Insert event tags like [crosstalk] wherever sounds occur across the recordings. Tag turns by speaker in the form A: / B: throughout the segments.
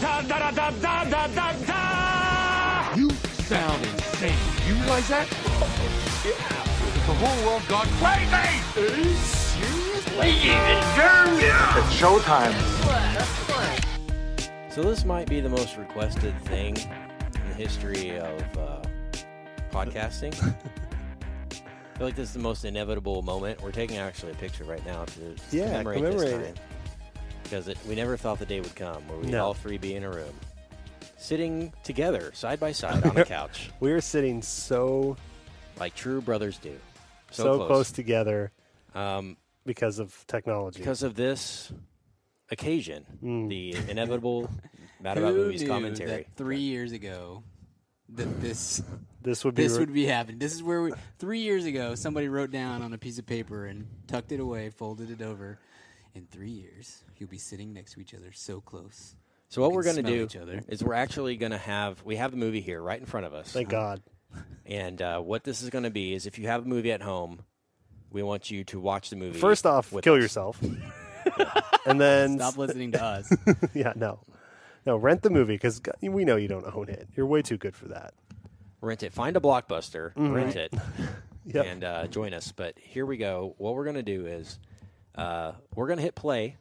A: Da da da da da da da da! You sound insane. You realize that? yeah. The whole world got crazy. Are you seriously?
B: It's showtime.
C: So this might be the most requested thing in the history of uh,
D: [laughs]
C: podcasting. I feel like this is the most inevitable moment. We're taking actually a picture right now to
D: Yeah,
C: commemorate,
D: commemorate
C: this
D: it.
C: time because it, we never thought the day would come where we'd
D: No.
C: all three be in a room, sitting together side by side
D: [laughs]
C: on a couch
D: We are sitting so
C: like true brothers do.
D: so, close. together
C: Um,
D: because of technology.
C: because of this occasion,
D: Hmm.
C: the
D: [laughs]
C: inevitable Mad About
E: Who
C: Movies
E: knew
C: commentary.
E: That three years ago, that this
D: this would be
E: this
D: re-
E: would be happening. This is where we three years ago somebody wrote down on a piece of paper and tucked it away, folded it over. In three years, you'll be sitting next to each other, so close.
C: So what
E: can
C: we're going to
E: smell
C: do
E: each other.
C: is we're actually going to have we have the movie here right in front of us,
D: thank God.
C: and uh, what this is going to be is if you have a movie at home, we want you to watch the movie.
D: First off,
C: with
D: kill
C: us. [laughs]
D: yourself. and then
E: Stop listening to us.
D: [laughs] yeah, no. No, rent the movie because we know you don't own it. You're way too good for that.
C: rent it, find a blockbuster, rent it,
D: Mm-hmm. [laughs] Yep.
C: and uh, join us. But here we go. What we're going to do is uh, we're going to hit play,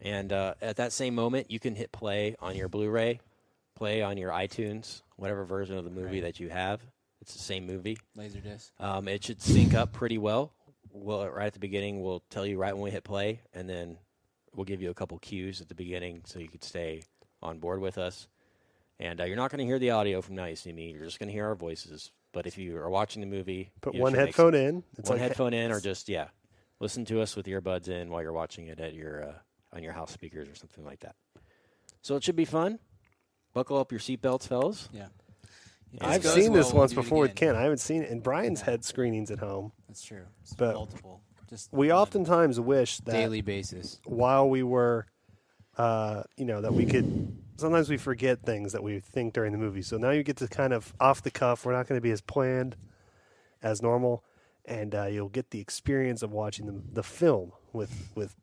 C: and uh, at that same moment, you can hit play on your Blu-ray, play on your iTunes, whatever version of the movie that you have. It's the same movie.
E: Laser disc.
C: Um, it should sync up pretty well. We'll right at the beginning, we'll tell you right when we hit play, and then we'll give you a couple cues at the beginning so you could stay on board with us. And uh, you're not going to hear the audio from Now You See Me. You're just going to hear our voices. But if you are watching the movie,
D: Put
C: it
D: one
C: should make
D: headphone
C: sense.
D: in. It's
C: one
D: like
C: headphone in, or just yeah, listen to us with earbuds in while you're watching it at your uh, on your house speakers or something like that. So it should be fun. Buckle up your seatbelts, fellas.
E: Yeah. If
D: I've
E: goes
D: seen
E: well,
D: this
E: we'll
D: once
E: do it
D: before with
E: again.
D: Ken. I haven't seen it. And Brian's had screenings at home.
E: That's true. It's
D: But
E: multiple. Just
D: We
E: on a
D: oftentimes wish that
E: daily basis.
D: while we were, uh, you know, that we could. Sometimes we forget things that we think during the movie. So now you get to kind of off the cuff. We're not going to be as planned as normal, and uh, you'll get the experience of watching the, the film with with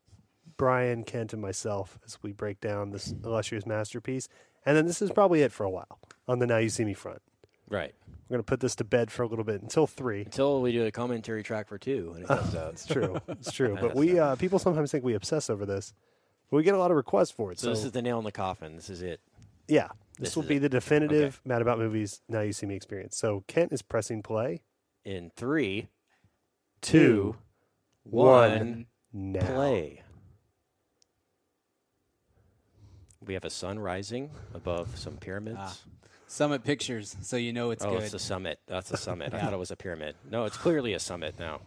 D: Brian Kent and myself as we break down this illustrious masterpiece. And then this is probably it for a while on the Now You See Me front.
C: Right.
D: We're going to put this to bed for a little bit until three.
C: Until we do a commentary track for two, and it
D: [laughs]
C: comes out.
D: It's true. It's true. But we uh, people sometimes think we obsess over this. But we get a lot of requests for it.
C: So this is the nail in the coffin. This is it.
D: Yeah. This,
C: This
D: will
C: is
D: be
C: it.
D: the definitive Mad About Movies Now You See Me experience. So Kent is pressing play.
C: In three,
D: Two,
C: two, one,
D: Now.
C: play. We have a sun rising above some pyramids.
E: Ah, Summit Pictures, so you know it's
C: oh,
E: good.
C: it's a summit. That's a summit. I thought it was a pyramid. No, it's clearly a summit now.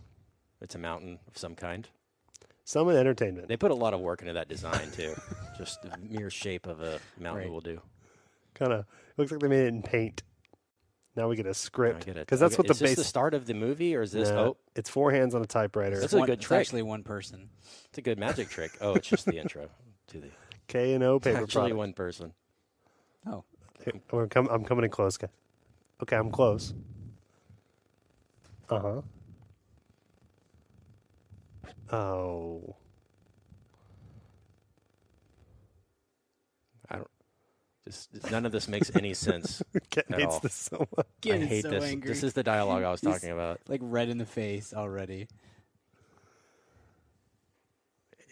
C: It's a mountain of some kind.
D: Summit Entertainment.
C: They put a lot of work into that design too. Just the mere shape of a mountain
E: Right.
C: will do.
D: kind of looks like they made it in paint. Now we get a
C: I
D: script
C: get it.
D: because that's
C: Okay,
D: what
C: is
D: the
C: this
D: base.
C: the start of the movie, or is this?
D: Nah,
C: Oh,
D: It's four hands on a typewriter.
C: That's a
E: one-
C: good
E: it's
C: trick.
E: actually one person.
C: it's a good magic trick. Oh, it's just the intro to the
D: K and O paper
C: actually
D: product.
C: one person.
E: Oh,
D: Here, we're com- I'm coming in close, guys. Okay, I'm close. Uh huh. Oh,
C: I don't. This, none of this makes any
E: [laughs]
C: sense.
D: Kent
C: At
D: hates
C: all.
D: this so much.
C: I
E: Getting
C: hate
E: so
C: this.
E: angry.
C: This is the dialogue I was
E: He's-
C: talking about.
E: like red in the face already.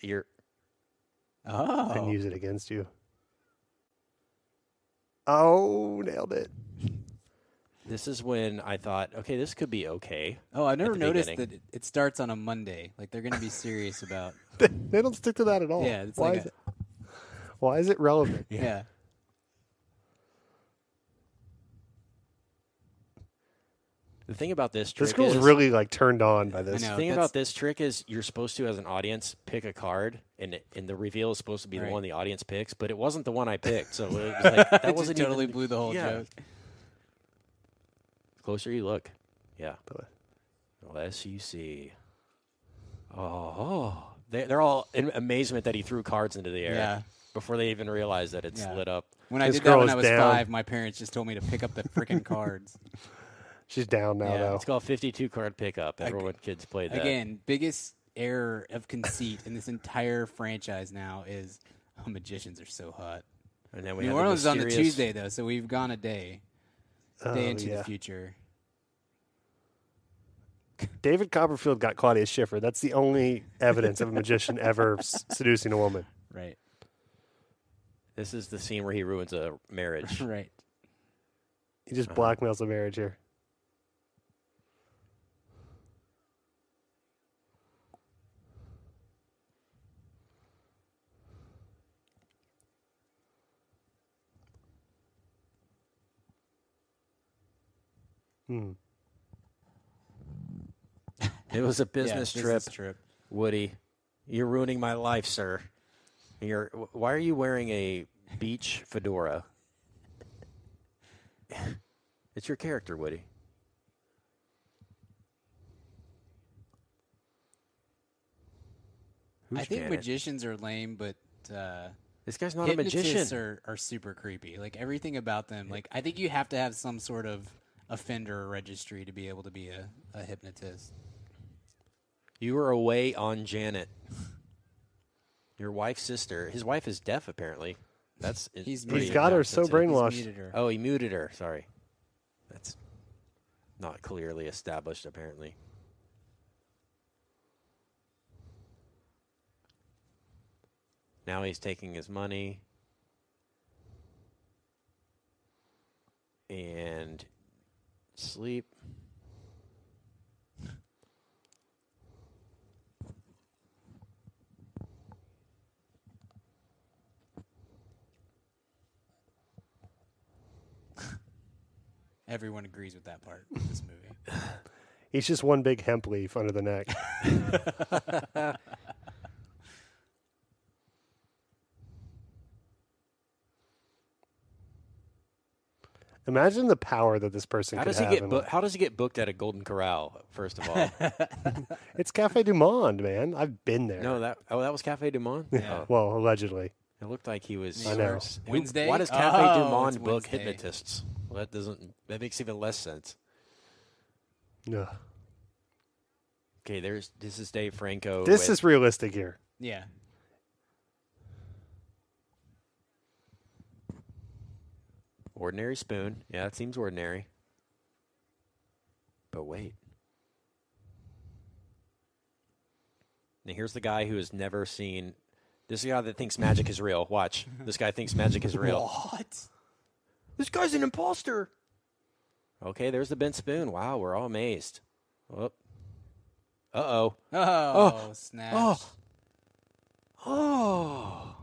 C: You're
E: Oh,
D: and use it against you. Oh, nailed it.
C: This is when I thought, okay, this could be okay.
E: oh, I've never
C: the
E: noticed
C: beginning.
E: that it- it starts on a Monday. Like they're going to be
D: [laughs]
E: serious about.
D: They don't stick to that at all.
E: Yeah, it's
D: why,
E: like
D: is
E: a-
D: it, why is it
E: [laughs]
D: relevant?
E: Yeah.
C: The thing about this trick
D: This girl's
C: is,
D: really like turned on by
E: I
D: this.
C: the
E: know.
C: thing
E: that's-
C: about this trick is you're supposed to, as an audience, pick a card, and it- and the reveal is supposed to be the
E: Right.
C: one the audience picks, but it wasn't the one I picked,
E: [laughs]
C: so it was like that
E: It just
C: wasn't
E: totally
C: even,
E: blew the whole
C: yeah.
E: joke.
C: Closer you look, yeah,
D: But-
C: the less you see. Oh, they, they're all in amazement that he threw cards into the air
E: Yeah.
C: before they even realize that it's
E: Yeah.
C: lit up.
E: When I
D: This
E: did that
D: girl
E: when
D: is
E: I was
D: down.
E: five, my parents just told me to pick up
C: [laughs]
E: the freaking cards.
D: She's down now
E: Yeah,
D: though.
C: It's called 52 card pickup. Everyone, kids play that.
E: Again, biggest error of conceit in this entire franchise now is oh, magicians are so hot.
C: And then we
E: New
C: have
E: Orleans is on the
C: mysterious-
E: Tuesday though, so we've gone a day, day
D: Oh,
E: into
D: yeah.
E: the future.
D: David Copperfield got Claudius Schiffer. That's the only evidence of a magician ever s- seducing a woman.
E: Right. [laughs]
C: This is the scene where he ruins a marriage.
E: [laughs] Right.
D: He just
E: Uh-huh.
D: blackmails the marriage here. Hmm.
C: It was a
E: Yeah,
C: business trip,
E: business trip.
C: Woody. You're ruining my life, sir. You're. wh- Why are you wearing a beach fedora? [laughs] it's your character, Woody. Who's
E: I think
C: Janet?
E: magicians are lame, but uh,
C: This guy's not a
E: hypnotists
C: magician.
E: Are, are super creepy. Like everything about them. Like I think you have to have some sort of offender registry to be able to be a, a hypnotist.
C: You were away on Janet. Your wife's sister. His wife is deaf, apparently. That's
E: He's
C: pretty
E: He's got
D: her so
C: nonsensical.
E: He's
D: Brainwashed.
E: muted her.
C: Oh, he muted her. Sorry. That's not clearly established, apparently. Now he's taking his money. And sleep.
E: Everyone agrees with that part of this movie.
C: [laughs]
D: He's just one big hemp leaf under the neck. [laughs] Imagine the power that this person
C: How
D: could
C: does he
D: have.
C: get
D: in
C: boo-
D: life.
C: how does he get booked at a Golden Corral? First of all,
D: It's Cafe Du Monde, man. I've been there.
C: no, that oh, that was Cafe Du Monde. Oh,
E: Yeah.
D: Well, allegedly.
C: It looked like he was.
D: I know.
C: Who-
E: Wednesday?
C: Why does Cafe
E: Oh,
C: Du
E: it's
C: Monde book
E: Wednesday.
C: hypnotists? Well, that doesn't. That makes even less sense.
D: Ugh.
C: Okay, there's. This is Dave Franco.
D: This
C: with-
D: is realistic here.
E: Yeah.
C: ordinary spoon. Yeah, that seems ordinary. But wait. Now here's the guy who has never seen. This is the guy that thinks magic is real. Watch. This guy thinks magic is
D: [laughs]
C: real.
E: What?
C: This guy's an imposter. Okay, there's the bent spoon. Wow, we're all amazed. Whoop. Uh oh.
E: Oh, snap.
C: Oh. Oh.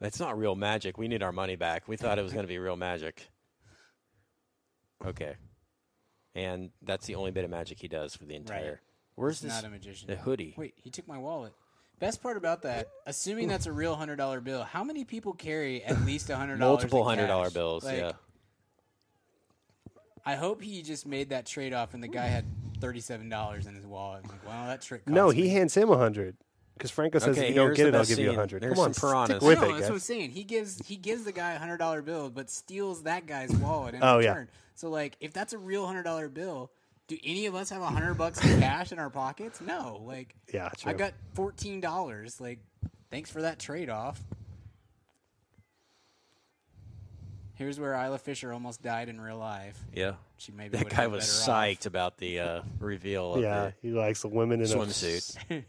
C: That's not real magic. We need our money back. We thought it was going to be real magic. Okay. And that's the only bit of magic he does for the entire. Where's
E: He's
C: this?
E: not a magician.
C: the hoodie.
E: Wait, he took my wallet. Best part about that, assuming that's a real hundred dollar bill, how many people carry at least a hundred dollars?
C: Multiple
E: in
C: hundred dollar
E: cash?
C: bills.
E: Like,
C: yeah.
E: I hope he just made that trade off, and the guy had thirty seven dollars in his wallet. I'm like, wow, that trick. Cost
D: No,
E: me.
D: he hands him a hundred because Franco says
C: Okay,
D: if you don't
C: here's
D: get
C: the
D: it, I'll
C: best
D: give you a
C: scene.
D: hundred.
C: There's
D: Come on,
C: some piranhas.
D: stick
E: No,
D: with
E: that's
D: it,
E: what I'm
D: guys.
E: saying. He gives he gives the guy a hundred dollar bill, but steals that guy's wallet in
D: Oh, yeah.
E: return. So like, if that's a real hundred dollar bill, do any of us have a hundred bucks in cash in our pockets? No. Like,
D: Yeah,
E: I
D: true.
E: got fourteen dollars. Like, thanks for that trade off. Here's where Isla Fisher almost died in real life.
C: Yeah.
E: She maybe
C: That
E: would've
C: guy
E: been
C: was
E: better off.
C: psyched about the uh, reveal of
D: Yeah,
C: the
D: he likes the women in
C: swimsuit.
D: A,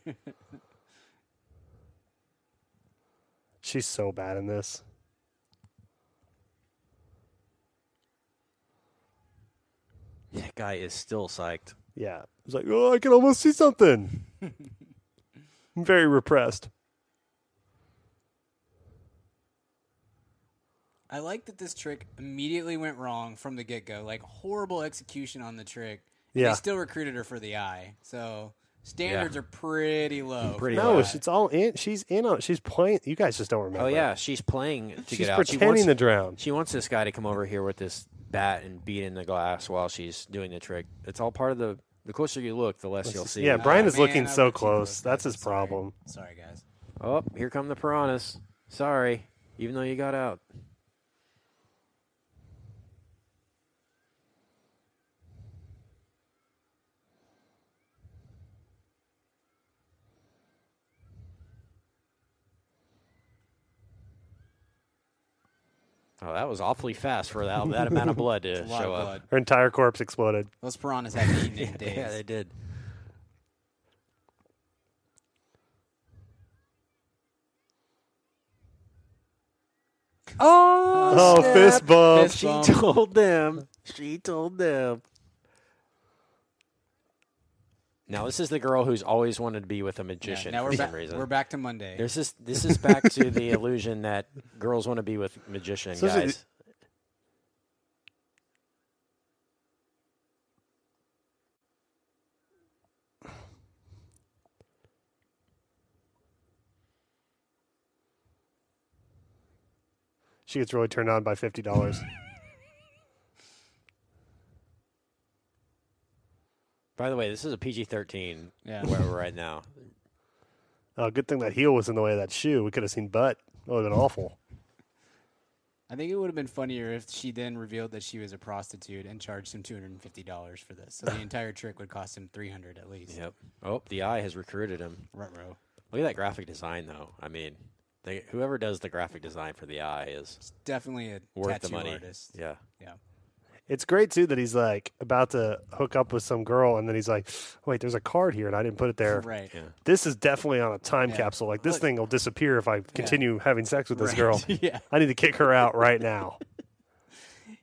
D: [laughs] she's so bad in this.
C: That guy is still psyched.
D: Yeah, he's like, oh, I can almost see something. I'm very repressed.
E: I like that this trick immediately went wrong from the get go. Like horrible execution on the trick. And
D: Yeah.
E: They still recruited her for the eye. So standards
C: Yeah.
E: are pretty low.
C: Pretty
E: for
D: No,
E: that.
D: it's it's all in. She's in on. She's playing. You guys just don't remember.
C: Oh yeah, she's playing to
D: she's
C: get out.
D: pretending
C: she wants,
D: to drown.
C: She wants this guy to come over here with this bat and beat in the glass while she's doing the trick. It's all part of the. The closer you look, the less you'll see.
D: Yeah, Brian is
E: man,
D: looking
E: I
D: so
E: looked too
D: close. That's his
E: Sorry.
D: problem.
E: Sorry, guys.
C: Oh, here come the piranhas. Sorry, even though you got out. Oh, that was awfully fast for that, that amount of blood to
E: A lot
C: show
E: of
C: up.
E: blood.
D: Her entire corpse exploded.
E: Those piranhas haven't
D: [laughs]
E: eaten in days.
C: Yeah, they did.
D: Oh, fist
C: [laughs]
D: bump.
E: Fist bump.
C: told [laughs] them. She told them. Now this is the girl who's always wanted to be with a
E: Yeah,
C: magician
E: now
C: for
E: we're
C: some
E: back.
C: reason.
E: We're back to Monday.
C: This is this is back to the [laughs] illusion that girls want to be with magician
D: So is it-
C: guys.
D: She gets really turned on by fifty dollars.
C: By the way, this is a PG thirteen
E: Yeah.
C: where we're right now.
D: oh, good thing that heel was in the way of that shoe. We could have seen butt. That would have been awful.
E: I think it would have been funnier if she then revealed that she was a prostitute and charged him two hundred and fifty dollars for this.
C: [laughs]
E: So the entire trick would cost him three hundred at least.
C: Yep. Oh, the eye has recruited him.
E: Front row.
C: Look at that graphic design though. I mean, they, whoever does the graphic design for the eye is
E: Definitely a
C: worth
E: tattoo
C: the money.
E: artist.
C: Yeah.
E: Yeah.
D: It's great too that he's like about to hook up with some girl, and then he's like, "Wait, there's a card here, and I didn't put it there."
E: Right.
C: Yeah.
D: This is definitely on a time
E: Yeah.
D: capsule. Like this thing will disappear if I continue having sex with this
E: Right.
D: girl.
E: Yeah.
D: I need to kick her out right now.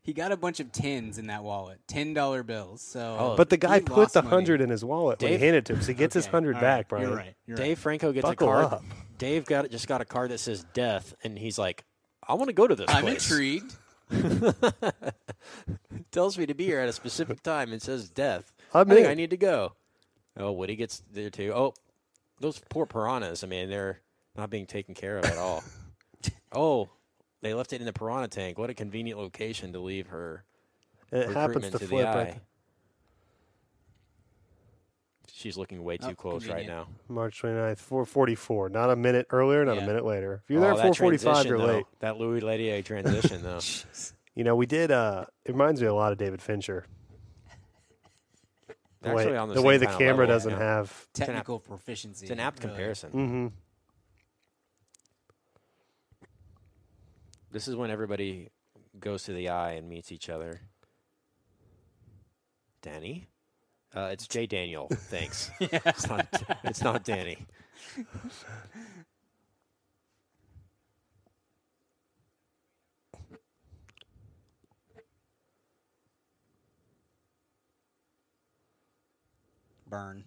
E: He got a bunch of tens in that wallet, ten dollar bills. So,
C: Oh,
D: But the
E: he
D: guy put
E: lost
D: the
E: money.
D: hundred in his wallet when
C: Dave-
D: he handed it to him, so he gets his
E: Okay,
D: hundred
E: all
D: back,
E: right,
D: Brian.
E: You're right. You're
C: Dave Franco gets
D: Buckle
C: a card.
D: up.
C: Dave got just got a card that says death, and he's like, "I want to go to this
E: Right. I'm
C: place."
E: intrigued.
C: [laughs] Tells me to be here at a [laughs] specific time and says death.
D: I'm
C: I think
D: in.
C: I need to go. Oh, Woody gets there too. Oh, those poor piranhas. I mean, they're not being taken care of at all. oh, they left it in the piranha tank. What a convenient location to leave her
D: It happens
C: recruitment to
D: to,
C: the
D: flip.
C: eye.
D: right?
C: She's looking way too
E: Oh,
C: close right now.
E: convenient.
D: March 29th, 444. Not a minute earlier, not a
E: Yeah.
D: minute later. If you're there
C: Oh,
D: at
C: that
D: 445, you're
C: transition, though.
D: late.
C: That Louis Ledier transition,
D: [laughs]
C: though.
D: You know, we did, uh, it reminds me a lot of David Fincher. The
C: Actually,
D: way,
C: on the
D: the,
C: same
D: way the
C: kinda
D: camera
C: level,
D: doesn't
C: yeah.
D: have.
E: Technical proficiency.
C: It's an apt
E: really.
C: comparison.
D: hmm
C: This is when everybody goes to the eye and meets each other. Danny? Uh, it's Jay Daniel.
D: [laughs]
C: Thanks. it's, not, it's not Danny.
E: Burn.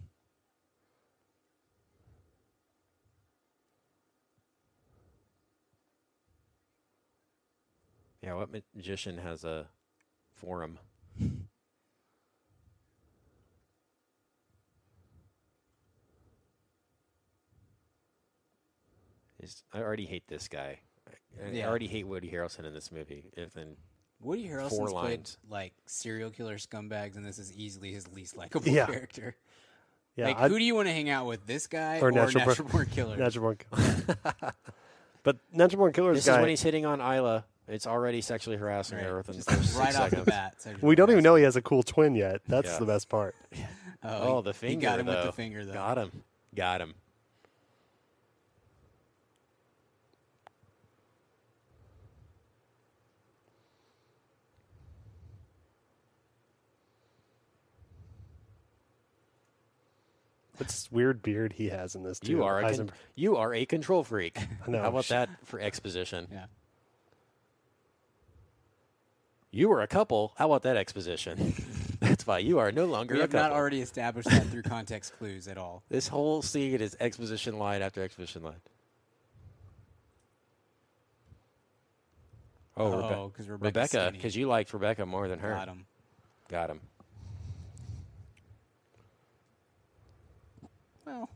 C: Yeah, what magician has a forum? Is- I already hate this guy. I- I
E: Yeah.
C: already hate Woody Harrelson in this movie. If then
E: Woody
C: Four
E: Harrelson's played
C: lines.
E: like serial killer scumbags, and this is easily his least likable
D: Yeah.
E: character.
D: Yeah,
E: like,
D: I-
E: who do you want to hang out with? This guy
D: Or
E: or,
D: Natural
E: natural,
D: Born-
E: born killer?
D: Natural Born Killer.
C: [laughs]
D: but Natural Born Killers
C: this is
D: guy,
C: when he's hitting on Isla. It's already sexually harassing her
E: right
C: within the
E: Just
C: first
E: right
C: six
E: off the
C: seconds.
E: bat. so
D: we don't even
E: just-
D: know he has a cool twin yet. That's
C: Yeah.
D: the best part.
C: Oh, the
E: He
C: finger!
E: got him
C: though.
E: with the finger though.
C: Got him. Got him.
D: What's weird beard he has in this, too.
C: You are a con-
D: Eisenberg-
C: you are a control freak.
D: know.
C: How about that for exposition?
E: Yeah.
C: You were a couple. How about that exposition? [laughs] That's why you are no longer
E: We
C: a
E: have not
C: couple.
E: already established that through context clues at all.
C: this whole scene is exposition line after exposition line. Oh, Rebe-
E: Oh, 'cause Rebecca's
C: Rebecca,
E: skinny.
C: because you liked Rebecca more than her.
E: Got him.
C: Got him.
E: Well,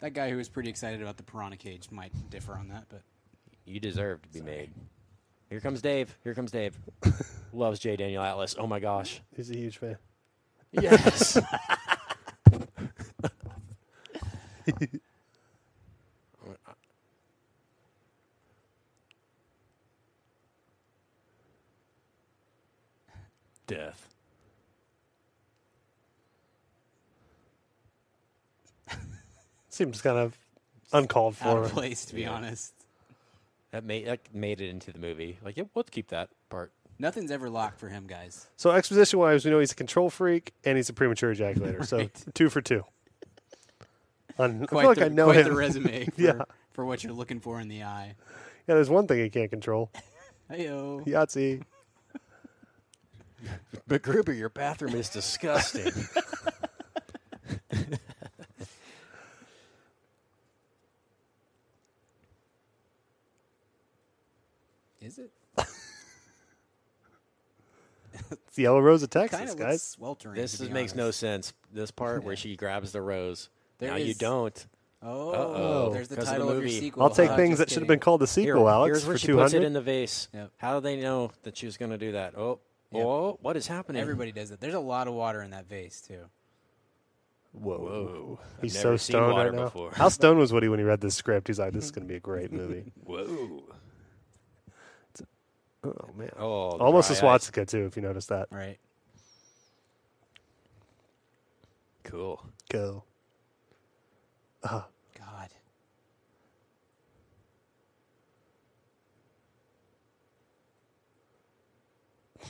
E: that guy who was pretty excited about the piranha cage might differ on that, but
C: You deserve to be made. Here comes Dave. Here comes
E: [laughs]
C: Dave. Loves J. Daniel Atlas. Oh my gosh.
D: He's a huge fan.
C: Yes.
D: [laughs]
C: Death.
D: Seems kind of uncalled
E: out
D: for.
E: of place to be honest.
C: [laughs] That made that made it into the movie. Like, yeah, let's keep that part.
E: Nothing's ever locked for him, guys.
D: So exposition wise, we know he's a control freak and he's a premature ejaculator. So two for two. On, I feel
E: Quite
D: like
E: the,
D: I know
E: quite
D: him.
E: the
D: [laughs]
E: resume for,
D: Yeah.
E: for what you're looking for in the eye.
D: Yeah, there's one thing he can't control.
E: Heyo.
D: Yahtzee.
C: But Gruber, your bathroom is disgusting.
E: Is it?
D: It's the Yellow Rose of
E: Kind
D: Texas,
E: of
D: guys.
E: looks sweltering.
C: this
E: to
C: is,
E: be
C: makes no
E: honest.
C: sense. This part [laughs] where she grabs the rose.
E: There
C: now you
E: is-
C: don't.
E: Oh,
C: Uh-oh.
E: there's the
C: 'Cause of the
E: title of,
C: movie.
E: your sequel.
D: I'll take
E: huh?
D: things
E: Just
D: that should have
E: kidding.
D: been called the
C: Here,
D: sequel, Alex,
C: here's where
D: for
C: she
D: two
C: puts it
D: hundred.
C: in the vase.
E: Yep.
C: How do they know that she was going to do that? Oh,
E: Yep.
C: oh, what is happening?
E: Everybody does it. There's a lot of water in that vase too.
D: Whoa.
C: Whoa, I've
D: He's so
C: never seen
D: stoned
C: water
D: right now.
C: Before.
D: How stoned was Woody when he read this script? He's like, "This is going to be a [laughs] great movie."
C: Whoa.
D: oh man,
C: Oh, the
D: almost a
C: dry ice.
D: swastika too. If you notice that,
E: Right.
C: Cool.
D: go.
E: God.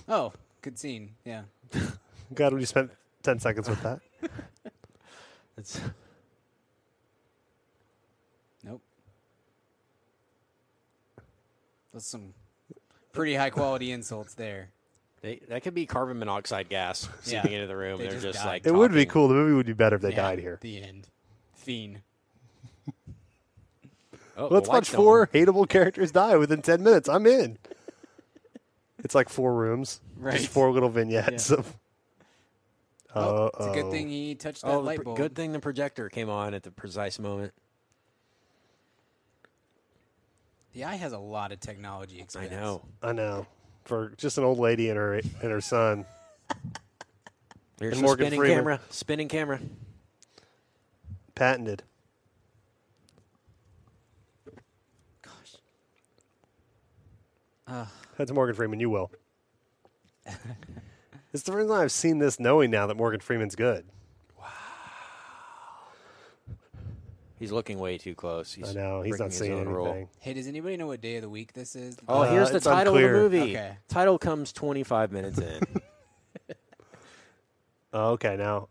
E: Oh, good scene. Yeah.
D: I'm glad we spent ten seconds with that.
C: It's
E: Nope. That's some pretty high quality insults there.
C: they, that could be carbon monoxide [laughs] gas
E: Yeah.
C: seeping into the room.
E: They
C: They are
E: just
C: just
E: died.
C: like
D: it would be
C: talking.
D: cool. The movie would be better if they
E: Yeah,
D: died here.
E: The end. Fiend.
C: Oh, the
D: Let's watch
C: lights don't
D: four
C: work.
D: hateable characters die within ten minutes. I'm in. It's like four rooms,
E: Right.
D: just four little vignettes
E: Yeah.
D: of.
E: Well, Oh, it's a
D: Uh-oh.
E: good thing he touched that
C: Oh, the
E: light
C: pr-
E: bulb.
C: good thing the projector came on at the precise moment.
E: The eye has a lot of technology expense.
C: I know.
D: I know. For just an old lady and her and her son.
C: There's
D: And
C: the
D: Morgan
C: spinning
D: Freeman.
C: camera. Spinning camera.
D: patented. Gosh. [sighs] That's Morgan Freeman. You will. [laughs] it's the first time I've seen this knowing now that Morgan Freeman's good.
C: He's looking way too close. He's
D: I know. He's
C: breaking
D: not
C: his
D: seeing
C: own
D: anything.
C: rule.
E: Hey, does anybody know what day of the week this is?
C: Oh,
D: Uh,
C: here's the
D: it's
C: title
D: unclear.
C: of the movie.
E: Okay.
C: Title comes 25 minutes
D: [laughs]
C: in.
D: Oh, okay, now.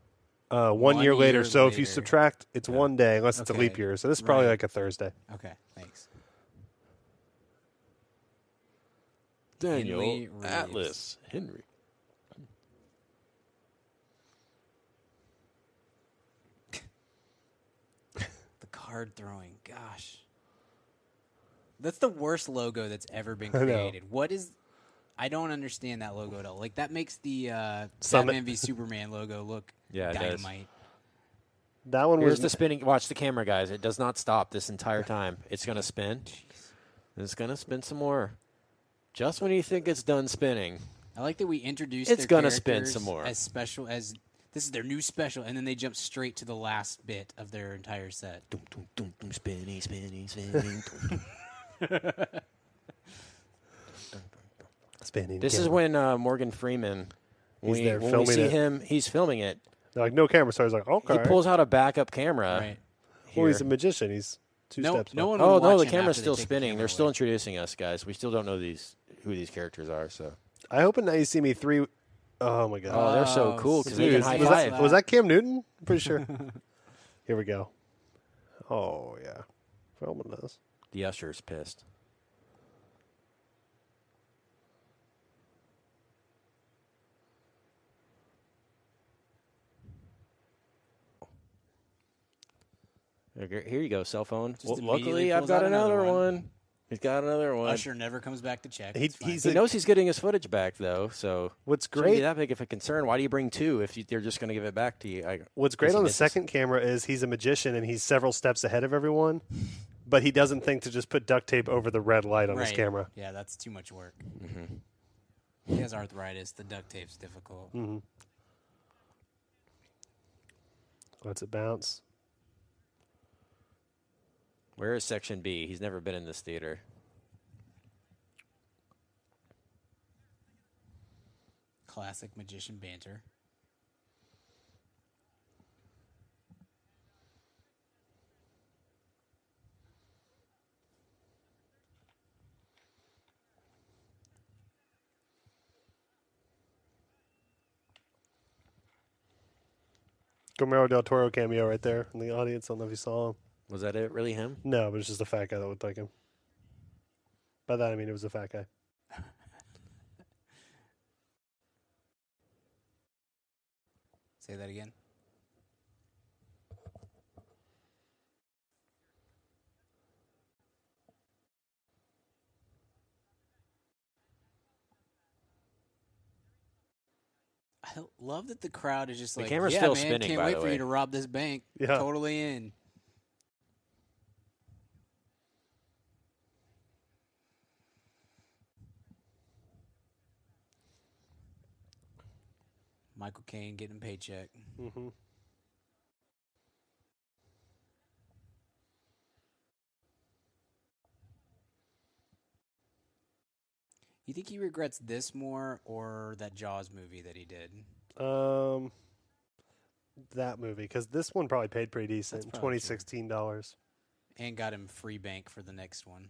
D: Uh, one,
E: One
D: year later.
E: year
D: so if you
E: later.
D: subtract, it's one day unless it's
E: Okay.
D: a leap year. So this is probably
E: Right.
D: like a Thursday.
E: Okay, thanks.
C: Daniel
E: Henry Reeves.
C: Atlas Henry.
E: The card throwing. Gosh. That's the worst logo that's
C: [laughs]
E: ever been
D: know.
E: created. What is. I don't understand that logo at all. Like, that makes the uh,
D: Summit.
E: Batman v Superman logo look
C: [laughs] Yeah, it does.
E: dynamite.
D: That one
C: Here's
D: was
C: the spinning. Watch the camera, guys. It does not stop this entire time. It's gonna spin. And It's gonna spin some more. Just when you think it's done spinning,
E: I like that we introduced
C: It's
E: their
C: gonna spin
E: characters
C: some more.
E: as special as. This is their new special, and then they jump straight to the last bit of their entire set.
C: Dum, dum, dum, dum, spinning, spinning, spinning. dum, dum.
D: [laughs] spinning.
C: This is
D: camera.
C: when uh, Morgan Freeman.
D: He's
C: We,
D: there
C: when we
D: filming
C: see
D: it.
C: him, he's filming it.
D: They're like no camera, so he's like okay.
C: He pulls out a backup camera.
E: right?
D: well, he's a
C: here.
D: magician. He's two
E: No,
D: steps.
E: no
D: up.
E: one.
C: Oh
E: would
C: no,
E: watch
C: the
E: him
C: camera's
E: after they
C: still
E: take the
C: spinning.
E: camera
C: They're still
E: away.
C: introducing us, guys. We still don't know these who these characters are. So,
D: I hope in now you see me three. Oh my god.
C: oh, they're so
E: Oh,
C: cool because they
D: Dude,
C: can
D: is-
C: high
D: was,
C: five.
D: that, was that Cam Newton? I'm pretty sure. Here we go. Oh yeah, Feldman does.
C: The usher's pissed. Okay, Here you go, cell phone. Well,
E: immediately
C: luckily, I've
E: pulls
C: got
E: out another
C: another,
E: one.
C: one. He's got another one.
E: Usher never comes back to check.
D: He-
E: It's fine.
D: he's
C: He
D: a-
C: knows he's getting his footage back, though. So
D: What's
C: shouldn't be
D: great-
C: that big of a concern. Why do you bring two if you, they're just going to give it back to you? I,
D: What's
C: guess
D: great
C: he
D: on the
C: misses.
D: second camera is he's a magician and he's several steps ahead of everyone, but he doesn't think to just put duct tape over the red light on his
E: Right.
D: camera.
E: Yeah, that's too much work.
C: Mm-hmm.
E: He has arthritis. The duct tape's difficult.
D: Mm-hmm. Lets it bounce.
C: Where is Section B? He's never been in this theater.
E: Classic magician banter.
D: Guillermo del Toro cameo right there in the audience. I don't know if you saw him.
C: Was that it? Really him?
D: No, but it's just a fat guy that looked like him. By that I mean it was a fat guy.
E: Say that again. I love that the crowd is just
C: The
E: like,
C: camera's
E: yeah,
C: still
E: man,
C: spinning,
E: Can't
C: by
E: wait
C: the
E: for
C: way."
E: you to rob this bank.
D: Yeah.
E: Totally in. Michael Caine getting a paycheck.
D: Mm-hmm.
E: You think he regrets this more or that Jaws movie that he did?
D: Um, that movie because this one probably paid pretty decent
E: probably true.
D: twenty sixteen dollars.
E: And got him free bank for the next one.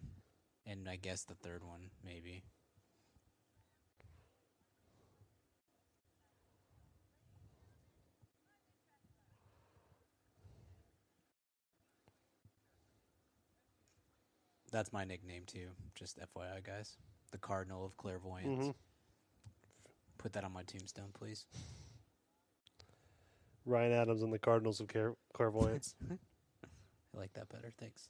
E: And I guess the third one, maybe. That's my nickname too, just FYI guys. The Cardinal of Clairvoyance.
D: Mhm.
E: Put that on my tombstone, please.
D: Ryan Adams and the Cardinals of Clair-
C: [laughs]
D: Clairvoyance.
E: I like that better. Thanks.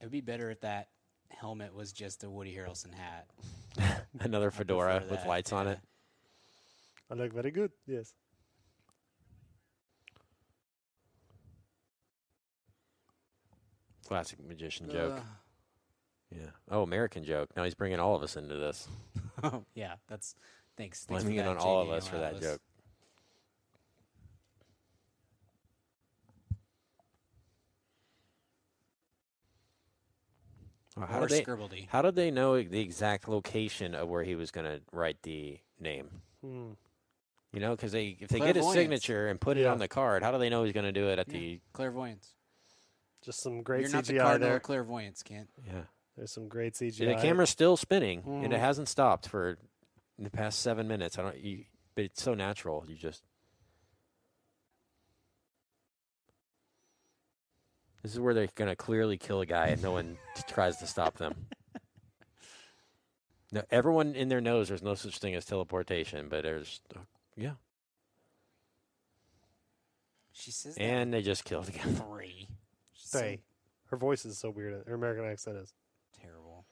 E: It would be better if that helmet was just a Woody Harrelson hat.
C: Another fedora
E: prefer
C: with
E: that,
C: lights on
E: yeah.
C: it.
D: I look very good. Yes.
C: Classic magician joke.
E: Ugh.
C: Yeah. Oh, American joke. Now he's bringing all of us into this.
E: Oh, [laughs] yeah, that's thanks. thanks
C: Blaming
E: for
C: it
E: that,
C: on all of
E: JD
C: us for that
E: Morales.
C: joke. Well, How
E: or
C: did, they,
E: Scribbledy.
C: how did they know e, the exact location of where he was going to write the name?
D: Hmm.
C: You know, because they if they get his
E: Clairvoyance.
C: signature and put it
D: Yeah.
C: on the card, how do they know he's going to do it at
E: Yeah.
C: the?
E: Clairvoyance.
D: Just some great
E: You're not the
D: CGI
E: cardinal
D: there.
E: of clairvoyance, Kent.
C: Yeah,
D: There's some great CGI.
C: the camera's still spinning and
D: Mhm.
C: it hasn't stopped for the past seven minutes. I don't. You, but it's so natural. You just. This is where they're going to clearly kill a guy and no one t- tries to stop them. Now, everyone in their knows there's no such thing as teleportation, but there's. uh, yeah.
E: She says that
C: And they just killed a guy.
E: with three. She's so
D: Say, her voice is so weird. Her American accent is.
E: terrible.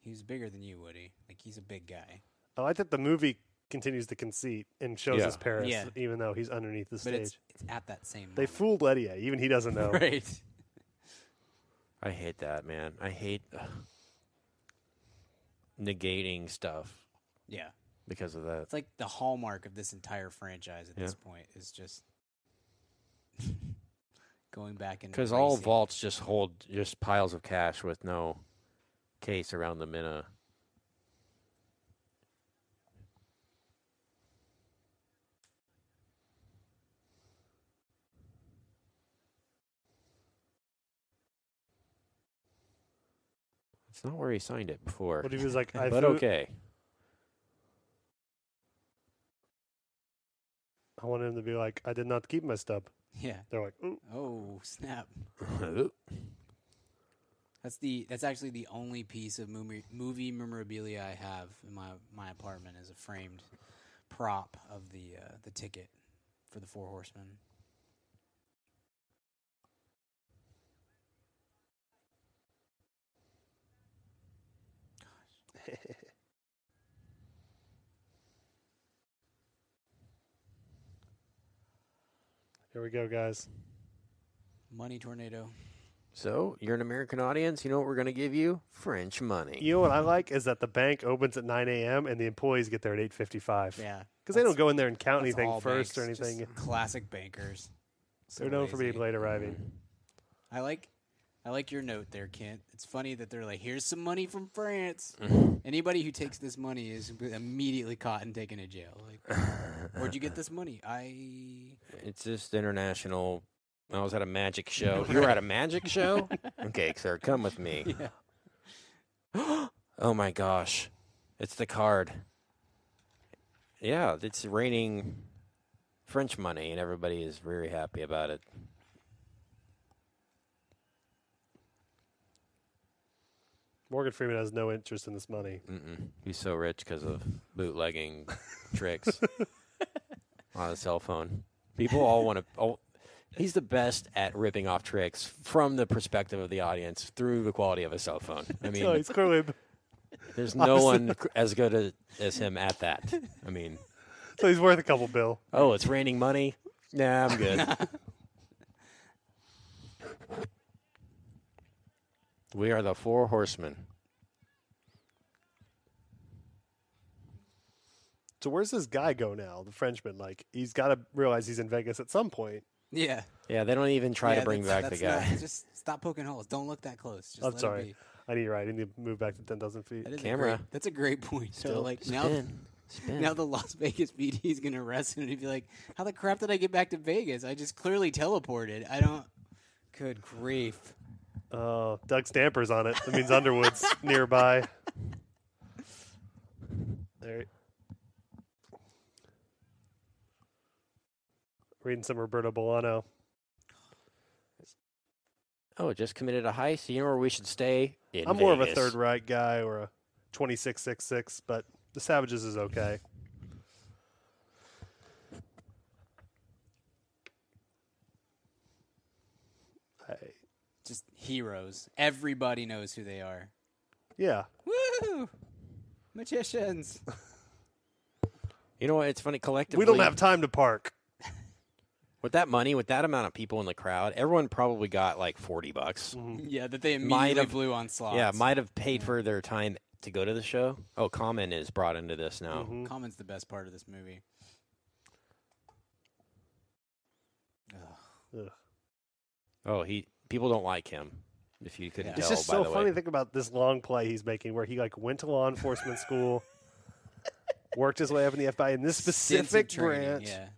E: He's bigger than you, Woody. Like he's a big guy,
D: I like that the movie continues the conceit and shows
C: Yeah.
D: his Paris,
E: Yeah.
D: even though he's underneath the
E: but it's
D: stage.
E: it's at that same.
D: They
E: moment.
D: fooled Lydia. Even he doesn't know.
E: [laughs] right.
C: I hate that, man. I hate ugh, negating stuff
E: Yeah,
C: because of that.
E: it's like the hallmark of this entire franchise at
C: Yeah.
E: this point is just [laughs] going back and
C: Because all
E: erasing.
C: vaults just hold just piles of cash with no case around them in a. It's not where he signed it before.
D: But he was like, I
C: but
D: flew-
C: okay.
D: I wanted him to be like, I did not keep my stub.
E: [laughs] Yeah.
D: They're like, Ooh.
E: Oh snap. That's the that's actually the only piece of movie movie memorabilia I have in my my apartment is a framed prop of the uh, the ticket for the Four Horsemen.
D: here we go, guys.
E: Money tornado.
C: [laughs] so you're an American audience. You know what we're gonna give you? French money.
D: You know what I like is that the bank opens at 9 a.m. and the employees get there at 8:55.
E: Yeah,
D: Because they
E: that's-
D: don't go in there and count
E: that's all
D: anything first or
E: banks, just
D: anything. [laughs]
E: classic bankers. So
D: They're known for being
E: lazy.
D: late arriving.
E: I like I I like your note there, Kent. It's funny that they're like, "Here's some money from France."
C: [laughs]
E: Anybody who takes this money is immediately caught and taken to jail. Like, where'd you get this money? I
C: It's just international. I was at a magic show. You were at a magic show? okay, sir, come with me. [gasps] oh my gosh. It's the card. Yeah, it's raining French money, and everybody is very happy about it.
D: Morgan Freeman has no interest in this money.
C: Mm-mm. He's so rich because of bootlegging tricks on a cell phone. People all want to. Oh, he's the best at ripping off tricks from the perspective of the audience through the quality of a cell phone. I
D: So
C: mean,
D: he's clearly [laughs]
C: there's no one cr- as good a, as him at that. I
D: [laughs]
C: mean,
D: so he's worth a couple bill.
C: oh, it's raining money. Nah, I'm good.
D: [laughs]
C: we are the four horsemen.
D: So where's this guy go now? The Frenchman, like he's got to realize he's in Vegas at some point.
E: yeah.
C: Yeah, they don't even try
E: Yeah,
C: to bring
E: that's-
C: back the
E: that's
C: guy. [laughs]
E: not- just stop poking holes. Don't look that close. Just
D: I'm
E: let it
D: sorry,
E: be.
D: I need you're right. I need to move back to ten thousand feet.
E: That is a
C: Camera.
E: great- that's a great point.
D: [laughs]
E: So
D: Still
E: like now,
C: Spin.
E: now the Las Vegas [laughs] PD is gonna arrest him and he'd be like, "How the crap did I get back to Vegas? I just clearly teleported. I don't." Good grief.
D: Oh, Doug Stamper's on it. That means
E: [laughs]
D: Underwood's nearby. There. Reading some Roberto Bolano.
C: Oh, just committed a heist. You know where we should stay? In
D: I'm more of a
C: Vegas.
D: third right guy or a 2666, but the Savages is okay. I,
E: Just heroes. Everybody knows who they are.
D: yeah,
E: Woo! Magicians. [laughs]
C: You know what? It's funny. Collectively,
D: we don't have time to park.
C: with that money, with that amount of people in the crowd. Everyone probably got like forty bucks.
E: yeah, that they
C: Might
E: immediately
C: have-
E: blew on slots.
C: Yeah, might have paid for their time to go to the show. Oh, Common is brought into this now.
E: Common's the best part of this movie.
D: Ugh.
C: Oh, he people don't like him. If you couldn't
E: Yeah.
C: tell,
D: It's just
C: by
D: so
C: the
D: funny
C: way.
D: to think about this long play he's making where he like went to law enforcement school, worked his way up in the FBI in this
E: Extensive
D: specific
E: training,
D: branch.
E: Yeah.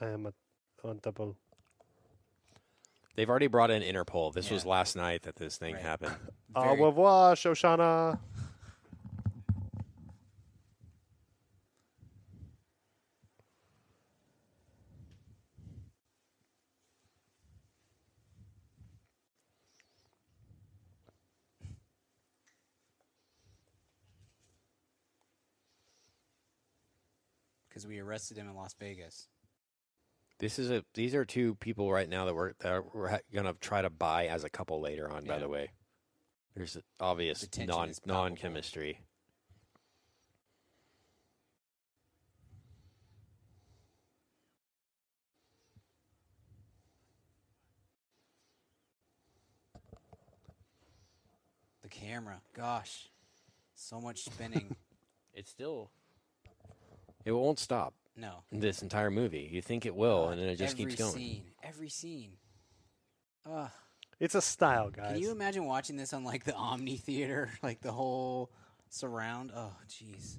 D: I am a on double.
C: They've already brought in Interpol. This was
E: Yeah.
C: last night that this thing
E: Right.
C: happened.
D: Au
E: Very-
D: revoir, Shoshana.
E: because we arrested him in Las Vegas.
C: This is a. These are two people right now that we're that we're ha- gonna try to buy as a couple later on. By
E: Yeah.
C: the way, there's a- obvious
E: The tension
C: non
E: is palpable.
C: non chemistry.
E: The camera, gosh, so much
C: [laughs]
E: spinning.
C: It's still. It won't stop
E: no,
C: this entire movie. You think it will, and then it just
E: Uh, every
C: keeps going.
E: Scene, every scene. Ugh.
D: It's a style, guys.
E: can you imagine watching this on like the Omni Theater, [laughs] like the whole surround? Oh, jeez.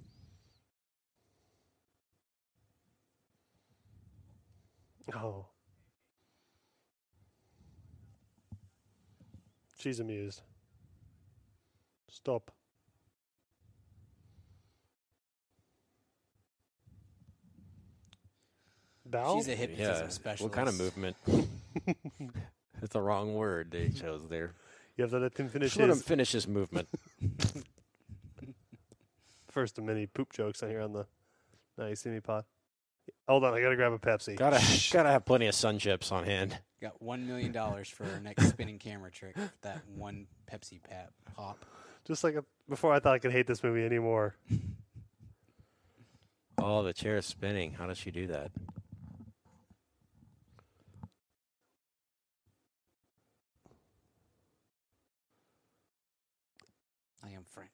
D: Oh. She's amused. Stop. Bow?
E: She's a hypnotism
C: Oh, Yeah.
E: specialist.
C: What kind of movement? [laughs] It's the wrong word they chose there.
D: you have to let him finish
C: Just let him
D: his
C: finish his movement.
D: first of many poop jokes on here on the Now You See Me pod. Hold on, I gotta grab a
C: [laughs]
D: Pepsi.
C: gotta gotta have plenty of sun chips on hand.
E: Got one million dollars for our next spinning
C: [laughs]
E: camera trick. with That one Pepsi pap pop.
D: Just like a, before I thought I could hate this movie anymore.
C: Oh, the chair is spinning. How does she do that? Mm.
E: I am French.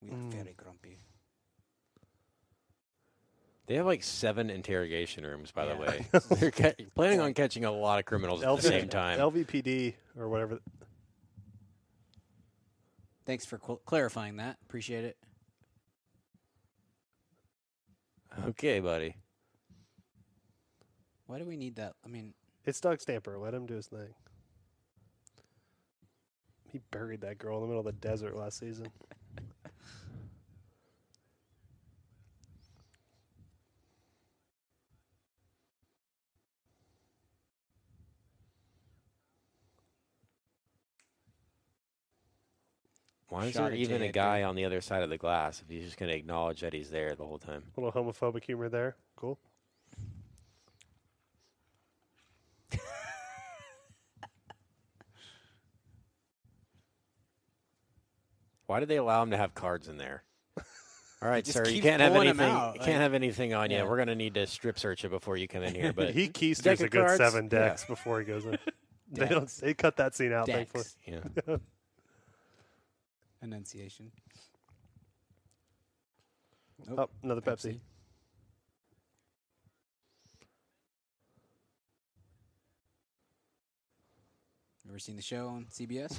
E: We are very grumpy.
C: They have like seven interrogation rooms, by the way.
E: [laughs]
C: [laughs] They're ca- planning on catching a lot of criminals at the
D: LV
C: same time.
D: LVPD or whatever.
E: Thanks for cl- clarifying that. Appreciate it.
C: Okay, buddy.
E: Why do we need that? I mean,
D: It's Doug Stamper. Let him do his thing. He buried that girl in the middle of the desert last season.
C: Why is
E: Shot
C: there
E: at
C: even a
E: JFK.
C: guy on the other side of the glass if he's just going to acknowledge that he's there the whole time?
D: little homophobic humor there. Cool.
C: Why did they allow him to have cards in
E: [laughs]
C: there? All right,
E: just
C: sir, you
E: keep
C: can't have
E: pulling 'em
C: anything.
E: out,
C: You can't
E: like-
C: have anything on
E: Yeah.
C: you. We're going to need to strip search you before you come in
E: [laughs]
C: here. But
D: he
C: Deck
D: keysters
C: of
D: a good
C: cards?
D: seven
C: Yeah.
D: decks before he goes in. they
E: Decks.
D: don't. They cut that scene out. Thankfully,
E: Dex
C: yeah.
E: enunciation.
D: oh, another Pepsi.
E: Ever seen the show on
D: [laughs]
E: CBS?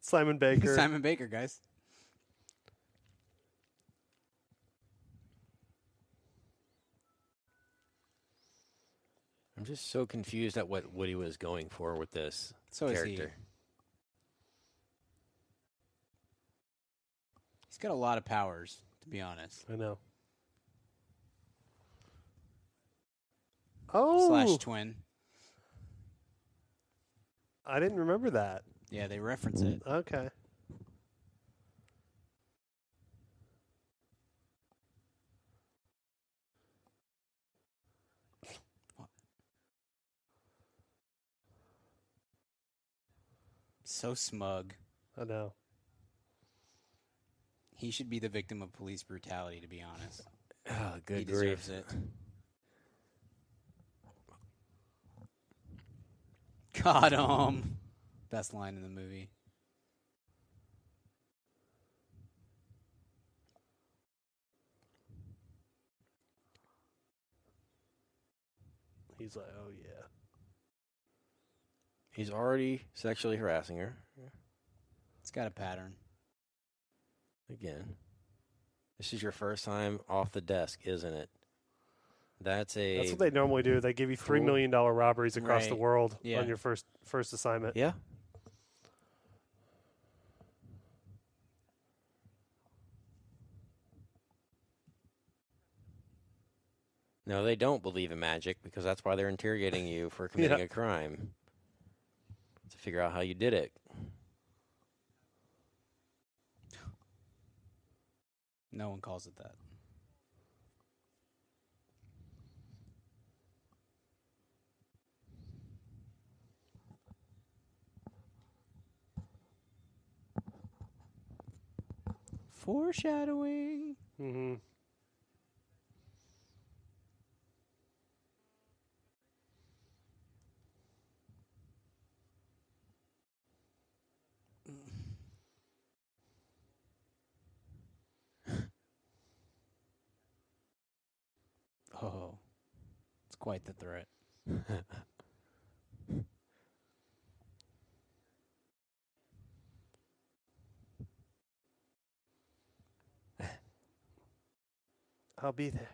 D: Simon Baker.
E: Simon Baker, guys.
C: I'm just so confused at what Woody was going for with this
E: So is he.
C: character.
E: He's got a lot of powers, to be honest.
D: I know. Oh,
E: Slash twin.
D: I didn't remember that.
E: Yeah, they reference it.
D: Okay.
E: So smug.
D: I know.
E: He should be the victim of police brutality, to be honest.
C: Oh, good
E: he
C: grief!
E: deserves it. [laughs] Got him. Best line in the movie.
D: He's like, oh yeah.
C: He's already sexually harassing her
E: It's got a pattern.
C: again. This is your first time off the desk, isn't it? That's a
D: That's what they normally do. They give you three million dollar robberies across the
E: Right.
D: world
E: Yeah.
D: on your first first assignment.
C: yeah. No, they don't believe in magic because that's why they're interrogating you for committing a crime to figure out how you did it.
E: No one calls it that. Foreshadowing.
D: Mm-hmm.
E: Oh, it's quite the threat.
D: I'll be there.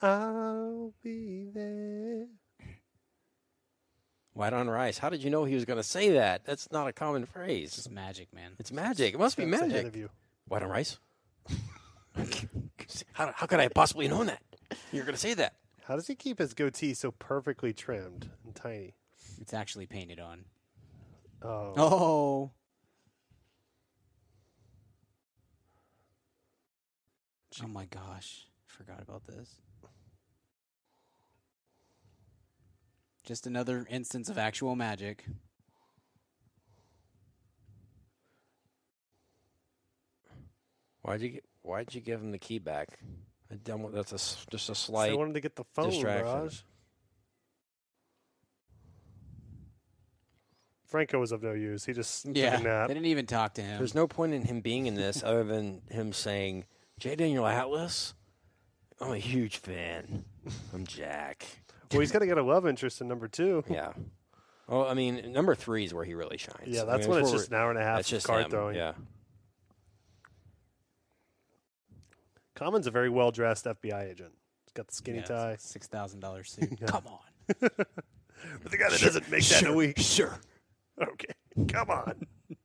D: I'll be there.
C: White on rice. How did you know he was going to say that? That's not a common
E: It's
C: phrase.
E: just magic, man.
C: It's magic. It must be
D: Steps Ahead
C: magic.
D: of you.
C: White on rice? [laughs] how, how could I have possibly known that? You're going to say that.
D: How does he keep his goatee so perfectly trimmed and tiny?
E: It's actually painted on.
D: Oh,
E: Oh, oh my gosh, forgot about this. Just another instance of actual magic.
C: Why'd you, gi- why'd you give him the key back? I don't want- That's a s just a
D: so I
C: slight.
D: wanted to get the phone,
C: distraction.
D: Raj. Franco was of no use. He just
E: Yeah,
D: took a nap.
E: they didn't even talk to him.
C: There's no point in him being in this other than him saying, Jay Daniel Atlas? I'm a huge fan. I'm Jack.
D: Well, he's got to get a love interest in number two.
C: Yeah. Oh, I mean, number three is where he really shines.
D: [laughs] Yeah,
C: I
D: that's
C: mean,
D: when it's
C: where
D: just an hour and a half
C: that's just
D: card
C: him.
D: throwing. [laughs]
C: Yeah.
D: Common's a very well dressed FBI agent. He's got the skinny
E: [laughs]
D: tie.
E: Six thousand dollars suit.
D: [laughs]
E: Come on.
D: But the guy that doesn't make that in a week.
E: Sure.
D: [laughs] Okay, come on. [laughs] I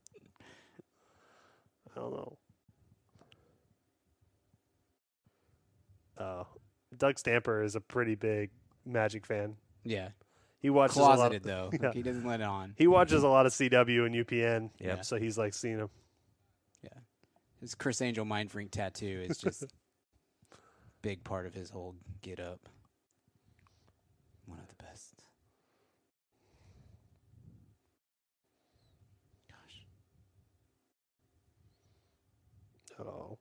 D: don't know. Oh, Doug Stamper is a pretty big Magic fan.
E: Yeah.
D: He watches
E: Closeted
D: a lot.
E: though.
D: Yeah.
E: Like, he doesn't let it on.
D: He watches a lot of CW and UPN.
C: Yeah.
D: So he's like seen him.
E: His Chris Angel mind freak tattoo
D: [laughs]
E: is just big part of his whole get up. One of the best. Gosh.
D: Oh.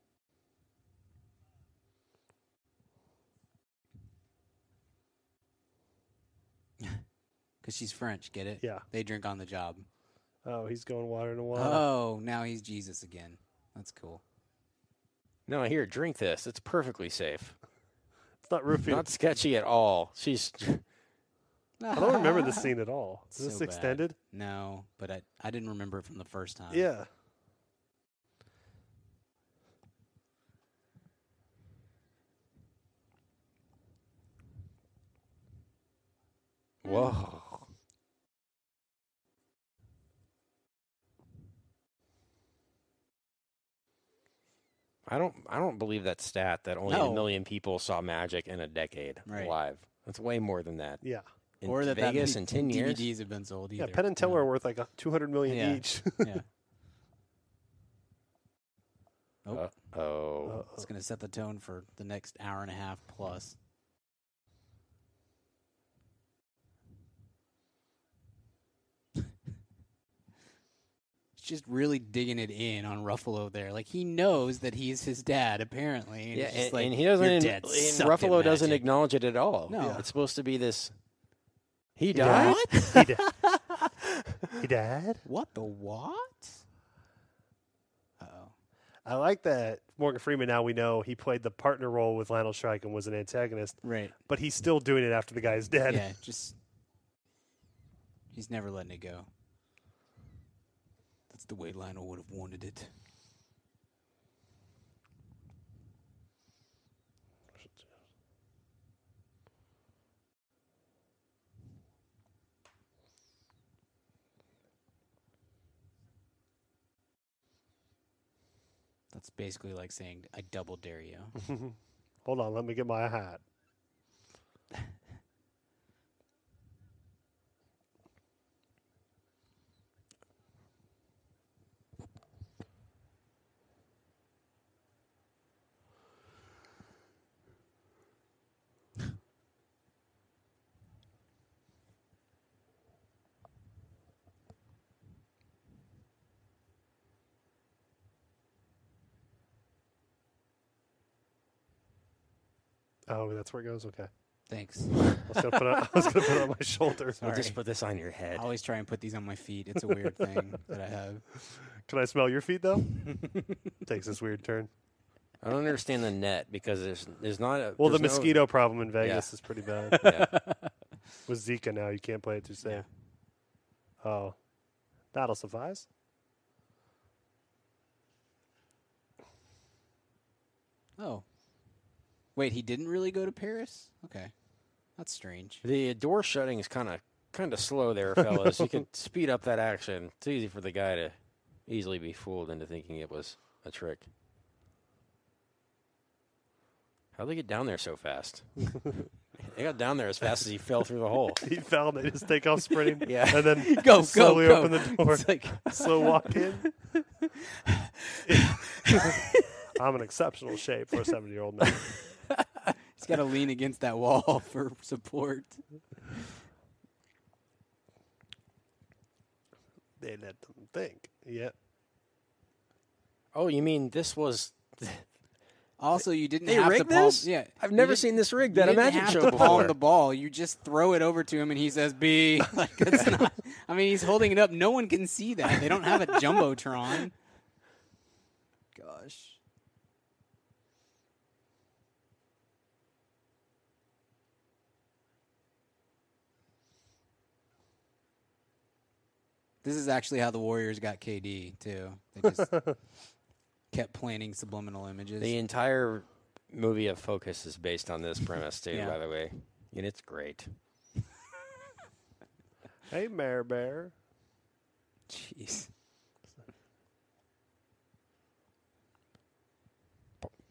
E: Because she's French, get it?
D: Yeah.
E: They drink on the job.
D: Oh, he's going water to water.
E: Oh, now he's Jesus again. That's cool.
C: No, here, drink this. It's perfectly safe.
D: it's not roofing.
C: Not sketchy at all. She's
D: I don't remember
E: [laughs]
D: this scene at all. Is this
E: So bad.
D: extended?
E: No, but I, I didn't remember it from the first time.
D: Yeah.
C: whoa. I don't. I don't believe that stat that only a
E: No.
C: million people saw magic in a decade
E: Right.
C: live. That's way more than that.
D: Yeah.
C: In
E: or that
C: Vegas
E: that
C: in ten years.
E: DVDs have been sold. Either.
D: Yeah. Penn and Teller are worth like a 200 million
E: Yeah. [laughs]
D: each. [laughs]
E: yeah. Oh,
C: Oh,
D: Uh-oh.
E: it's going to set the tone for the next hour and a half plus. [laughs] It's just really digging it in on Ruffalo there. Like he knows that he's his dad, apparently. And
C: yeah,
E: it's just
C: and,
E: like,
C: and he doesn't.
E: "Your
C: And
E: dad sucked at
C: Ruffalo doesn't
E: magic."
C: acknowledge it at all.
E: No. Yeah.
C: it's supposed to be this. He died.
D: died? he,
E: [laughs]
D: di- he died.
E: What the what? Uh oh.
D: I like that Morgan Freeman. Now we know he played the partner role with Lionel Shrike and was an antagonist,
E: Right.
D: but he's still doing it after the guy's dead.
E: yeah, just he's never letting it go. That's the way Lionel would have wanted it. That's basically like saying, I double dare you.
D: [laughs] Hold on, let me get my hat. Oh, that's where it goes. Okay,
E: Thanks.
D: I was gonna put it, I was gonna put it on my shoulder.
C: We'll
E: [laughs] Sorry.
C: just put this on your head.
E: I always try and put these on my feet. It's a weird thing that I have.
D: Can I smell your feet
E: [laughs]
D: though? Takes this weird turn.
C: I don't understand the net because there's there's not a
D: Well, the
C: there's no-
D: mosquito problem in Vegas is pretty
E: [laughs]
D: bad.
C: Yeah.
D: With Zika now, you can't play it too safe. Oh, that'll suffice. [laughs]
E: Oh. Wait, he didn't really go to Paris? Okay. That's strange.
C: The door shutting is kind of kind of slow [laughs] there, fellas. you could speed up that action. It's easy for the guy to easily be fooled into thinking it was a trick. How'd they get down there so [laughs] fast? they got down there as fast as he fell through the hole.
D: He fell. and They just take off
E: [laughs]
D: sprinting.
C: Yeah.
D: and then
E: [laughs] Go, go,
D: slowly
E: go.
D: open the door.
E: [laughs] It's like,
D: slow walk in. I'm an exceptional shape for a 70 year old man.
E: he's got to lean against that wall [laughs] for support.
D: They let them think. Yeah.
C: Oh, you mean this was?
E: Also, you didn't
C: They
E: have to
C: rigged
E: palm.
C: this?
E: Yeah,
C: I've
E: you
C: never
E: didn't-
C: seen this rigged
E: you
C: at a
E: didn't
C: magic
E: have
C: show
E: to palm
C: before.
E: the ball. You just throw it over to him, and he says "B." [laughs] Like that's not. I mean, he's holding it up. No one can see that. They don't have a jumbotron. Gosh. This is actually how the Warriors got KD too. They just [laughs] kept planting subliminal images.
C: [laughs] The entire movie of Focus is based on this premise too.
E: Yeah.
C: By the way, and it's great.
D: Hey, Mare Bear.
E: Jeez.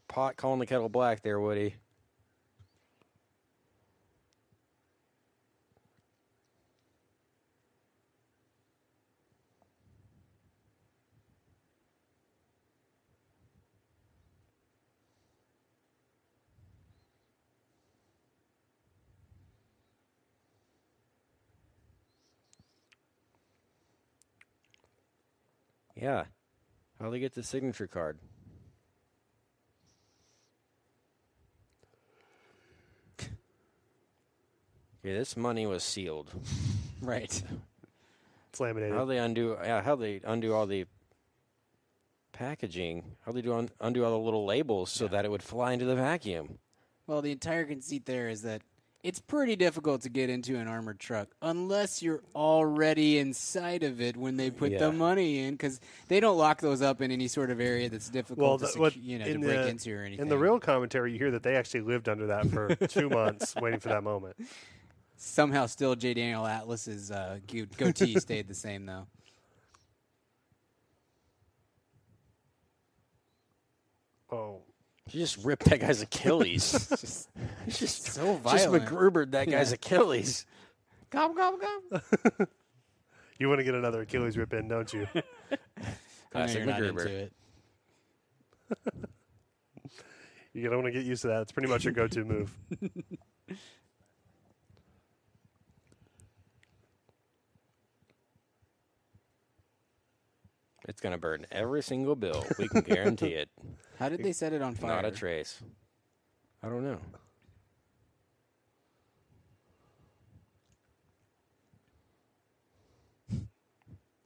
C: Pot calling the kettle black, there, Woody. Yeah. How they get the signature card? Yeah, this money was sealed.
E: Right.
D: It's laminated.
C: How they undo? Yeah, how they undo all the packaging? How they do un- undo all the little labels so that it would fly into the vacuum?
E: Well, the entire conceit there is that it's pretty difficult to get into an armored truck unless you're already inside of it when they put
C: Yeah.
E: the money in, because they don't lock those up in any sort of area that's difficult
D: well,
E: to,
D: the,
E: secu-
D: what,
E: you know, to
D: in
E: break
D: the,
E: into or anything.
D: in the real commentary, you hear that they actually lived under that for
E: [laughs]
D: two months, waiting for that moment.
E: somehow, still J. Daniel Atlas's uh, gu-
D: [laughs]
E: goatee stayed the same though.
D: Oh,
C: She just ripped that guy's [laughs] Achilles.
E: [laughs] Just
C: just
D: [laughs]
E: so
C: Just
E: violent.
C: MacGrubered that guy's Achilles.
E: Gobble gobble gobble.
D: you want to get another Achilles rip in, don't you?
E: I know
C: Classic
E: you're not
C: MacGruber.
E: into it.
D: you don't want to get used to that. It's pretty much your go-to
E: [laughs]
D: move.
C: It's gonna burn every single bill. We can guarantee [laughs] it.
E: How did they set it on fire?
C: Not a trace. I don't know.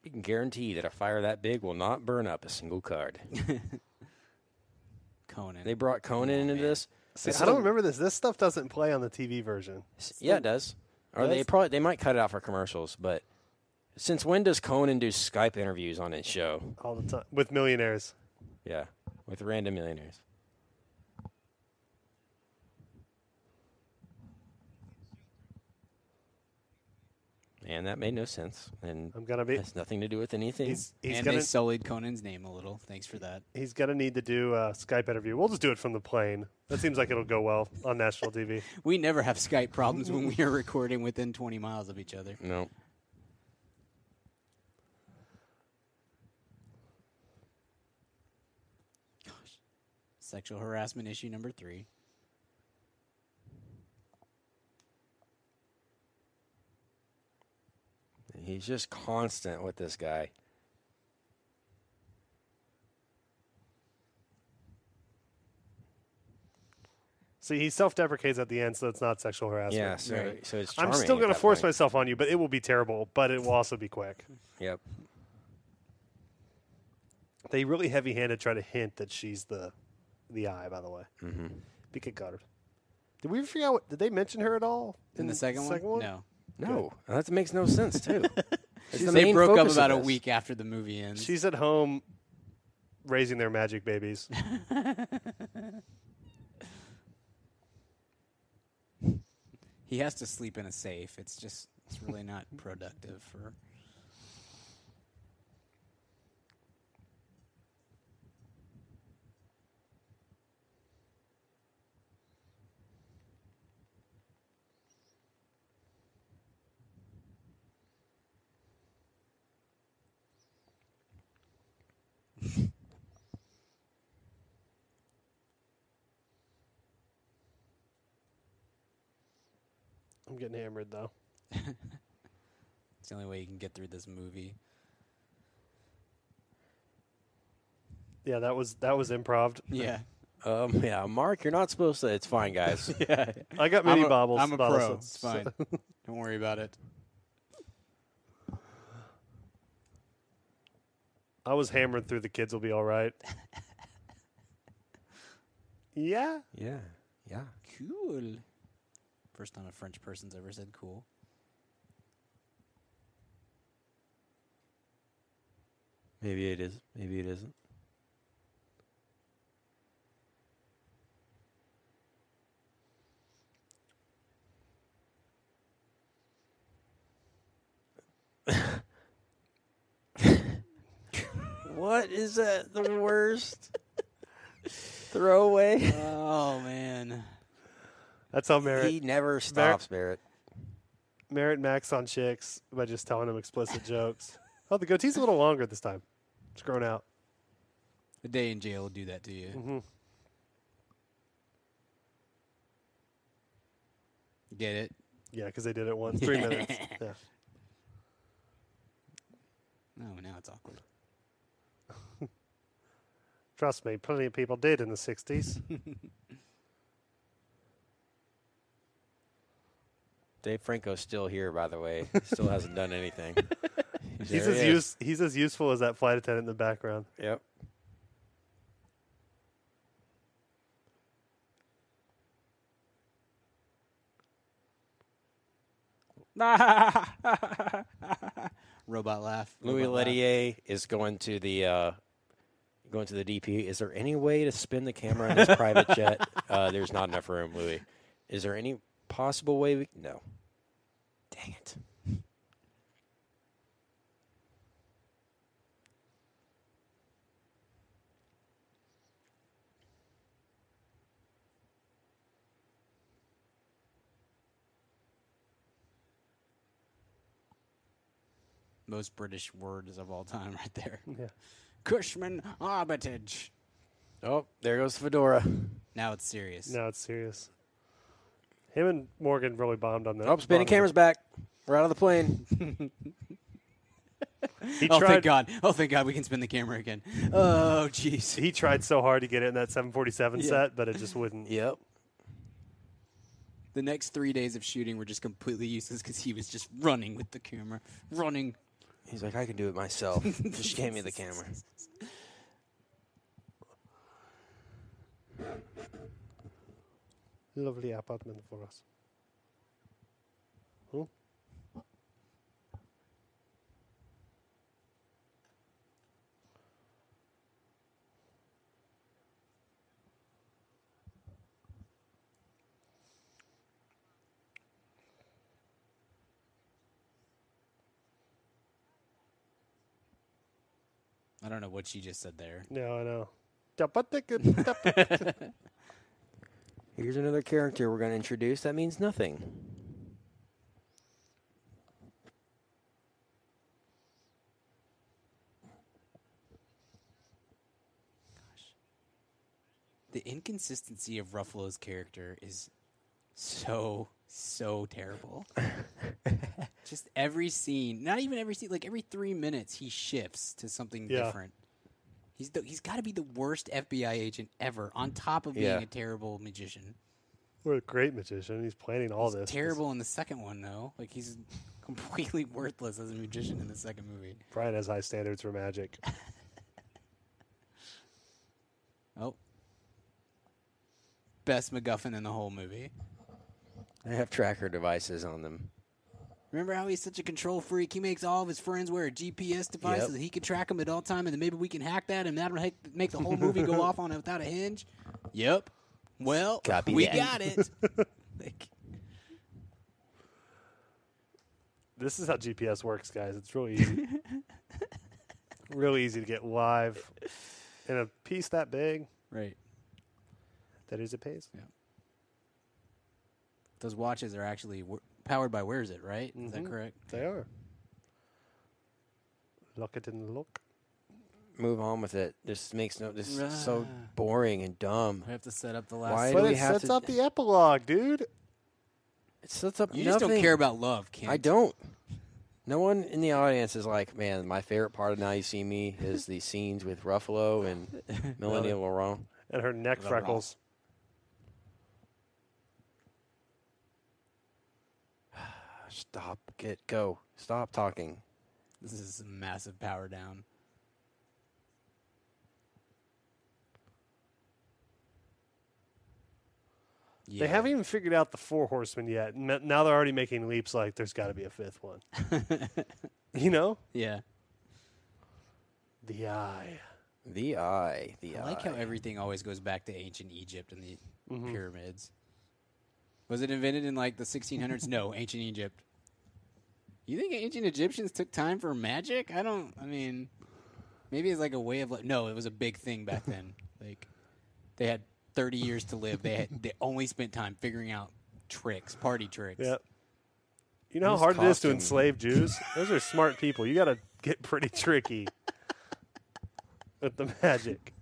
C: We can guarantee that a fire that big will not burn up a single card.
E: Conan.
C: They brought Conan into this.
D: See,
C: It's
D: I don't
C: still-
D: remember this. This stuff doesn't play on the TV version.
C: Yeah, it does. Or they
D: does?
C: probably they might cut it out for commercials, but since when does Conan do Skype interviews on his show?
D: all the time with millionaires.
C: Yeah, with random millionaires. And that made no sense, and
D: I'm gonna be.
C: has nothing to do with anything.
D: He's he's
E: and
D: gonna
E: they sullied Conan's name a little. Thanks for that.
D: he's gonna need to do a Skype interview. We'll just do it from the plane. That seems like it'll go well on national
E: [laughs]
D: TV.
E: We never have Skype problems when we are recording within 20 miles of each other.
C: no,
E: Sexual harassment issue number three.
C: he's just constant with this guy.
D: See, he self-deprecates at the end, so it's not sexual harassment.
C: Yeah, so
E: Right.
C: so it's.
D: I'm
C: Charming
D: still
C: at
D: gonna
C: that
D: force
C: point.
D: myself on you, but it will be terrible. But it will also be
E: [laughs]
D: quick.
C: Yep.
D: They really heavy-handed try to hint that she's the the eye. By the way, mm-hmm. Becca Goddard. Did we figure out? What, did they mention her at all
E: In, the second, one? No.
C: No, that makes no sense too. It's the
E: they
C: main
E: broke up
C: focus of
E: about a
C: this.
E: week after the movie ends.
D: She's at home raising their magic
E: [laughs]
D: babies.
E: he has to sleep in a safe. It's just, it's really not [laughs] productive for.
D: I'm getting hammered though.
E: It's the only way you can get through this movie.
D: Yeah, that was that was improv.
E: Yeah.
C: Um, yeah, Mark, you're not supposed to. It's fine, [laughs] guys.
E: yeah.
D: I got
E: I'm
D: mini
E: a,
D: bobbles.
E: I'm a
D: bottles, [laughs] so-
E: pro. It's fine. [laughs] Don't worry about it.
D: I was hammered through the kids will be all right. [laughs] yeah.
C: yeah, yeah.
E: Cool. First time a French person's ever said cool.
C: Maybe it is. Maybe it [laughs] isn't. what is that? The worst throwaway.
E: Oh man.
D: That's how Merritt
C: He never stops, Barrett.
D: Merritt Max on chicks by just telling them explicit jokes. Oh, the goatee's a little longer this time. It's grown out.
E: A day in jail will do that to you. Get it?
D: Yeah, because they did it once. Three
C: [laughs]
D: minutes. Yeah.
E: No, Oh, now it's awkward.
D: Trust me, plenty of people did in the 60s.
C: Dave Franco's still here, by the way. Still hasn't done anything. [laughs]
D: he's,
C: There
D: as
C: he is.
D: use, he's as useful as that flight attendant in the background.
C: Yep.
E: [laughs]
C: Louis
E: Robot laugh. robot laugh.
C: Ledier is going to the uh, going to the DP. Is there any way to spin the camera on his [laughs] private jet? Uh, there's not enough room, Louis. Is there any possible way we? No. Dang it.
E: Most British words of all time, right there. [laughs]
D: Yeah.
E: Cushman Armitage.
C: Oh, there goes Fedora.
E: Now it's serious.
D: Now it's serious. Him and Morgan really bombed on that.
C: Oh, spinning
D: bombed
C: camera's back. We're out of the plane.
D: it. He
E: Oh,
D: tried,
E: thank God. Oh, thank God we can spin the camera again. Oh, jeez.
D: He tried so hard to get it in that 747 set, but it just wouldn't.
C: yep.
E: The next three days of shooting were just completely useless because he was just running with the camera. Running.
C: He's like, I can do it [laughs] myself. Just hand me the camera.
D: Lovely apartment for us. Hmm?
E: I don't know what she just said there.
D: No, I know. Da- but the good- da- [laughs] but-
C: Here's another character we're going to introduce. That means nothing.
E: The inconsistency of Ruffalo's character is so, so terrible. just every scene, not even every scene, like every three minutes, he shifts to something
D: Yeah.
E: different. He's, the, he's got to be the worst FBI agent ever, on top of being
C: Yeah.
E: a terrible magician.
D: We're a great magician. He's planning all this.
E: terrible in the second one though. Like he's [laughs] completely worthless as a magician in the second movie.
D: Brian has high standards for magic.
E: Oh. Best MacGuffin in the whole movie.
C: They have tracker devices on them.
E: Remember how he's such a control freak? He makes all of his friends wear a GPS device
C: Yep.
E: so that he can track them at all time, and then maybe we can hack that, and that'll ha- make the whole movie [laughs] go off on it without a hinge. Yep. Well,
C: Copy
E: we
C: that. [laughs]
E: got it. like,
D: This is how GPS works, guys. It's
C: [laughs]
D: really easy. really easy to get live in a piece that big.
E: right.
D: That is a pace.
E: Those watches are actually w- powered by Where's It, right? Is that correct?
D: They are. Lock it and look.
C: Move on with it. This makes no. This is so boring and dumb.
E: We have to set up the last.
C: Why
E: scene.
C: do
D: But
C: we
D: it
C: have
D: sets
C: to?
D: up the epilogue, dude.
C: It sets up
E: You just
C: nothing.
E: don't care about love, Ken.
C: I don't. No one in the audience is like, man, my favorite part of Now You See Me is the scenes with Ruffalo
E: [laughs]
C: and Melanie Laurent.
D: And her neck
E: Blah, blah.
D: freckles.
C: Stop. Get go. Stop talking.
E: This is a massive power down. Yeah.
D: They haven't even figured out the four horsemen yet. N- Now they're already making leaps
C: [laughs]
D: like there's got to be a fifth one. you know?
E: Yeah.
D: The eye.
C: The eye. The
E: I
C: eye.
E: like how everything always goes back to ancient Egypt and the pyramids. Was it invented in like the 1600s? no, ancient Egypt. You think ancient Egyptians took time for magic? I don't. I mean, maybe it's like a way of life. No, it was a big thing back then. like they had 30 years to live. They had, they only spent time figuring out tricks, party tricks.
D: Yep. You know how
C: Who's
D: hard it is to
C: costume?
D: enslave Jews? Those are smart people. You got to get pretty tricky with the magic.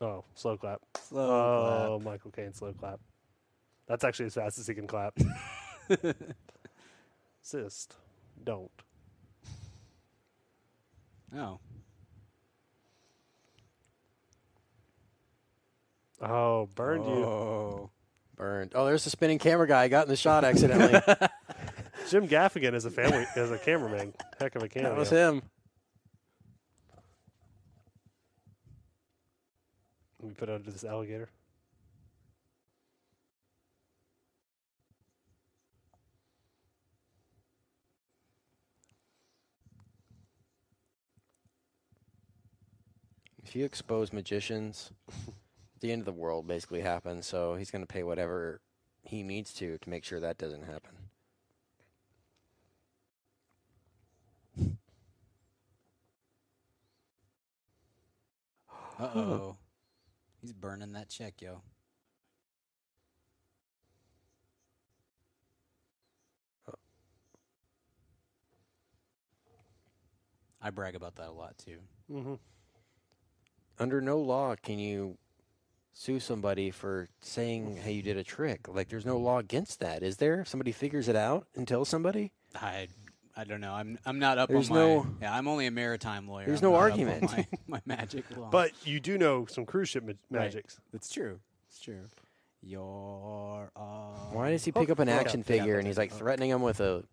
D: Oh, slow clap.
E: Slow
D: oh, Michael Caine, slow clap. That's actually as fast as he can clap. Assist. Don't.
E: Oh,
D: Oh, burned you.
E: oh,
C: Burned. Oh, there's the spinning camera guy. I got in the shot
E: [laughs]
C: accidentally.
D: Jim Gaffigan is a family is a cameraman. Heck of a camera.
C: that was him.
D: Let me put it under this alligator.
C: If you expose magicians, the end of the world basically happens. So he's going to pay whatever he needs to to make sure that doesn't happen.
E: uh oh. He's burning that check, yo. I brag about that a lot too.
D: Mm-hmm.
C: Under no law can you sue somebody for saying, "Hey, you did a trick." Like, there's
D: Hmm.
C: no law against that, is there? If somebody figures it out and tells somebody,
E: I I don't know. I'm I'm not up
C: There's
E: on my.
C: no-
E: yeah, I'm only a maritime lawyer.
C: there's
E: I'm
C: no
E: not up on
C: argument.
E: My, [laughs] my
C: [laughs]
E: magic law.
D: But you do know some cruise ship ma-
E: Right.
D: magics.
E: it's true. It's true. Your uh,
C: why does he pick up an
D: Oh, yeah, Oh.
C: action
D: yeah,
C: figure and he's like threatening him with a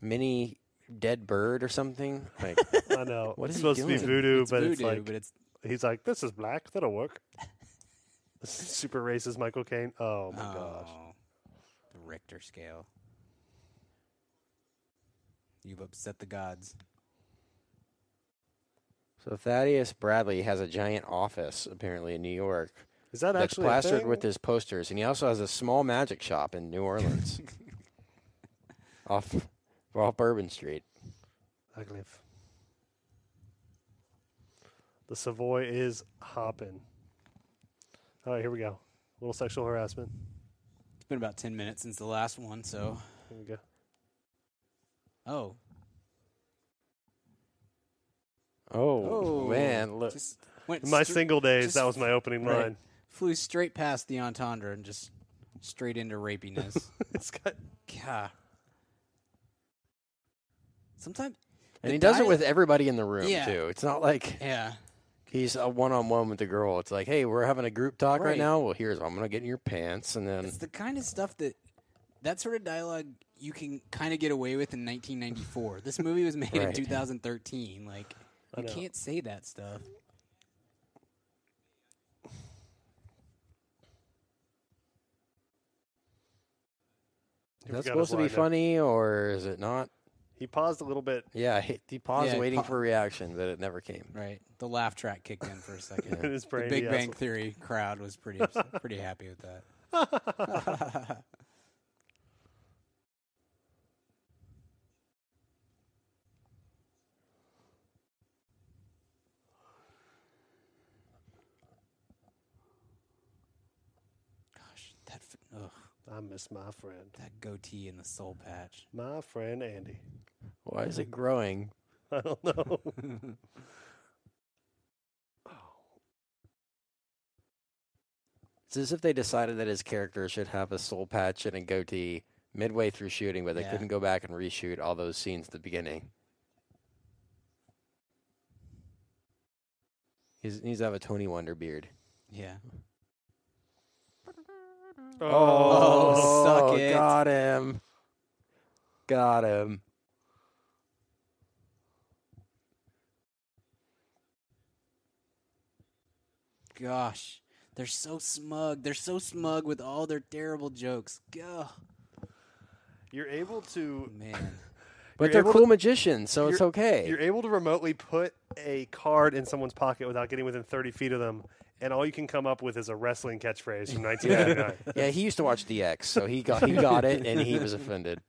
C: mini dead bird or something?
D: [laughs]
C: Like,
D: I know.
C: What
D: it's
C: is he
D: supposed to be
C: doing?
D: voodoo,
E: it's
D: but
E: voodoo,
D: it's like
E: but it's
D: he's like, "This is black. That'll work."
C: [laughs]
D: Super racist, Michael Caine. Oh my gosh!
E: Oh, The Richter scale. You've upset the gods.
C: so Thaddeus Bradley has a giant office apparently in New York.
D: Is that
C: that's
D: actually a
C: plastered
D: thing?
C: with his posters, and he also has a small magic shop in New
D: [laughs]
C: Orleans, off off Bourbon Street.
D: I live. The Savoy is hopping. All right, here we go. A little sexual harassment.
E: It's been about 10 minutes since the last one, so.
D: Here we go.
E: Oh.
C: Oh, man, look,
E: Just went
D: In my
E: stra-
D: single days,
E: just-
D: that was my opening
C: [laughs]
E: right.
D: line.
E: Flew straight past the entendre and just straight into
D: [laughs]
E: rapiness.
D: it's got
E: God. Sometimes.
C: and he does it
E: dial-
C: with everybody in the room
E: Yeah.
C: too. It's not like
E: Yeah.
C: he's a one on one with the girl. It's like, hey, we're having a group talk right,
E: Right.
C: now. Well, here's I'm gonna get in your pants, and then
E: It's the kind of stuff that. That sort of dialogue you can kind of get away with in 1994. this movie was [laughs] made in
C: Right.
E: 2013. Like, you
D: know.
E: can't say that stuff.
D: I
C: is that
D: forgot
C: supposed
D: his
C: to be
D: line now.
C: funny or is it not?
D: He paused a little bit.
C: Yeah, he, he paused
E: Yeah,
C: waiting
E: pa-
C: for a reaction, but it never came.
E: Right. The laugh track kicked in for a second.
D: In his brain,
E: the Big
D: he
E: Bang
D: has-
E: Theory crowd was pretty ups- pretty happy with that. Gosh, that f- ugh,
D: I miss my friend,
E: that goatee and the soul patch.
D: my friend Andy.
C: Why is it growing?
D: [laughs] I don't know.
C: It's as if they decided that his character should have a soul patch and a goatee midway through shooting, but they
E: Yeah.
C: couldn't go back and reshoot all those scenes at the beginning. He's, he needs to have a Tony Wonder beard.
E: Yeah.
C: Oh,
E: suck it.
C: got him. Got him.
E: Gosh, they're so smug. They're so smug with all their terrible jokes. Gah,
D: You're able to
E: man.
D: You're
C: But they're
D: able
C: cool
D: to-
C: magicians, so it's
D: you're-
C: okay.
D: You're able to remotely put a card in someone's pocket without getting within 30 feet of them, and all you can come up with is a wrestling
C: [laughs]
D: catchphrase from 1999.
C: Yeah, he used to watch DX, so he got he got it, and he was offended.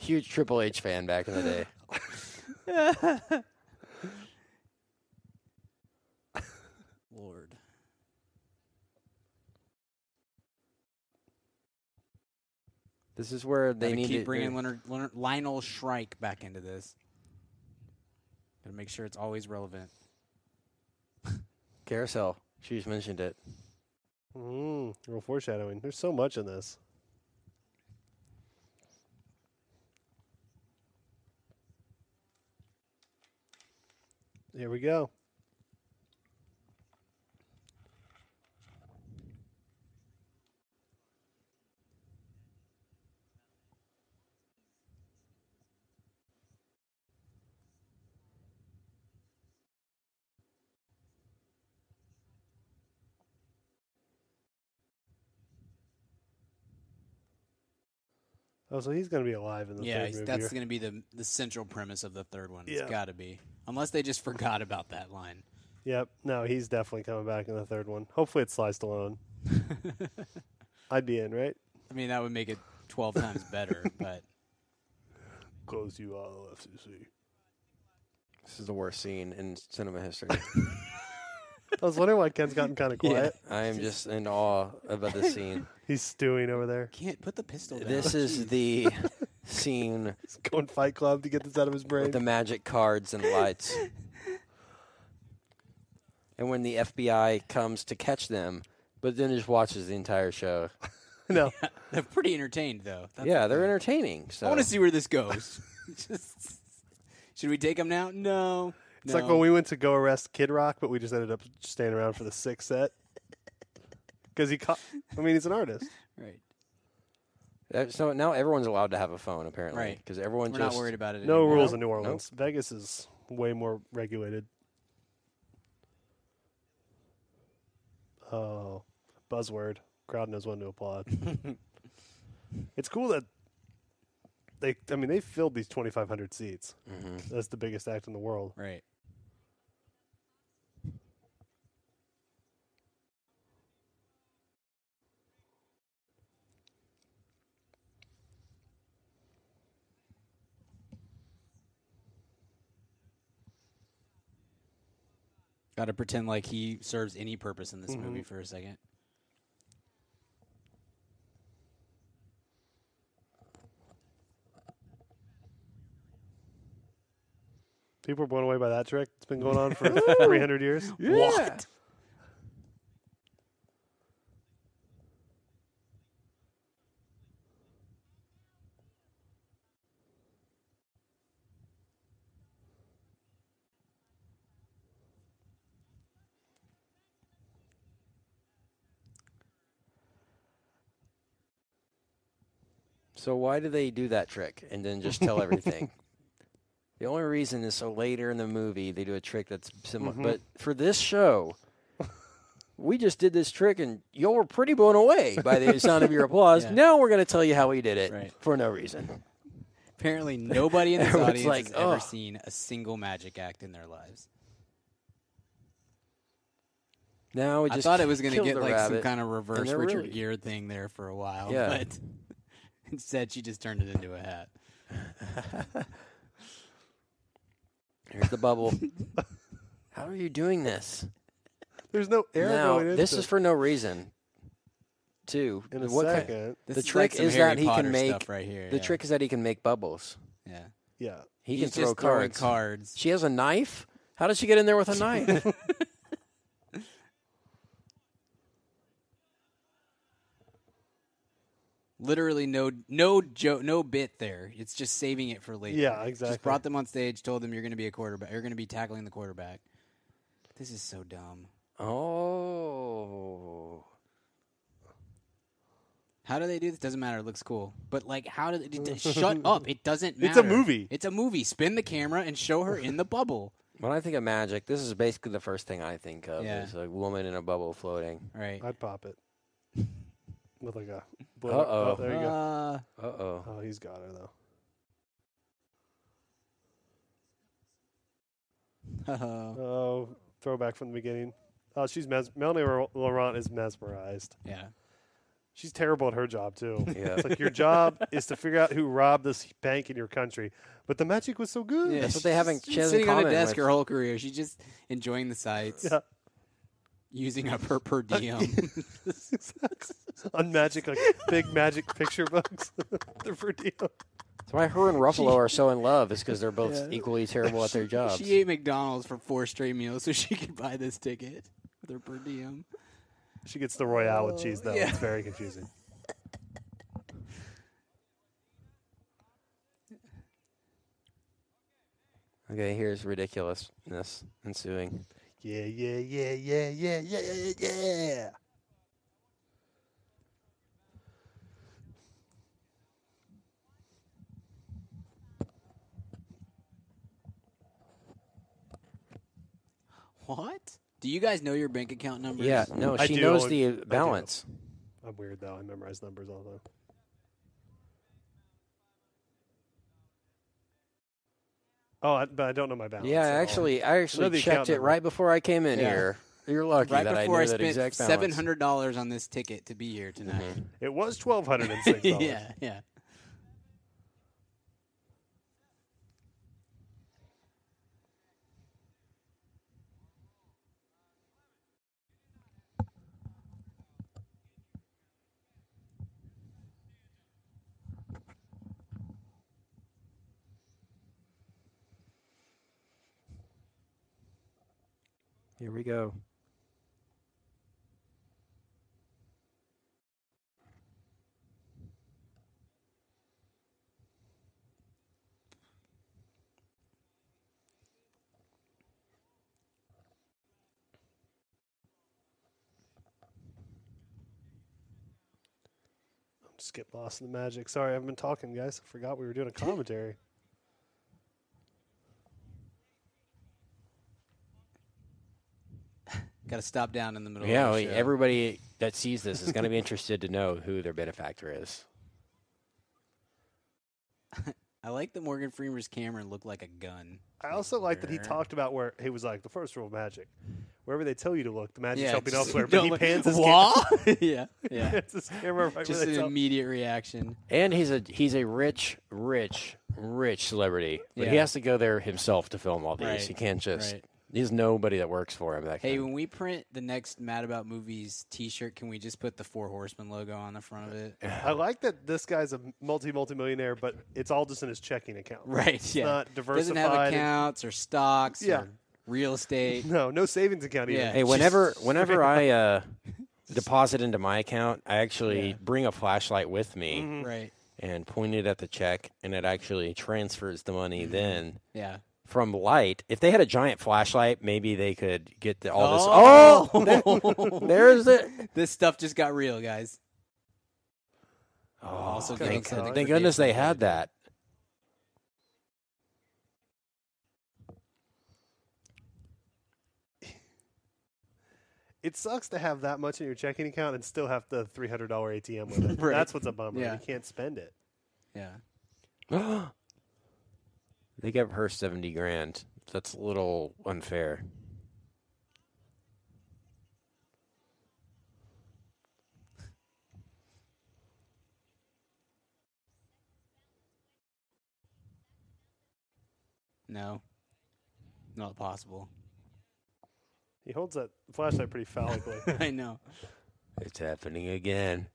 C: Huge Triple H fan back in the day.
E: Lord.
C: This is where they
E: Gotta
C: need
E: keep
C: to
E: bringing Leonard, Leonard, Lionel Shrike back into this. Gotta make sure it's always relevant.
C: Carousel. She's mentioned it.
D: mm, real foreshadowing. There's so much in this. Here we go. Oh, so he's going to be alive in the
E: yeah,
D: third
E: he's-
D: movie.
E: that's
D: here.
E: going to be the the central premise of the third one.
D: Yeah.
E: It's got to be, unless they just forgot about that line.
D: Yep. No, he's definitely coming back in the third one. Hopefully, it's sliced [laughs] alone. I'd be in, right?
E: I mean, that would make it twelve times
D: [laughs]
E: better. But
D: Close you all FCC.
C: This is the worst scene in cinema
E: [laughs]
C: history.
D: I was wondering why Ken's gotten [laughs] kind of quiet.
C: I am just in awe about this
E: [laughs]
C: scene.
D: He's stewing over there.
E: can't put the pistol. Down.
C: This is the scene
D: He's going Fight Club to get this out of his [laughs] brain.
C: with the magic cards and lights. And when the FBI comes to catch them, but then just watches the entire show.
D: no,
E: [laughs] they're pretty entertained though. That's-
C: Yeah, they're entertaining. So
E: I want to see where this goes. [laughs] just, should we take them now? No.
D: it's like when we went to go arrest Kid Rock, but we just ended up staying around for the sixth set because he. Ca- I mean, he's an artist.
E: right.
C: That- Uh, So now everyone's allowed to have a phone, apparently,
E: Right.
C: Because everyone
E: We're
C: just
E: not worried about it.
D: No
E: anymore.
D: rules in New Orleans. Vegas is way more regulated. Oh, buzzword. Crowd knows when to applaud.
C: [laughs]
D: it's cool that they. I mean, they filled these twenty five hundred seats.
C: Mm-hmm.
D: That's the biggest act in the world.
E: Right. Got to pretend like he serves any purpose in this
C: Mm-hmm.
E: movie for a second.
D: People are blown away by that trick. It's been
C: [laughs]
D: going on for [laughs] three hundred years.
E: What?
C: So why do they do that trick and then just tell
E: [laughs]
C: everything? the only reason is so later in the movie they do a trick that's similar.
E: Mm-hmm.
C: But for this show, we just did this trick and you all were pretty blown away by
E: [laughs]
C: the sound of your applause.
E: Yeah.
C: Now we're going to tell you how we did it
E: Right.
C: for no reason.
E: Apparently, nobody
C: [laughs]
E: in this
C: Everyone's
E: audience
C: like,
E: has ever
C: "Ugh."
E: seen a single magic act in their lives.
C: Now it
E: I
C: just
E: thought it was going to
C: killed
E: get
C: the
E: like some
C: rabbit.
E: kind of reverse
C: they're
E: Richard
C: really-
E: Gere thing there for a while,
C: Yeah.
E: but [laughs] instead she just turned it into a hat.
C: Here's the
E: [laughs]
C: bubble. how are you doing this?
D: There's no air
C: now
D: going into
C: this is for no reason. Two.
D: in a
C: what ki-
D: second.
E: This
C: the
E: is
C: trick
E: like some
C: is
E: Harry
C: that he
E: Potter
C: can make
E: stuff right here.
C: the
E: yeah.
C: trick is that he can make bubbles.
E: yeah,
D: Yeah.
C: He can
E: he's
C: throw
E: just throwing
C: cards.
E: cards.
C: She has a knife. How did she get in there with a
E: [laughs]
C: knife?
E: Literally no no joke, no bit there. It's just saving it for later.
D: Yeah, exactly.
E: Just brought them on stage, told them you're going to be a quarterback. You're going to be tackling the quarterback. This is so dumb.
C: oh,
E: How do they do this? Doesn't matter. It looks cool. But like, how do they?
D: [laughs]
E: d- shut up! It doesn't matter.
D: It's a movie.
E: It's a movie. Spin the camera and show her in the bubble.
C: when I think of magic, this is basically the first thing I think of
E: Yeah.
C: is a woman in a bubble floating.
E: Right.
D: I'd
C: [laughs]
D: pop it with like a.
C: Uh-oh.
D: there you go.
E: Uh,
C: Uh oh,
D: Oh, he's got her though.
E: Uh, [laughs]
D: Oh, throwback from the beginning. Oh, she's mes- Melanie Ra- Laurent is mesmerized.
E: Yeah.
D: She's terrible at her job too.
C: [laughs] Yeah.
D: It's like your job [laughs] is to figure out who robbed this bank in your country, but the magic was so good.
E: Yeah,
C: what they haven't-
E: she's
C: she hasn't
E: sitting on a
C: commented
E: desk
C: with-
E: her whole career. She's just enjoying the sights,
D: [laughs] Yeah. [laughs]
E: using up her per diem.
D: on magic, like big magic picture books. [laughs] They're for deal.
C: That's why her and Ruffalo are so in love is
E: [laughs]
C: because they're both equally terrible at their jobs.
E: she ate McDonald's for four straight meals so she could buy this ticket with her per diem.
D: She gets the royale with cheese
C: Oh,
D: though.
E: yeah.
C: [laughs]
D: It's very confusing.
C: Okay, here's ridiculousness ensuing.
D: Yeah, yeah, yeah, yeah, yeah, yeah, yeah, yeah, yeah.
E: What? Do you guys know your bank account numbers?
C: Yeah, no,
D: I
C: she
D: do
C: knows
D: only-
C: the
D: I do.
C: balance.
D: I'm weird though. I memorize numbers all the time. Oh, I, but I don't know my balance.
C: Yeah, I
D: at all.
C: actually, I
D: know the
C: actually
D: account
C: checked it
D: number.
C: right before I came in
E: Yeah.
C: here. You're lucky
E: Right
C: that I knew
E: before I,
C: that
E: spent
C: exact balance. Mm-hmm.
E: seven hundred dollars on this ticket to be here [laughs] tonight.
D: it was twelve hundred and six dollars.
E: yeah, yeah.
C: Here we go.
D: Just get lost in the magic. Sorry, I've been talking, guys. I forgot we were doing a commentary.
E: Got to stop down in the middle.
C: Yeah,
E: of the
C: wait,
E: show.
C: everybody that sees this is going to be interested to know who their benefactor is.
E: I like that Morgan Freeman's Cameron looked like a
D: [laughs]
E: gun. [laughs]
D: I also like that he
E: There.
D: talked about where he was like the first rule of magic. Wherever they tell you to look, the magic's helping
E: just- [laughs]
D: elsewhere. But
E: don't
D: he
E: look-
D: pans his,
E: Wah? yeah,
D: ca-
E: yeah.
D: pans his camera [laughs] right
E: Just
D: where
E: an
D: they tell
E: immediate reaction.
C: And he's a he's a rich, rich, rich celebrity. But he
E: Yeah.
C: has to go there himself to film all these.
E: Right,
C: He can't just.
E: right.
C: There's nobody that works for him. That
E: Hey,
C: can-
E: when we print the next Mad About Movies T-shirt, can we just put the Four Horsemen logo on the front
D: [laughs]
E: of it?
D: I like that this guy's a multi multi millionaire, but it's all just in his checking account.
E: Right.
D: It's
E: yeah.
D: not
E: Doesn't have
D: diversified.
E: accounts or stocks.
D: Yeah.
E: Or
D: [laughs]
E: real
D: [laughs]
E: estate.
D: No, no savings account either.
E: Yeah.
C: Hey,
E: Just
C: whenever
E: [laughs]
C: whenever I uh, deposit into my account, I actually bring a flashlight with me
E: right.
C: and point it at the check, and it actually transfers the money
E: Mm-hmm.
C: then
E: Yeah.
C: from light. If they had a giant flashlight, maybe they could get the, all this. [laughs]
E: Oh,
C: Oh, there's it.
E: this stuff just got real, guys.
C: Oh,
E: Also got
C: thank,
E: upset that
C: thank
E: Dave
C: goodness they
E: Chappelle
C: had
E: did it.
C: that.
D: It sucks to have that much in your checking account and still have the three hundred dollar ATM with it.
E: [laughs] Right.
D: That's what's a bummer.
E: Yeah.
D: You can't spend it.
E: Yeah.
C: they gave her seventy grand. That's a little unfair.
E: No. Not possible. [laughs]
D: He holds that flashlight pretty
E: [laughs]
D: phallically.
E: I know.
C: It's happening again.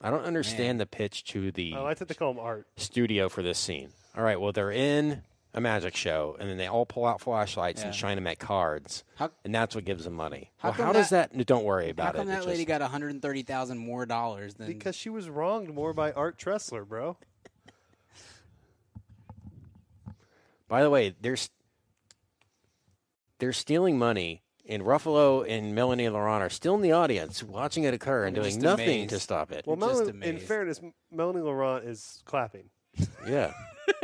C: I don't understand the pitch to the
D: I like that they call him art.
C: studio for this scene. All right, well they're in a magic show, and then they all pull out flashlights and
E: Yeah.
C: shine them at cards,
E: How-
C: and that's what gives them money.
E: How
C: well, how
E: come
C: does that? no, Don't worry
E: How
C: about
E: come
C: it.
E: that
C: It's
E: lady
C: just-
E: got 130,000 more dollars than
D: Because she was wronged more by Art Tressler, bro.
C: by the way, there's they're stealing money, and Ruffalo and Melanie Laurent are still in the audience watching it occur and
E: I'm
C: doing
E: just
C: nothing
E: amazed.
C: to stop it.
D: Well,
E: just
D: Melanie, in
E: amazed.
D: fairness, M- Melanie Laurent is clapping.
C: yeah.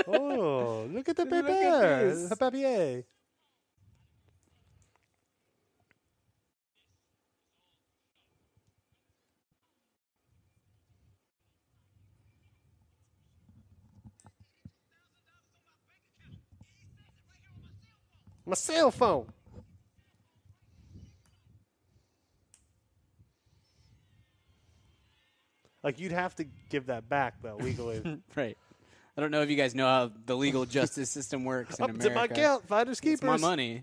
D: oh, look at the paper,
E: Look at this.
D: the papier. My cell phone. Like you'd have to give that back though legally.
E: [laughs] Right. I don't know if you guys know how
D: [laughs]
E: the legal justice system works in
D: Up
E: America.
D: to my count, finders keepers.
E: It's my money.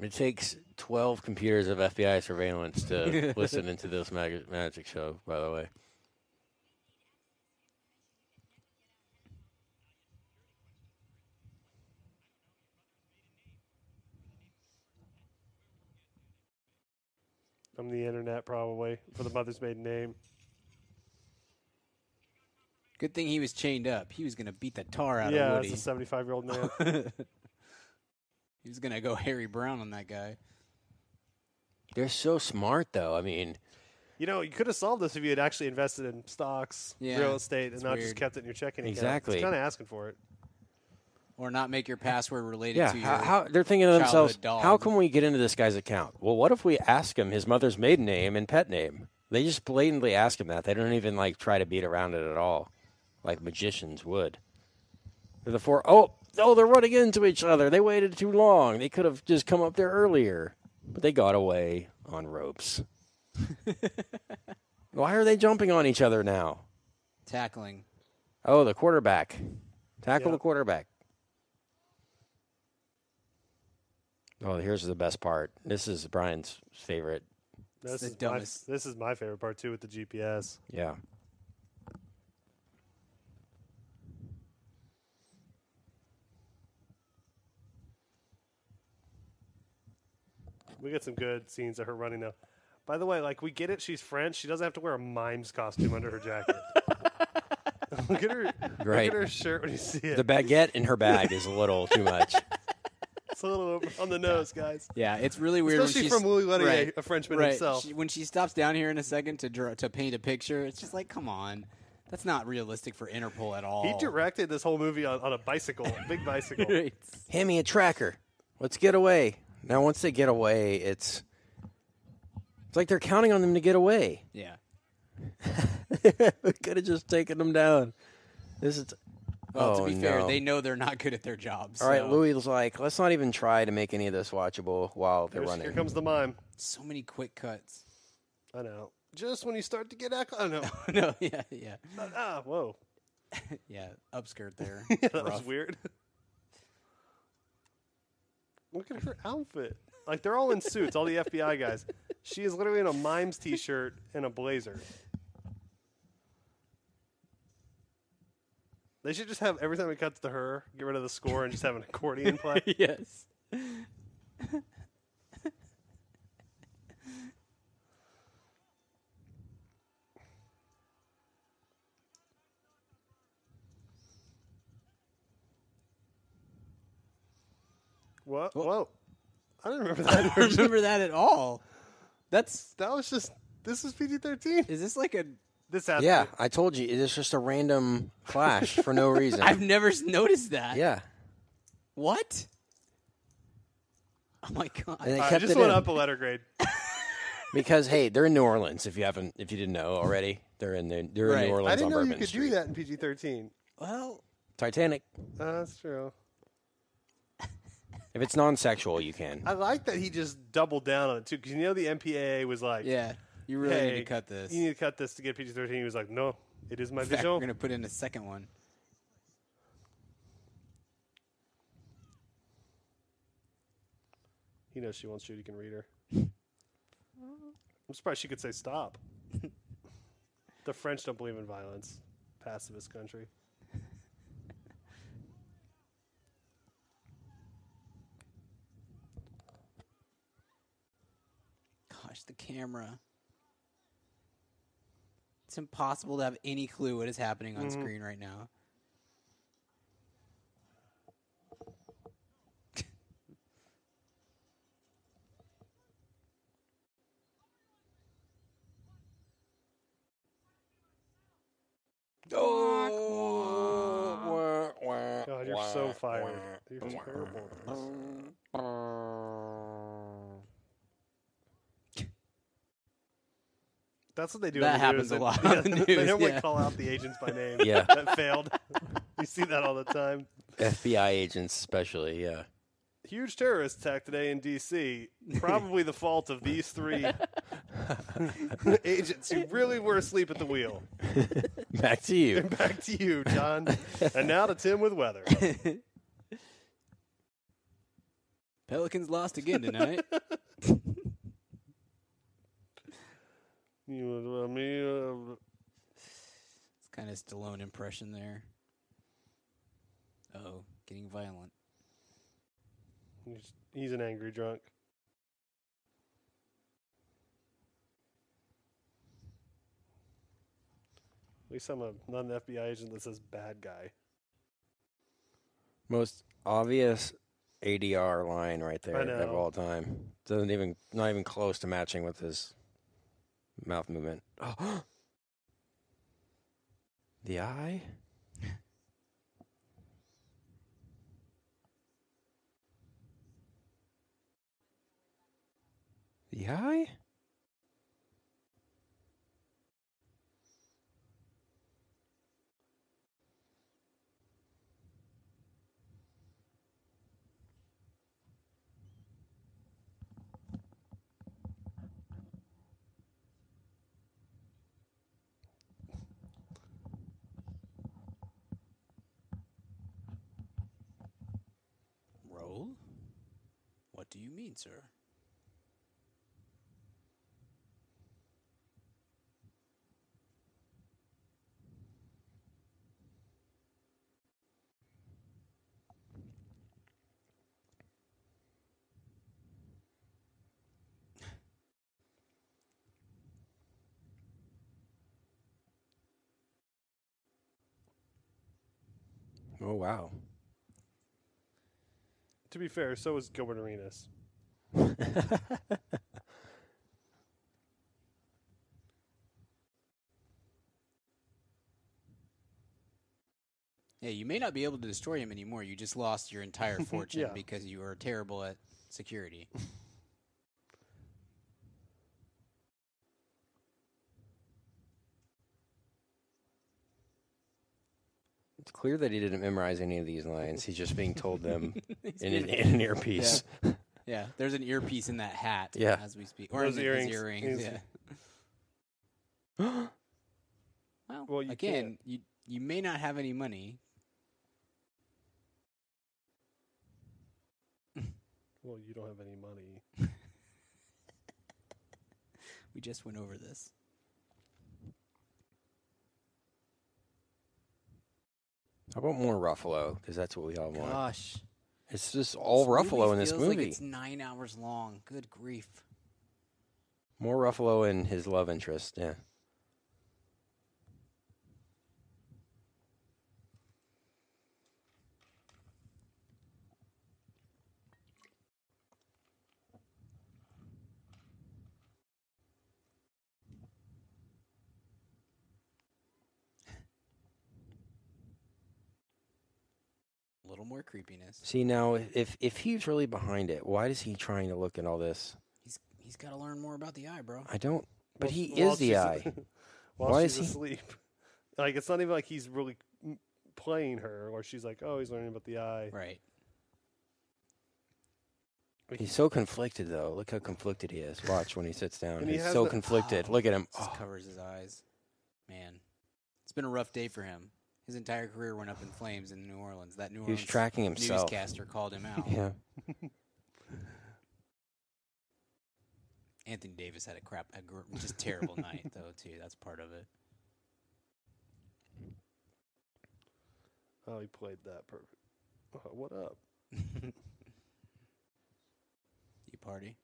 C: It takes 12 computers of FBI surveillance
E: [laughs]
C: to listen into this mag- magic show, by the way.
D: From the internet, probably for the mother's maiden name.
E: Good thing he was chained up. He was going to beat the tar out
D: yeah,
E: of
D: it's
E: Woody.
D: a seventy-five-year-old man.
E: [laughs] he was going to go [laughs] Harry Brown on that guy.
C: They're so smart, though. I mean,
D: you know, you could have solved this if you had actually invested in stocks,
E: Yeah,
D: real estate, and
E: it's
D: not
E: weird.
D: just kept it in your checking account.
C: Exactly.
D: It's kind of asking for it.
E: Or not make your password related
C: yeah,
E: to your.
C: how, how- they're thinking to themselves,
E: childhood
C: how
E: dog."
C: can we get into this guy's account? Well, what if we ask him his mother's maiden name and pet name? They just blatantly ask him that. They don't even like try to beat around it at all, like magicians would. They're the four oh oh they're running into each other. They waited too long. They could have just come up there earlier, but they got away on
E: [laughs]
C: ropes. Why are they jumping on each other now?
E: Tackling.
C: Oh, the quarterback. Tackle
D: Yeah.
C: the quarterback. Oh, here's the best part. This is Brian's favorite.
D: This
E: the
D: is
E: dumbest.
D: My, this is my favorite part too with the GPS.
C: Yeah.
D: We get some good scenes of her running though. By the way, like we get it, she's French. She doesn't have to wear a mime's costume under her jacket. [laughs] look at her.
C: Right.
D: Look at her shirt when you see it.
C: The baguette in her bag is a little too [laughs] much.
D: it's a little over on the nose, guys.
E: Yeah, it's really weird.
D: Especially
E: when she's,
D: from Louis Leterrier,
E: right,
D: a Frenchman
E: right.
D: himself.
E: She- when she stops down here in a second to draw, to paint a picture, it's just like, come on, that's not realistic for Interpol at all.
D: He directed this whole movie on, on a bicycle, a big
E: [laughs]
D: bicycle.
E: Right.
C: Hand me a tracker. Let's get away. Now once they get away, it's it's like they're counting on them to get [laughs] away.
E: Yeah.
C: Could have just taken them down. This is
E: Well,
C: Oh,
E: to be fair,
C: no.
E: they know they're not good at their jobs.
C: all right.
E: so-
C: Louis was like, let's not even try to make any of this watchable while they're
D: Here,
C: running.
D: [laughs] here comes the mime.
E: So many quick cuts. [laughs]
D: I know. Just when you start to get echo.
C: [laughs]
D: I know. [laughs]
E: no, yeah, yeah,
D: ah, whoa.
E: yeah. Upskirt there.
D: That was
E: Rough.
D: weird. [laughs] Look at her outfit. Like they're all in suits, all the FBI guys. She is literally in a mime's t-shirt and a blazer. They should just have every time it cuts to her, get rid of the score and just have an
C: [laughs]
D: accordion play.
E: yes.
D: What? Whoa! I didn't remember that.
E: Remember that at all? That's
D: [laughs] that was just. This is PG thirteen.
E: is this like a?
D: This has
C: Yeah, I told you. It's just a random flash for no
D: [laughs]
C: reason.
E: I've never s- noticed that.
C: yeah,
E: What? Oh my
C: and
E: god.
C: they
D: I
C: kept
D: just
C: it
D: went
C: in.
D: up a letter grade.
C: because hey, they're in New Orleans. If you haven't, if you didn't know already, they're in the, they're in
E: Right.
C: New Orleans
D: I didn't
C: on
D: know you
C: Bourbon
D: could
C: Street.
D: do that in PG thirteen. Oh,
E: Well,
C: Titanic.
D: That's true.
C: If it's non-sexual, you can.
D: I like that he just doubled down on it too, because you know the MPAA was like,
E: yeah. You really
D: hey,
E: need to cut this.
D: You need to cut this to get PG thirteen. He was like, no, it is my
E: In fact, we're
D: vision.
E: gonna put in a second one.
D: He knows she won't shoot. He can read her. I'm surprised she could say stop. [laughs] the French don't believe in violence. Pacifist country.
E: Gosh, the camera. It's impossible to have any clue what is happening on
D: Mm-hmm.
E: screen right now.
D: God, you're so fired. You're terrible. at this. That's what they do.
E: That
D: in the
E: happens
D: news.
E: a
D: They-
E: lot
D: [laughs] yeah,
E: on the
D: They
E: news,
D: normally
E: yeah.
D: call out the agents by name. [laughs]
C: Yeah.
D: that failed. you see that all the time.
C: FBI agents, especially. Yeah, [laughs]
D: huge terrorist attack today in D.C. Probably the fault of these three
E: [laughs]
D: [laughs] agents who really were asleep at the wheel.
F: Back to you.
D: Back to you, John. And now to Tim with
E: [laughs]
D: weather.
E: Pelicans lost
D: [laughs]
E: again tonight.
D: You uh, know what I mean?
E: It's kind of Stallone impression there. Oh, getting violent.
D: He's- He's an angry drunk. At least I'm a, not an FBI agent that says bad guy.
C: Most obvious ADR line right there
D: know.
C: of all time. Doesn't even not even close to matching with his mouth movement. [gasps] the eye? The eye?
E: Roll? What do you mean, sir?
C: Oh wow.
D: To be fair, so is Gilbert Arenas.
E: Yeah, you may not be able to destroy him anymore. You just lost
C: [laughs]
E: your entire fortune
D: Yeah.
E: because you are terrible at security.
C: It's clear that he didn't memorize any of these lines. He's just being told them in, an, in an earpiece.
E: yeah, there's an earpiece in that hat
C: Yeah.
E: as we speak. Or
D: Those
E: in
D: earrings.
E: His earrings.
D: His-
E: Yeah.
C: [gasps]
E: well,
D: Well, you
E: again,
D: can't.
E: you you may not have any money.
D: Well, you don't have any money.
E: We just went over this.
C: How about more Ruffalo? Because that's what we all want.
E: Gosh.
C: It's just all Ruffalo in this
E: feels like
C: movie.
E: it's nine hours long. Good grief.
C: More Ruffalo and his love interest. Yeah.
E: A little more creepiness.
C: See now, if if he's really behind it, why is he trying to look at all this?
E: He's he's got to learn more about the eye, bro.
C: I don't. But
D: While-
C: he
D: while
C: is the
D: she's- [laughs]
C: eye.
D: while
C: Why
D: she's
C: is he-
D: asleep. [laughs] Like it's not even like he's really playing her, or she's like, "Oh, he's learning about the eye."
E: Right.
C: He's so conflicted though. Look how conflicted he is. Watch when he sits down.
D: And he
C: He's
D: has
C: so
D: the-
C: conflicted. Look at him.
E: Just
C: Oh,
E: covers his eyes. Man, it's been a rough day for him. His entire career went up in flames in New Orleans. That New
C: he was
E: Orleans
C: tracking himself.
E: newscaster called him
C: [laughs]
E: out.
C: Oh, Yeah.
E: Anthony Davis had a crap, a gr- just
C: [laughs]
E: terrible night though too. That's part of it.
D: Oh, he played that perfect. Oh, what up?
E: You party.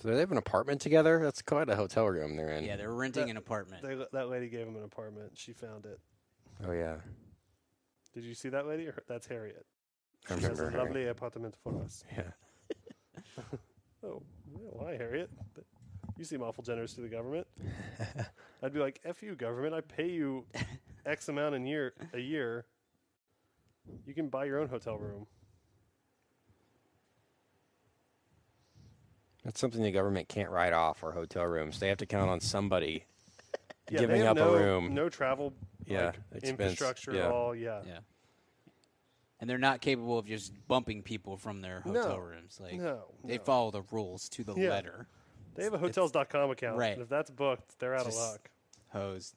C: So they have an apartment together. That's quite a hotel room they're in.
E: Yeah, they're renting
D: That-
E: an apartment.
D: They, that lady gave him an apartment. She found it.
C: Oh yeah.
D: Did you see that lady? Or that's Harriet.
C: I
D: She has a
C: remember. her.
D: lovely apartment for us.
C: Yeah.
D: Oh, yeah, why, Harriet? Th- You seem awful generous to
C: [laughs]
D: the government. I'd be like, "F you, government! I pay you X amount in year a year. You can buy your own hotel room."
C: That's something the government can't write off or hotel rooms. They have to count on somebody
D: [laughs] Yeah,
C: giving
D: they have
C: up
D: no,
C: a room.
D: No travel
C: Yeah,
D: like,
C: expense,
D: infrastructure
C: yeah.
D: at all. Yeah.
E: Yeah. And they're not capable of just bumping people from their hotel rooms. Like
D: No,
E: they
D: no.
E: follow the rules to the
D: Yeah.
E: letter.
D: They have a hotels.com account.
E: Right.
D: And if that's booked, they're out
E: Just-
D: of luck.
E: Hosed.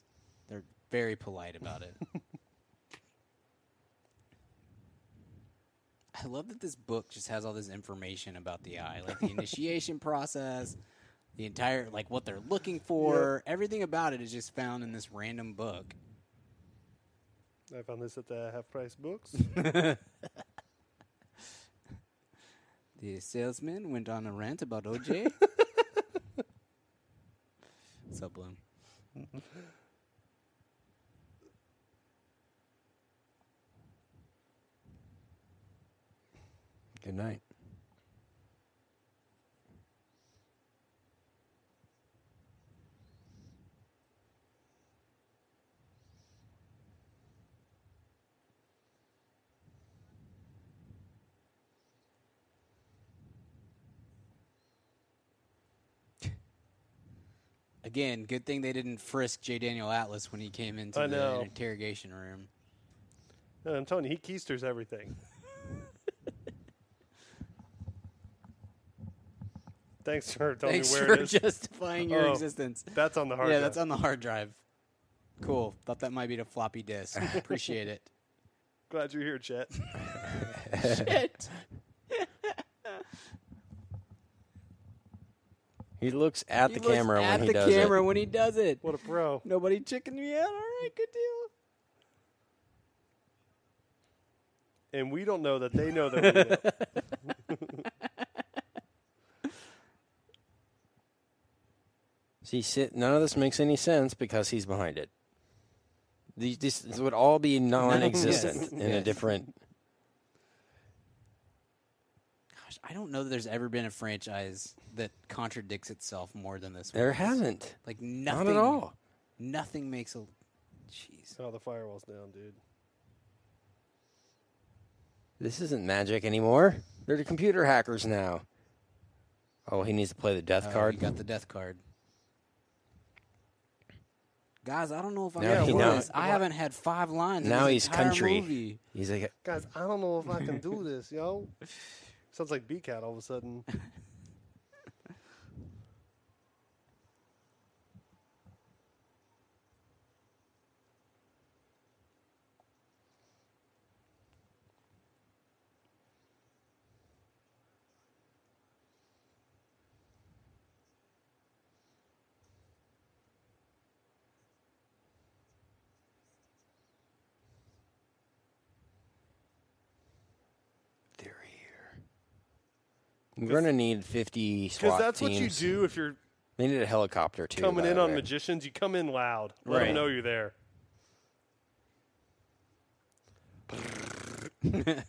E: They're very polite
D: [laughs]
E: about it. I love that this book just has all this information about the eye, like
D: [laughs]
E: the initiation process, the entire like what they're looking for, everything about it is just found in this random book.
D: I found this at the half price books.
E: The salesman went on a rant
D: [laughs]
E: about OJ. What's up, Bloom?
C: Good night.
E: Again, good thing they didn't frisk J. Daniel Atlas when he came into
D: I
E: the
D: know.
E: interrogation room.
D: No, Uh, I'm telling you, he keisters everything. Thanks for telling
E: Thanks
D: me
E: for
D: where it is.
E: justifying your
D: Oh,
E: existence.
D: That's on the hard
E: yeah,
D: drive.
E: that's on the hard drive. Cool. Thought that might be the floppy
D: [laughs]
E: disk. Appreciate it.
D: Glad you're here, Chet.
E: Shit.
C: He looks at
E: He
C: the
E: looks
C: camera
E: at
C: when he
E: the
C: does
E: camera
C: it.
E: when he does it.
D: What a pro.
E: Nobody chickened me out. All right, good deal.
D: And we don't know that they know that we know.
C: See, si- none of this makes any sense because he's behind it. These, this this would all be non-existent in a
E: Yes.
C: different.
E: Gosh, I don't know that there's ever been a franchise that contradicts itself more than this one.
C: There hasn't.
E: Like nothing.
C: Not at all.
E: Nothing makes a. Jeez.
D: Oh, the firewall's down, dude.
C: This isn't magic anymore. They're the computer hackers now. Oh, he needs to play the death
E: Oh,
C: card.
E: you got the death card. Guys, I don't know if I
C: Now
E: can
C: he
E: do
C: knows.
E: this. I haven't had five lines. in
C: now
E: this
C: he's
E: entire
C: country.
E: movie.
C: He's like,
D: Guys, I don't know if I can do this, yo. Sounds like B Cat all of a sudden.
C: they're here. We're gonna need fifty
D: Because
C: SWAT
D: that's what you
C: teams.
D: do if you're
C: They need a helicopter too.
D: coming
C: by
D: in
C: the
D: on
C: way.
D: magicians. You come in loud. Let
C: Right.
D: them know you're there. [laughs]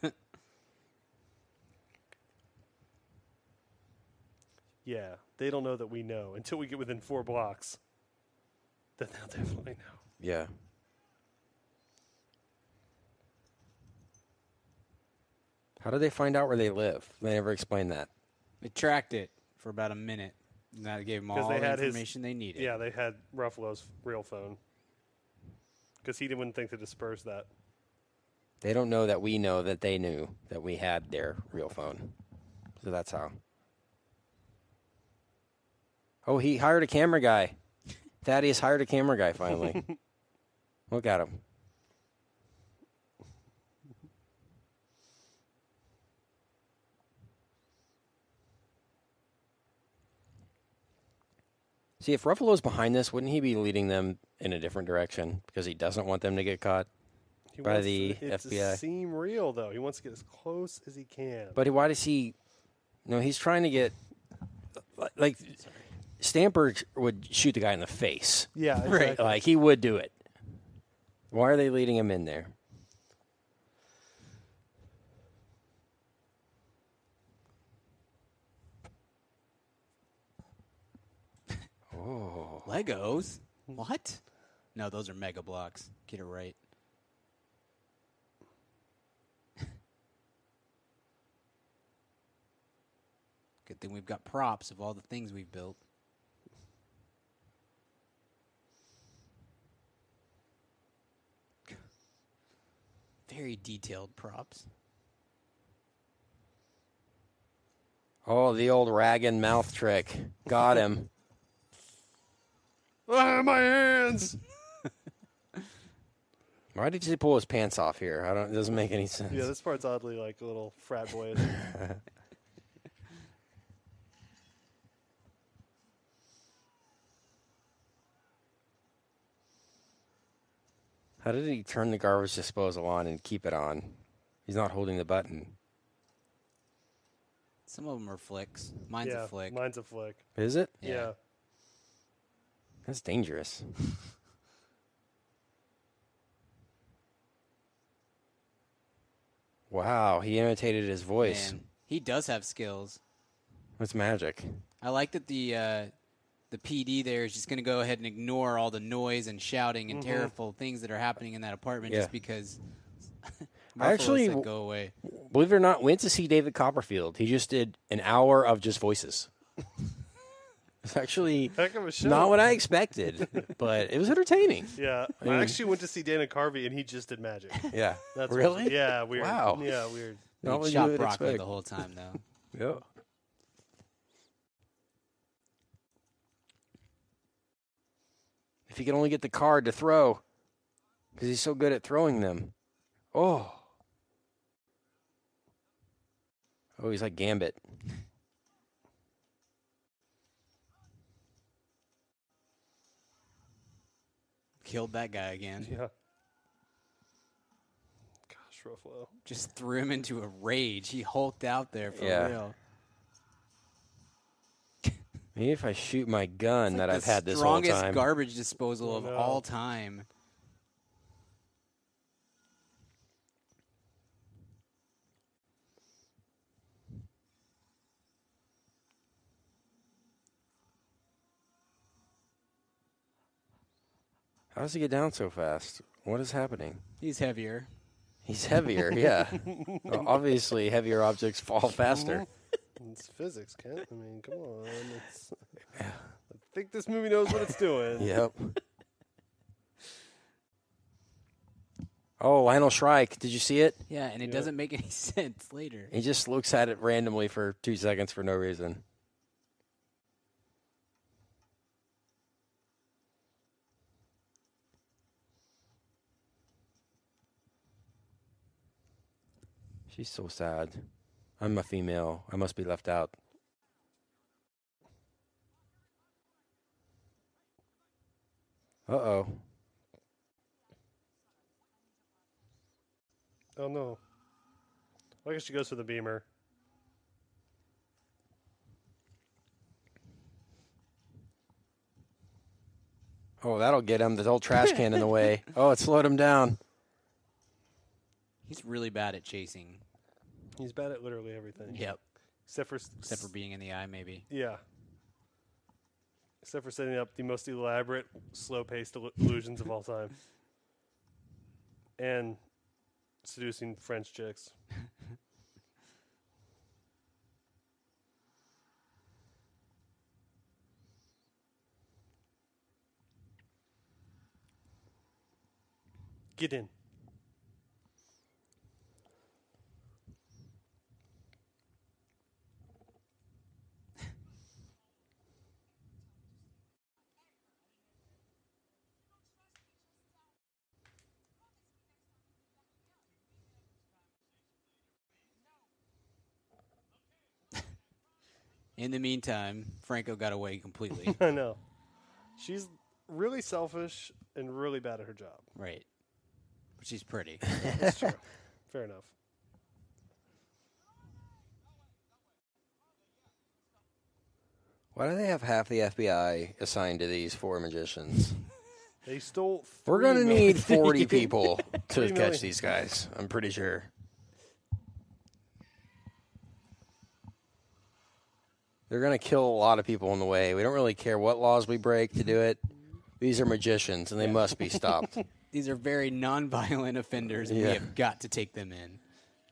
D: yeah, they don't know that we know until we get within four blocks. Then they'll definitely know.
C: Yeah. How do they find out where they live? They never explain that.
E: They tracked it for about a minute. And that gave them
D: 'Cause
E: all
D: they
E: the
D: had his-
E: information they needed.
D: Yeah, they had Ruffalo's real phone because he didn't wouldn't think to disperse that.
C: They don't know that we know that they knew that we had their real phone. So that's how. Oh, he hired a camera guy. Thaddeus hired a camera guy finally. Look at him. See, if Ruffalo's behind this, wouldn't he be leading them in a different direction because he doesn't want them to get caught?
D: He
C: By
D: wants
C: the
D: it
C: FBI.
D: to seem real though. He wants to get as close as he can.
C: But why does he? No, he's trying to get like Stamper would shoot the guy in the face.
D: yeah, exactly.
C: Like he would do it. Why are they leading him in there?
E: Legos? What? No, those are Mega Blocks. Get it right. [laughs] Good thing we've got props of all the things we've built. [laughs] very detailed props.
C: Oh, the old rag and mouth trick. Got him. [laughs]
D: Ah, my hands.
C: Why did he pull his pants off here? I don't. It doesn't make any sense.
D: Yeah, this part's oddly like a little frat boy.
E: [laughs]
C: How did he turn the garbage disposal on and keep it on? He's not holding the button.
E: Some of them are flicks. Mine's
D: yeah,
E: a flick.
D: mine's a flick.
C: Is it?
D: Yeah.
C: That's dangerous. wow, he imitated his voice.
E: Man, he does have skills.
C: That's magic.
E: I like that the uh, the PD there is just going to go ahead and ignore all the noise and shouting and terrible things that are happening in that apartment
C: Mm-hmm. Yeah. [laughs]
E: just because.
C: I
E: Ruffalo
C: actually
E: said
C: w-
E: go away.
C: Believe it or not, went to see David Copperfield. He just did an hour of just voices. [laughs] it's actually
D: Heck of a show.
C: not what I expected, but it was
D: [laughs]
C: entertaining.
D: yeah, I actually went to see Dana Carvey and he just did
E: [laughs]
D: magic.
C: Yeah.
D: That's
C: really?
D: weird. Yeah, weird.
C: Wow.
D: Yeah, weird.
C: Not
E: He
C: what you
E: shot
C: would
E: broccoli
C: expect.
E: the whole time
C: [laughs]
E: though.
C: Yeah. If he could only get the card to throw, because he's so good at throwing them. Oh. Oh, he's like Gambit.
E: Killed that guy again.
D: Yeah. Gosh, Ruffalo.
E: Just threw him into a rage. He hulked out there for
C: Yeah.
E: real.
C: Maybe if I shoot my gun that
E: The
C: I've had this whole
E: strongest
C: time. Oh,
E: garbage disposal of
D: no.
E: all time.
C: How does he get down so fast? What is happening?
E: He's heavier.
C: He's [laughs] heavier, yeah.
E: [laughs]
C: Well, obviously, heavier objects fall faster.
D: It's physics, Kent. I mean, come on. It's, I think this movie knows what it's doing.
C: Yep. oh, Lionel Shrike. Did you see it?
E: Yeah, and it doesn't make any [laughs] sense later.
C: He just looks at it randomly for two seconds for no reason. She's so sad. I'm a female. I must be left out. Uh oh.
D: Oh, no. Well, I guess she goes for the beamer.
C: Oh, that'll get him. The old trash can in the
D: [laughs]
C: way. Oh, it slowed him down.
E: He's really bad at chasing.
D: He's bad at literally everything.
E: Yep.
D: Except for.
E: Except for being in the eye, maybe.
D: Yeah. Except for setting up the most elaborate, slow paced illusions of
C: [laughs]
D: all time. And seducing French chicks. Get in. [laughs]
E: In the meantime, Franco got away completely.
D: I know. She's really selfish and really bad at her job.
E: right. But
C: [laughs]
E: she's pretty.
D: That's true. Fair enough.
C: Why do they have half the FBI assigned to these four magicians?
D: They stole.
C: We're
D: three
C: gonna
D: million-
C: need
D: [laughs]
C: forty people to
D: Three
C: catch
D: million.
C: these guys. I'm pretty sure. They're gonna kill a lot of people in the way. We don't really care what laws we break to do it. These are magicians, and they must be stopped.
D: [laughs]
E: These are very nonviolent offenders, and
C: Yeah.
E: we have got to take them in.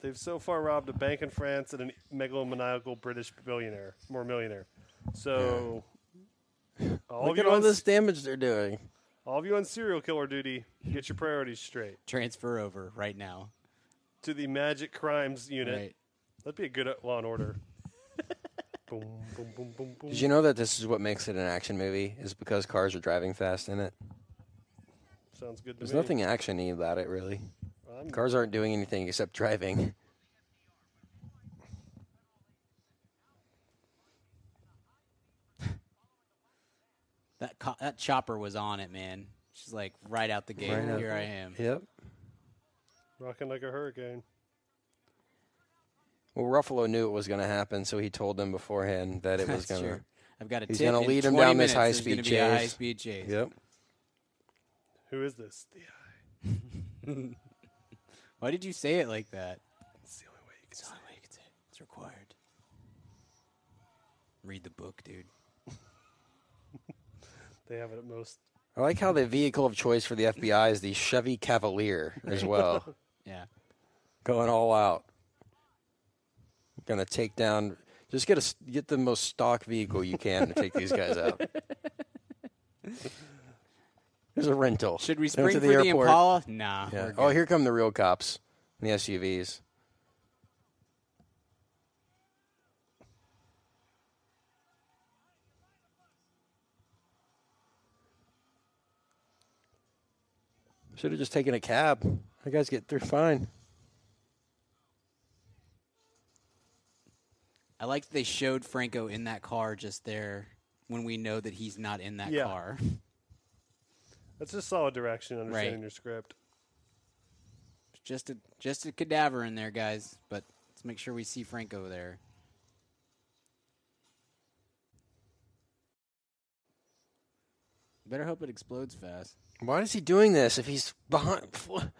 D: They've so far robbed a bank in France and a megalomaniacal British billionaire, more millionaire. So, all of
C: Look at
D: you
C: all
D: on
C: this damage they're doing.
D: all of you on serial killer duty, get your priorities straight.
E: Transfer over right now.
D: to the Magic Crimes Unit.
E: Right.
D: That'd be a good uh, Law
C: [laughs]
D: and Order. boom, boom, boom, boom, boom.
C: Did you know that this is what makes it an action movie? Is because cars are driving fast in it.
D: Sounds good to
C: There's
D: me.
C: nothing actiony about it really.
D: I'm-
C: Cars aren't doing anything except
E: [laughs]
C: driving.
E: That co- that chopper was on it, man. She's like right out the gate.
C: Right out
E: Here
C: the-
E: I am.
C: Yep.
D: Rocking like a hurricane.
C: Well, Ruffalo knew it was going to happen, so he told them beforehand that it was
E: [laughs] That's
C: going to.
E: true. I've got a
C: he's
E: tip.
C: gonna
E: in
C: lead 'em
E: 20
C: down this
E: minutes,
C: high-speed
E: there's gonna be a
C: chase.
E: high speed chase.
C: Yep.
D: Who is this? The
E: Why did you say it like that?
D: It's the only way you can.
E: It's the only way you can say it. It's required. Read the book, dude.
D: They have it at most.
C: I like how the vehicle of choice for the FBI is the Chevy Cavalier
E: [laughs]
C: as well,
E: Yeah.
C: going all out. Going to take down. Just get a s- get the most stock vehicle you can to take these guys
E: [laughs]
C: out. There's a rental.
E: Should we
C: They went to
E: spring for the
C: airport.
E: Impala? Nah.
C: Yeah.
E: we're
C: Oh,
E: good.
C: here come the real cops in the SUVs. Should have just taken a cab. The guys get through fine.
E: I like that they showed Franco in that car just there when we know that he's not in that
D: Yeah.
E: car. [laughs]
D: That's just solid direction. Understanding
E: Right.
D: your script.
E: Just a just a cadaver in there, guys. But let's make sure we see Franco there. Better hope it explodes fast.
C: Why is he doing this if he's behind? [laughs]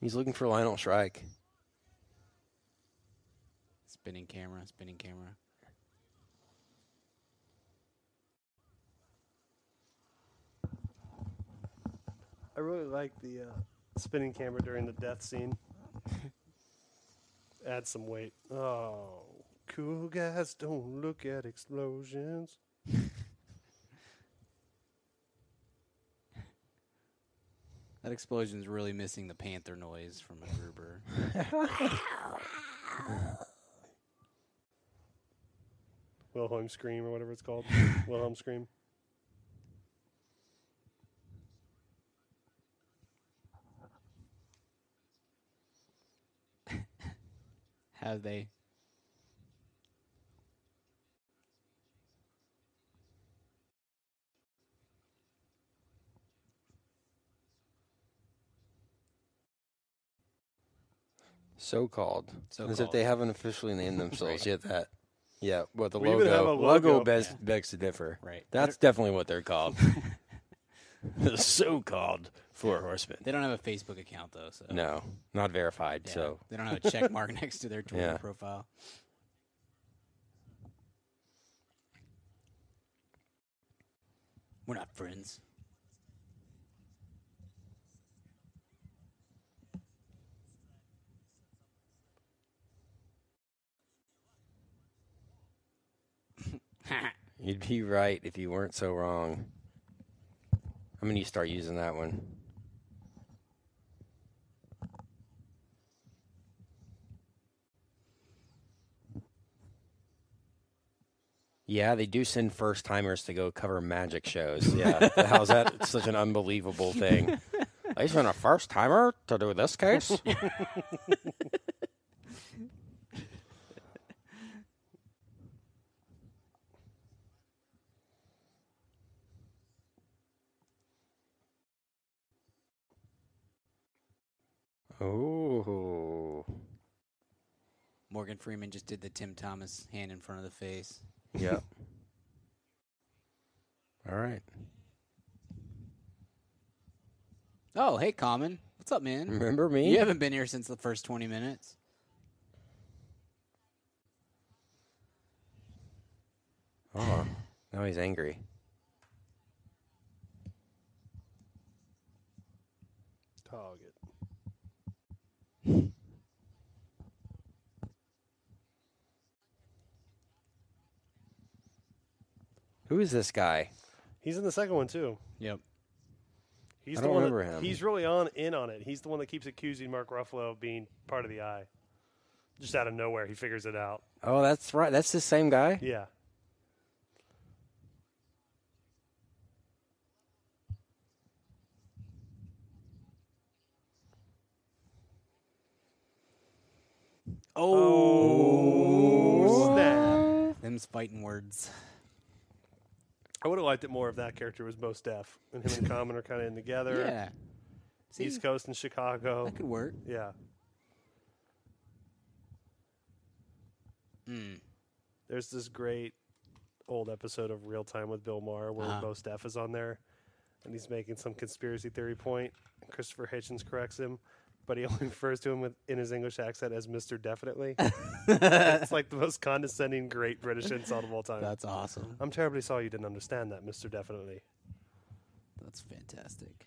C: He's looking for Lionel Shrike.
E: Spinning camera, spinning camera.
D: I really like the uh, spinning camera during the
C: [laughs]
D: death scene. Add some weight. Oh, cool guys, don't look at explosions.
E: That explosion's really missing the panther noise from a Gruber.
D: Wilhelm scream or whatever it's called.
C: [laughs]
D: Wilhelm scream.
E: Have they?
C: So called. As if
E: So-called.
C: they haven't officially named themselves yet. That, yeah. Well, the
D: We even have
C: logo
D: a
C: logo,
D: logo.
C: begs, begs to differ.
E: Right.
C: That's definitely what they're
E: [laughs]
C: called. [laughs] the so-called four horsemen.
E: They don't have a Facebook account though, so
C: No, not verified.
E: Yeah,
C: So
E: they don't have a check mark [laughs] next to their Twitter
C: Yeah.
E: profile. We're not friends.
C: you'd be right if you weren't so wrong. I'm gonna start using that one. Yeah, they do send first timers to go cover magic shows. Yeah, how's that such an unbelievable thing? They sent a first timer to do this case. Oh,
E: Morgan Freeman just did the Tim Thomas hand in front of the face.
C: yeah. All right,
E: Oh, hey, Common. What's up, man?
C: remember me?
E: You haven't been here since the first 20 minutes.
C: Oh, now he's angry.
D: Target.
C: Who is this guy?
D: He's in the second one too.
E: Yep.
D: He's
C: I
D: the
C: don't
D: one
C: remember
D: that,
C: him.
D: He's really on in on it. He's the one that keeps accusing Mark Ruffalo of being part of the eye. Just out of nowhere, he figures it out.
C: Oh, that's right. That's the same guy.
D: Yeah. Oh, snap.
E: Them's fighting words.
D: I would have liked it more if that character was most deaf and him and Common are kind of in together.
E: Yeah. See,
D: East Coast and Chicago.
E: that could work.
D: Yeah. There's this great old episode of Real Time with Bill Maher where
E: Uh-huh.
D: Bo Steph is on there and he's making some conspiracy theory point, and Christopher Hitchens corrects him, but he [laughs] only refers to him with, in his English accent as Mr. Definitely. it's like the most condescending, great British insult of all time.
E: That's awesome.
D: I'm terribly sorry you didn't understand that, Mr. Definitely.
E: That's fantastic. [laughs]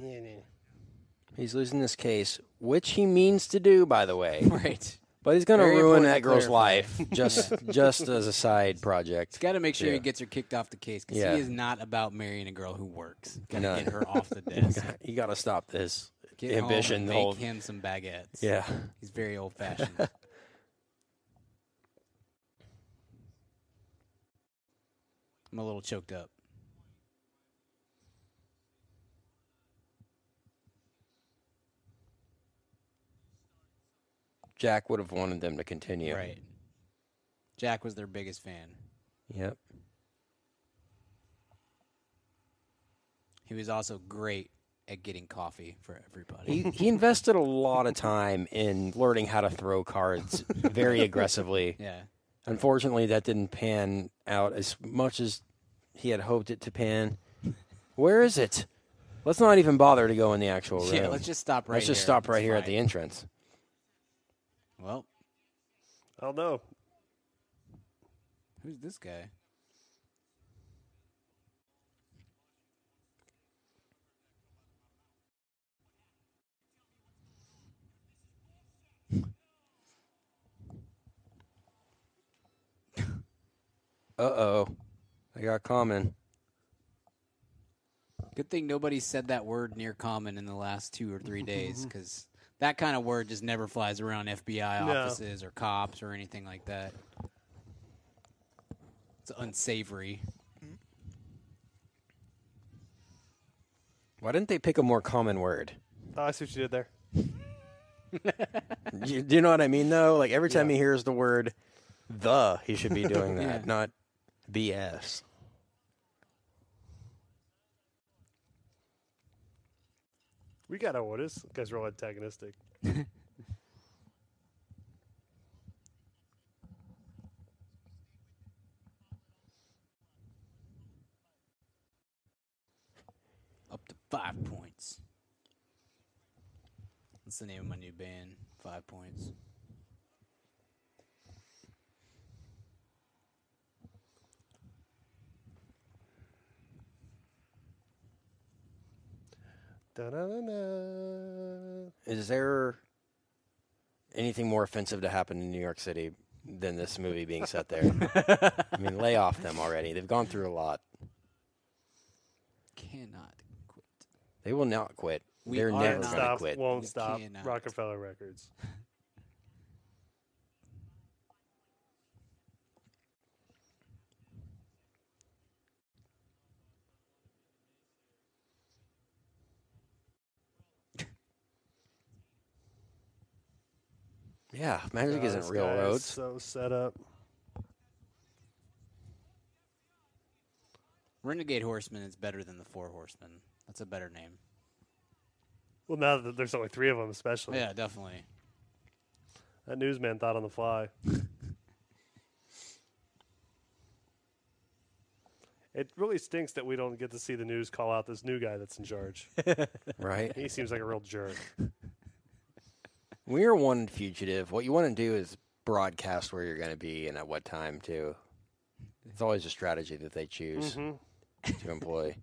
D: Yeah, yeah.
C: He's losing this case, which he means to do, by the
E: [laughs]
C: way.
E: Right.
C: But he's going to
E: Very
C: ruin that
E: important to
C: girl's
E: clarify.
C: life
E: [laughs]
C: just just as a side project.
E: Got to make sure
C: Yeah. [laughs]
E: he gets her kicked off the case because
C: Yeah.
E: he is not about marrying a girl who works. Got to
C: No.
E: get her off
C: [laughs]
E: the desk.
C: You got to stop this
E: Get home
C: ambition.
E: and
C: the
E: make
C: whole-
E: him some baguettes.
C: yeah.
E: He's very old
C: [laughs]
E: fashioned. I'm a little choked up.
C: Jack would have wanted them to continue.
E: Right. Jack was their biggest fan.
C: Yep.
E: He was also great at getting coffee for everybody.
C: He, he invested a lot of time in learning how to throw cards
E: [laughs]
C: very aggressively.
E: yeah.
C: Unfortunately, that didn't pan out as much as he had hoped it to pan. Where is it? Let's not even bother to go in the actual room.
E: Yeah, let's just stop right
C: Let's just
E: here.
C: stop right
E: It's
C: here at
E: fine.
C: the entrance.
E: Well,
D: I don't know.
E: who's this guy?
C: Uh oh. I got common.
E: Good thing nobody said that word near common in the last two or three days because that kind of word just never flies around FBI
D: No.
E: offices or cops or anything like that. It's unsavory.
C: Why didn't they pick a more common word?
D: Oh, I see what you did there.
C: You, do you know what I mean, though? Like every time he hears the word the, he should be
E: [laughs]
C: doing that,
E: Yeah.
C: not BS.
D: We got Otis. This guy's real antagonistic.
E: Up to five points. That's the name of my new band. Five points.
D: Da-da-da-da.
C: Is there anything more offensive to happen in New York City than this movie being set there? I mean, lay off them already. They've gone through a lot.
E: Cannot quit.
C: They will not quit.
E: We
C: They're
E: are
C: never going
D: Can't
E: not-
C: to
D: stop,
C: quit.
D: won't
E: You
D: stop.
E: cannot.
D: Rockefeller Records.
C: yeah, magic
D: Oh,
C: isn't
D: this
C: real
D: guy is
C: roads.
D: So set up.
E: Renegade Horseman is better than the Four Horsemen. That's a better name.
D: Well, now that there's only three of them, especially
E: Yeah, definitely.
D: that newsman thought on the fly. [laughs] it really stinks that we don't get to see the news call out this new guy that's in charge.
C: right?
D: he seems like a real jerk.
C: When you're one fugitive, what you want to do is broadcast where you're going to be and at what time too. It's always a strategy that they choose
E: Mm-hmm.
C: to employ.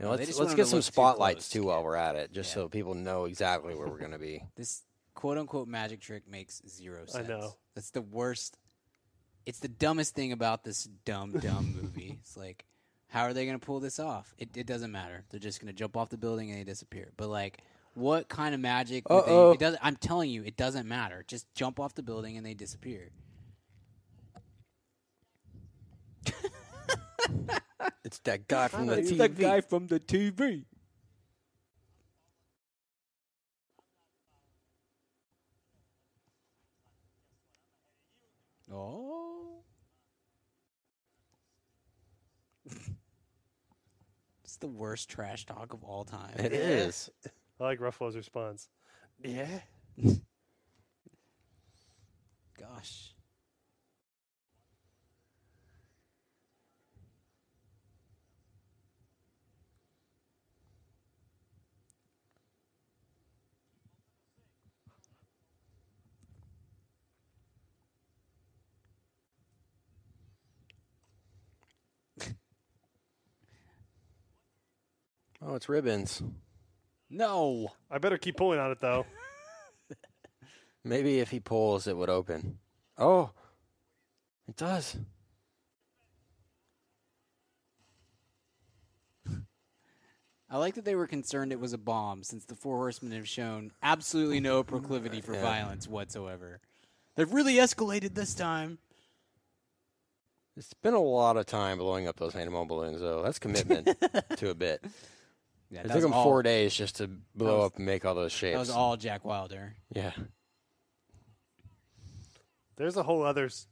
C: And
E: they
C: let's
E: just
C: let's
E: wanted
C: get
E: to
C: some
E: look too
C: spotlights
E: close,
C: too, while we're at it, just
E: Yeah.
C: so people know exactly where we're going to be.
E: This quote unquote magic trick makes zero sense.
D: know.
E: That's the worst. It's the dumbest thing about this dumb, dumb movie. It's like, How are they going to pull this off? It, it doesn't matter. They're just going to jump off the building and they disappear. But like, what kind of magic? would They,
C: Uh-oh.
E: it doesn't. I'm telling you, it doesn't matter. Just jump off the building and they disappear.
C: It's that guy from the
E: It's
C: TV.
E: that guy from the TV. Oh. [laughs] it's the worst trash talk of all time.
C: It is.
D: I like Ruffalo's response.
C: Yeah.
E: Gosh.
C: Oh, it's ribbons.
E: No.
D: I better keep pulling on it though.
C: Maybe if he pulls, it would open. Oh, it does.
E: I like that they were concerned it was a bomb since the four horsemen have shown absolutely no
C: [laughs]
E: proclivity for violence whatsoever. They've really escalated this time.
C: It's been a lot of time blowing up those animal balloons, though. That's
E: [laughs]
C: commitment to a bit.
E: Yeah,
C: It
E: that
C: took
E: was
C: him
E: all-
C: four days just to blow
E: was-
C: up and make all those shapes.
E: That was all Jack Wilder.
C: Yeah.
D: There's a whole other s-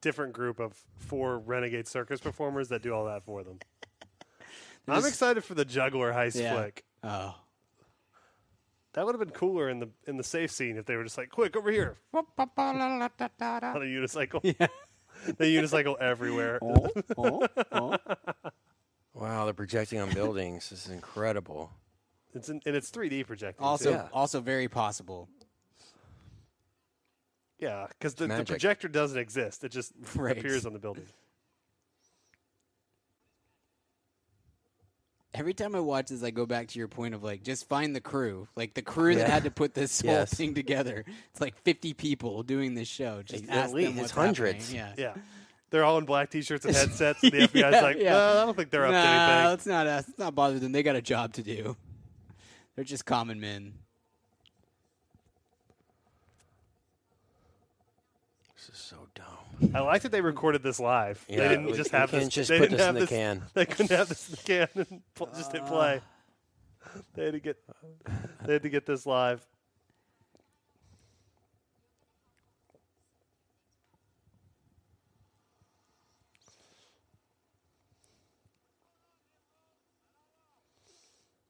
D: different group of four renegade circus performers that do all that for
E: [laughs]
D: them. I'm
E: just-
D: excited for the juggler heist
E: Yeah.
D: flick.
E: Oh.
D: That would have been cooler in the in the safe scene if they were just like, "Quick over
E: [laughs]
D: here!" on a unicycle. [laughs] the unicycle
E: [laughs]
D: everywhere.
E: oh, oh.
C: Wow, they're projecting on buildings. This is incredible.
D: It's in, and it's 3D projecting.
E: Also,
D: too.
C: Yeah.
E: also very possible.
D: yeah, because the, the
C: magic.
D: projector doesn't exist; it just
E: [laughs] Right.
D: appears on the
E: [laughs]
D: building.
E: Every time I watch this, I go back to your point of like, just find the crew, like the crew that
C: Yeah.
E: had to put
C: [laughs]
E: this whole
C: Yes.
E: thing together. It's like fifty people doing this show. Just
C: At
E: ask
C: least
E: them
C: it's
E: what's
C: hundreds.
E: happening. Yeah.
D: Yeah, they're all in black T-shirts
E: [laughs]
D: and headsets, and the FBI's like,
E: yeah.
D: "Well, I don't think they're up to
E: Nah,
D: anything."
E: let's not ask. Let's not bother them. They got a job to do. They're just common men.
C: This is so dumb.
D: I like that they recorded this live.
C: Yeah,
D: they didn't
C: we-
D: just
C: we
D: have
C: can't
D: this.
C: just
D: they
C: put
D: didn't
C: this
D: have
C: in the
D: this,
C: can.
D: [laughs] They couldn't have this in the can and pl- just hit play.
C: Ah.
D: They had to get. They had to get this live.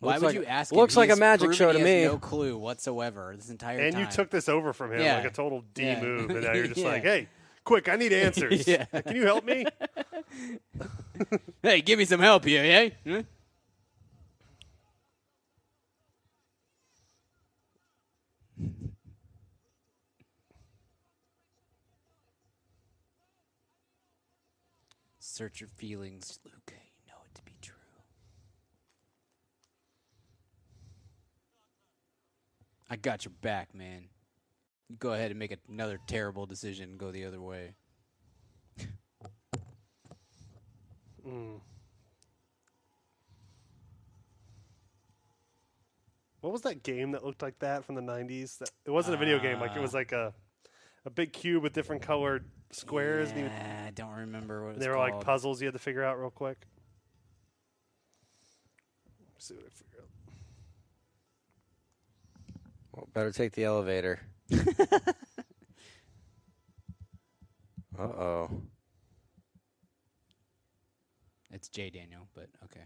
E: Why
C: Looks
E: would
C: like-
E: you ask?
C: looks
E: him?
C: like a
E: He's
C: magic
E: proven
C: show
E: he
C: to
E: has
C: me.
E: No clue whatsoever. This entire
D: And
E: time.
D: you took this over from him
E: Yeah.
D: like a total D
E: Yeah.
D: move, and now you're just
C: [laughs]
E: Yeah.
D: like, "Hey, quick! I need answers.
E: Yeah.
D: Can you help me?"
E: Hey, give me some help here, eh? Hmm? Search your feelings, Luke. You know it to be true. I got your back, man. You Go ahead and make another terrible decision and go the other way.
D: What was that game that looked like that from the '90s? That, it wasn't a video game. Like it
C: Ah.
D: was like a a big cube with different colored squares. And you, would-
E: Yeah, Ah, I don't remember what it was
D: they were
E: called.
D: like puzzles you had to figure out real quick. Let's see what I figure out.
C: Well, better take the elevator.
E: [laughs]
C: uh oh.
E: It's Jay Daniel, but okay.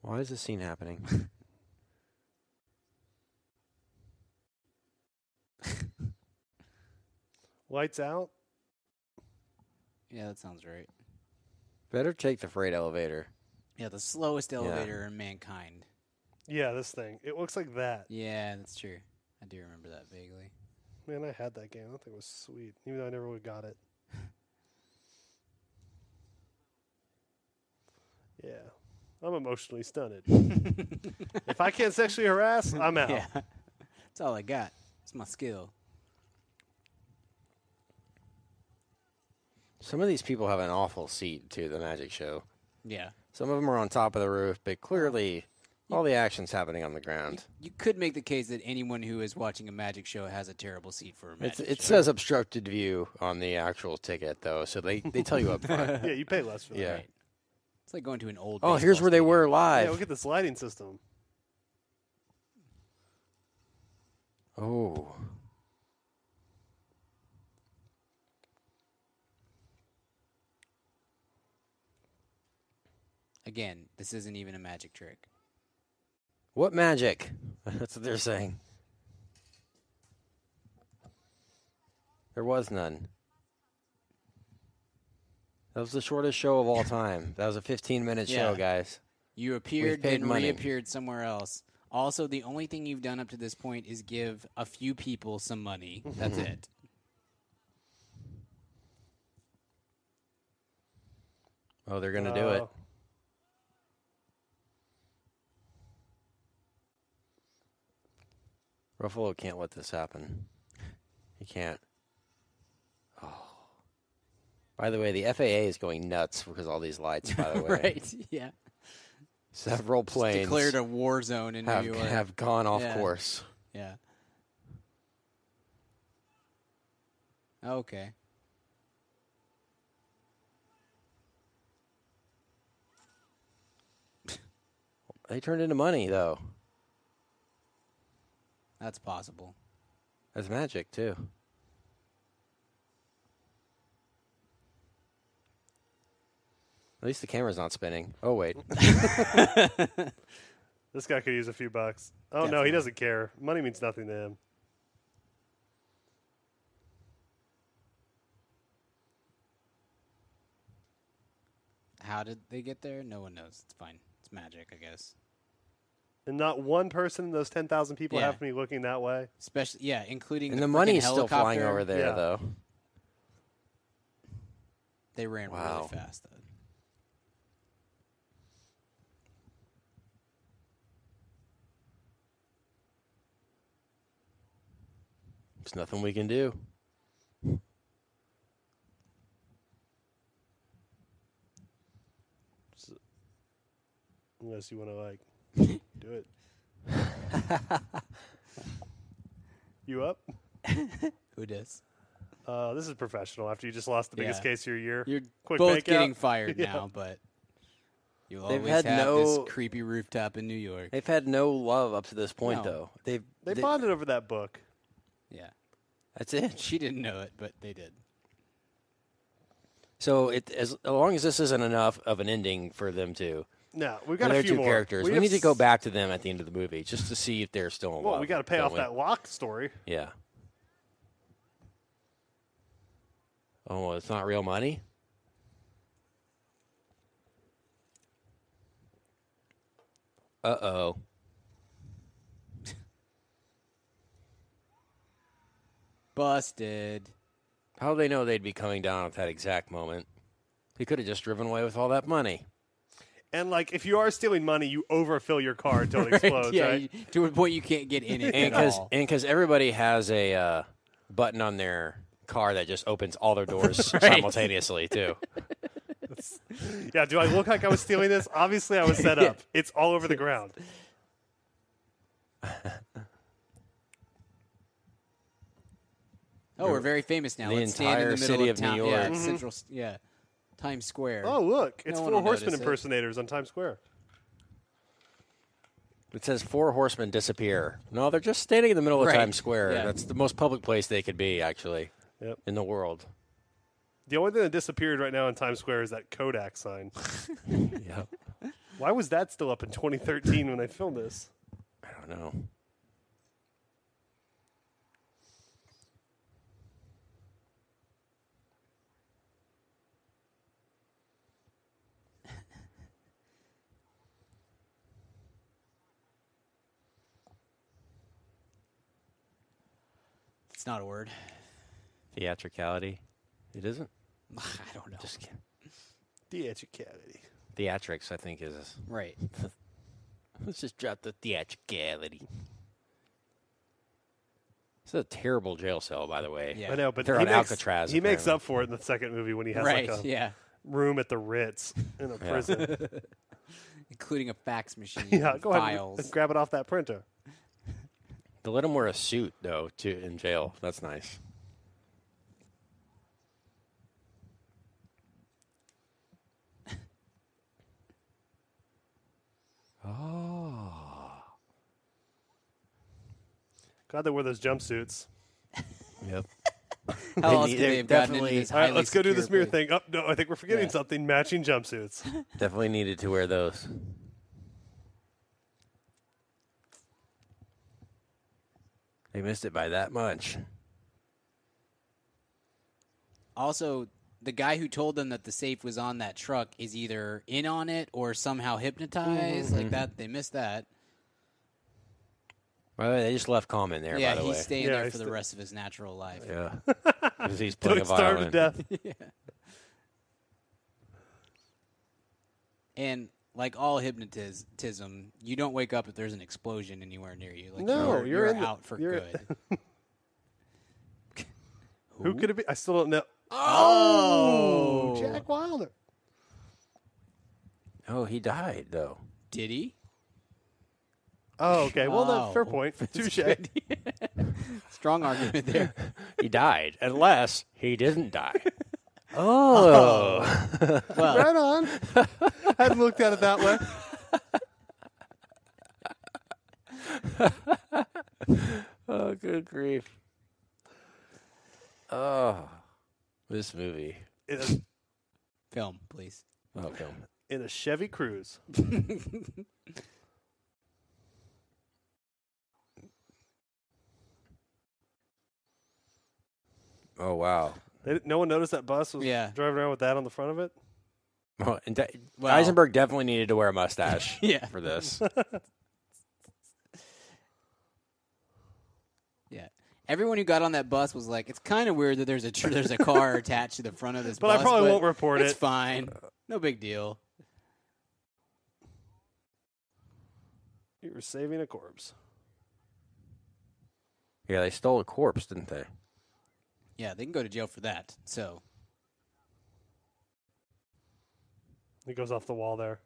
C: Why is this scene happening?
D: Lights out.
E: Yeah, that sounds right.
C: better take the freight elevator.
E: Yeah, the slowest elevator in mankind.
D: Yeah, this thing. It looks like that.
E: Yeah, that's true. I do remember that vaguely.
D: Man, I had that game. That thing was sweet, even though I never would have
E: [laughs]
D: got it. yeah. I'm emotionally
E: [laughs]
D: stunted. if I can't sexually harass, I'm out.
E: Yeah. Oh. [laughs] That's all I got. It's my skill.
C: Some of these people have an awful seat to the magic show.
E: Yeah.
C: Some of them are on top of the roof, but clearly all the action's happening on the
E: You,
C: ground.
E: you could make the case that anyone who is watching a magic show has a terrible seat for a
C: It's,
E: magic
C: it
E: show.
C: says obstructed view on the actual ticket, though, so they, they tell you
E: [laughs]
C: up front.
D: [laughs] Yeah, you pay less for that.
C: yeah.
E: Right. It's like going to an old
C: Oh, here's
E: baseball
C: where they
E: stadium.
C: were
D: Yeah, look
C: live.
D: at this lighting system.
C: Oh.
E: Again, this isn't even a magic trick.
C: What magic? [laughs] That's what they're saying. There was none. That was the shortest show of all time. That was a 15 minute show,
E: Yeah.
C: guys.
E: You appeared
C: paid
E: and
C: money.
E: reappeared somewhere else. Also, the only thing you've done up to this point is give a few people some money.
C: [laughs]
E: That's it.
C: Oh, they're going to do it.
D: Oh.
C: Ruffalo can't let this happen. He can't. Oh. By the way, the FAA is going nuts because all these lights, by the
E: [laughs]
C: way.
E: right? Yeah.
C: Several planes
E: Declared a war zone in
C: have,
E: New York.
C: have gone off
E: Yeah.
C: course.
E: Yeah. Okay.
C: They turned into money, though.
E: That's possible.
C: That's magic, too. At least the camera's not spinning. Oh, wait.
D: This guy could use a few bucks. Oh no, he
E: Definitely.
D: doesn't care. Money means nothing to him.
E: How did they get there? No one knows. It's fine. It's magic, I guess.
D: And not one person in those ten thousand people
E: Yeah.
D: have me looking that way.
E: Especially, yeah, including
C: and
E: the
C: the
E: freaking
C: money's still flying
E: helicopter.
C: over there,
D: Yeah.
C: though.
E: They ran
C: Wow.
E: really fast. Though.
C: There's nothing we can do.
D: Unless you want to like
E: [laughs]
D: do it. you up?
E: Who does?
D: Uh, this is professional. After you just lost the biggest
E: Yeah.
D: case of your year,
E: You're
D: Quick
E: both
D: make
E: getting
D: out. [laughs]
E: fired
D: Yeah.
E: now, but you'll
C: They've
E: always
C: had
E: have
C: no-
E: this creepy rooftop in New York.
C: They've had no love up to this point,
E: No.
C: though. They've
D: they
C: they-
D: bonded over that book.
E: Yeah.
C: That's it.
E: She didn't know it, but they did.
C: So it as, as long as this isn't enough of an ending for them to
D: No, we've
C: for
D: got
C: their
D: a few
C: two
D: more
C: characters, we,
D: have
C: need to
D: s-
C: go back to them at the end of the movie just to see if they're still in
D: Well,
C: love.
D: we got to pay
C: don't
D: off
C: we?
D: that lock story.
C: Yeah. Oh, well, it's not real money. Uh oh.
E: Busted. [laughs]
C: How do they know they'd be coming down at that exact moment? They could have just driven away with all that money.
D: And like, if you are stealing money, you overfill your car
E: [laughs]
D: until it explodes.
E: yeah,
D: right?
E: you- to a point you can't get in it
C: and
E: at
C: because
E: all.
C: everybody has a uh, button on their car that just opens all their
E: [laughs]
C: doors simultaneously too.
D: Yeah, do I look like I was stealing this? Obviously, I was
E: [laughs]
D: set up. It's all over the ground.
E: Oh, we're very famous now.
C: The
E: Let's stand in
C: entire
E: the middle
C: city
E: of,
C: of New
E: town.
C: York.
E: Yeah, Central. s- Yeah, Times Square.
D: Mm-hmm. Oh, look, it's
E: No one
D: four
E: will
D: horsemen
E: notice it.
D: impersonators on Times Square.
C: It says four horsemen disappear. No, they're just standing in the middle of
E: Right.
C: Times Square.
E: Yeah.
C: That's the most public place they could be actually
D: Yep.
C: in the world.
D: The only thing that disappeared right now in Times Square is that Kodak
E: [laughs]
D: sign.
C: Yeah,
D: Why was that still up in 2013 when they filmed this?
C: I don't know.
E: It's not a word. [laughs]
C: Theatricality. It isn't.
E: I don't know.
C: Just kidding.
D: Theatricality.
C: Theatrics, I think, is. [laughs]
E: Right.
C: Let's just drop the theatricality. It's a terrible jail cell, by the way.
E: Yeah.
D: I know, but
C: They're on
D: he makes,
C: Alcatraz,
D: He makes
C: apparently.
D: up for it in the second movie when he has
E: right.
D: like a
E: yeah.
D: room at the Ritz in a prison. [laughs]
E: Including a fax machine.
D: yeah,
E: and
D: go ahead and- [laughs]
E: files.
D: and grab it off that printer.
C: They let him wear a suit though, to in jail. That's nice.
D: God, they wear those jumpsuits.
C: Yep.
E: How else could
C: they're
E: they have gotten into
C: definitely-
E: this
D: All right,
E: highly
D: let's go do the
E: secure
D: smear
E: place?
D: thing. Oh, no, I think we're forgetting
E: Yeah.
D: something. Matching jumpsuits.
C: [laughs] Definitely needed to wear those. They missed it by that much.
E: Also, the guy who told them that the safe was on that truck is either in on it or somehow hypnotized.
C: Mm-hmm.
E: Like that, they missed that.
C: By the way, they just left Common there.
E: yeah,
C: by the
E: he's
C: way,
E: staying
D: Yeah,
E: there
D: he's
E: for the
D: sta-
E: rest of his natural life.
C: yeah, because he's playing
D: Don't
C: a
D: starve
C: violin.
D: to death.
E: And like all hypnotism, you don't wake up if there's an explosion anywhere near you. Like
D: No,
E: you're,
D: you're in the-
E: out for
D: you're- [laughs]
E: good.
D: Who could it be? I still don't know.
E: oh,
D: Jack Wilder.
C: Oh, he died though.
E: did he?
D: Oh, okay. Well, no, fair
E: Wow. [laughs]
D: point. Touche.
E: Strong argument there.
C: He died, unless he didn't die. oh,
D: Right
E: [laughs]
D: on. Hadn't looked at it that way.
C: oh, good grief. Oh, this movie.
D: In a,
E: Film, please.
C: Oh, film.
D: in a Chevy Cruise.
C: Oh wow.
D: They didn't, no one noticed that bus was
E: Yeah.
D: driving around with that on the front of it.
C: Well, and de-
E: Well-
C: Eisenberg definitely needed to wear a mustache
E: Yeah.
C: for this.
E: Yeah. Everyone who got on that bus was like, "It's kind of weird that there's a tr- there's
D: [laughs]
E: a car attached to the front of this
D: But
E: bus."
D: I probably won't report
E: it's
D: it.
E: fine. No big deal.
D: You were saving a corpse.
C: Yeah, they stole a corpse, didn't they?
E: Yeah, they can go to jail for that. So
D: It goes off the wall [laughs] there.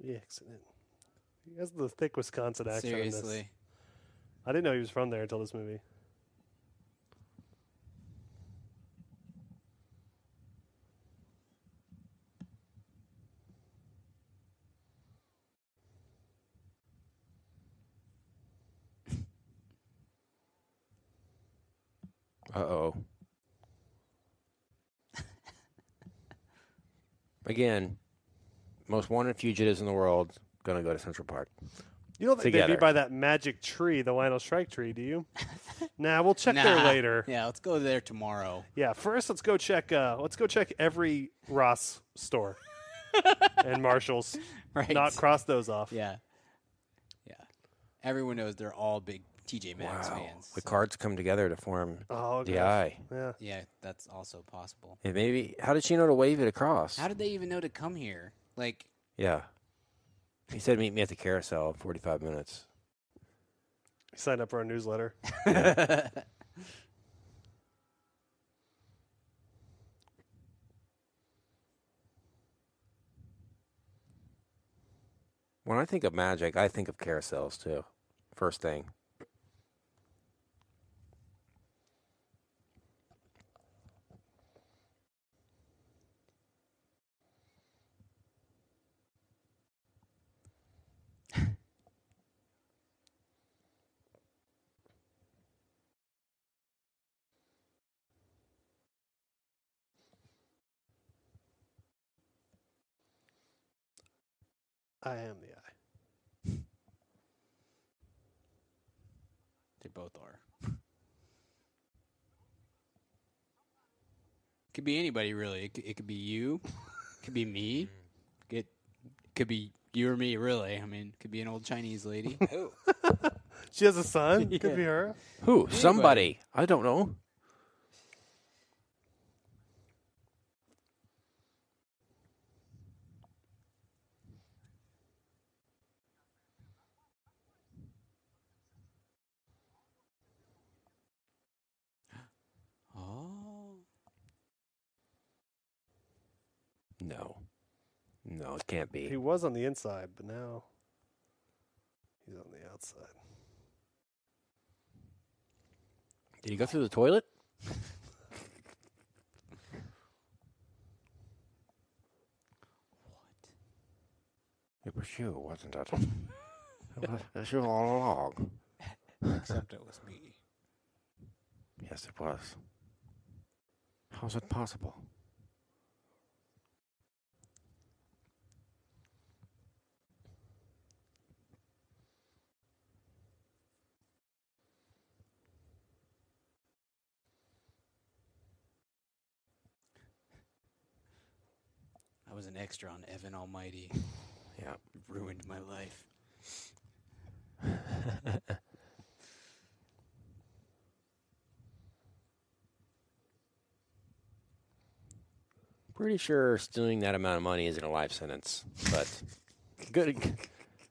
D: The accident. He has the thick Wisconsin accent. in this.
E: seriously,
D: I didn't know he was from there until this movie.
C: Uh oh. Again, most wanted fugitives in the world gonna go to Central Park.
D: You don't think they'd
C: Together.
D: be by that magic tree, the Lionel Strike tree, do you? [laughs] nah, we'll check there
E: Nah.
D: later. Yeah.
E: Yeah, let's go there tomorrow. [laughs]
D: first let's go check. Uh, let's go check every Ross
E: [laughs]
D: store and Marshalls.
E: Right.
D: Not cross those off.
E: yeah. Yeah. Everyone knows they're all big TJ Maxx
C: Wow.
E: fans.
C: The
E: so-
C: cards come together to form
D: Oh,
C: the
D: gosh.
C: eye.
D: Yeah.
E: yeah, that's also possible.
C: And maybe how did she know to wave it across?
E: How did they even know to come here? Like,
C: yeah. He said meet me at the carousel in forty five minutes.
D: Sign up for our newsletter.
C: When I think of magic, I think of carousels too. First thing.
D: I am the eye.
E: They both are. Could be anybody, really. It could, it could be you. could be me. It could be you or me, really. I mean, could be an old Chinese lady.
D: She has a
E: [laughs]
D: son. Could be her.
C: Who? Somebody. I don't know.
E: oh,
C: No. No, it can't
D: He
C: be.
D: was on the inside, but now he's on the outside.
C: Did he go through the toilet? [laughs] It was you, wasn't it? [laughs] it was it was you all along.
E: except it was me.
C: Yes, it was. How's it possible?
E: I was an extra on Evan Almighty.
C: Yeah.
E: It ruined my life.
C: Pretty sure stealing that amount of money isn't a life sentence, but good,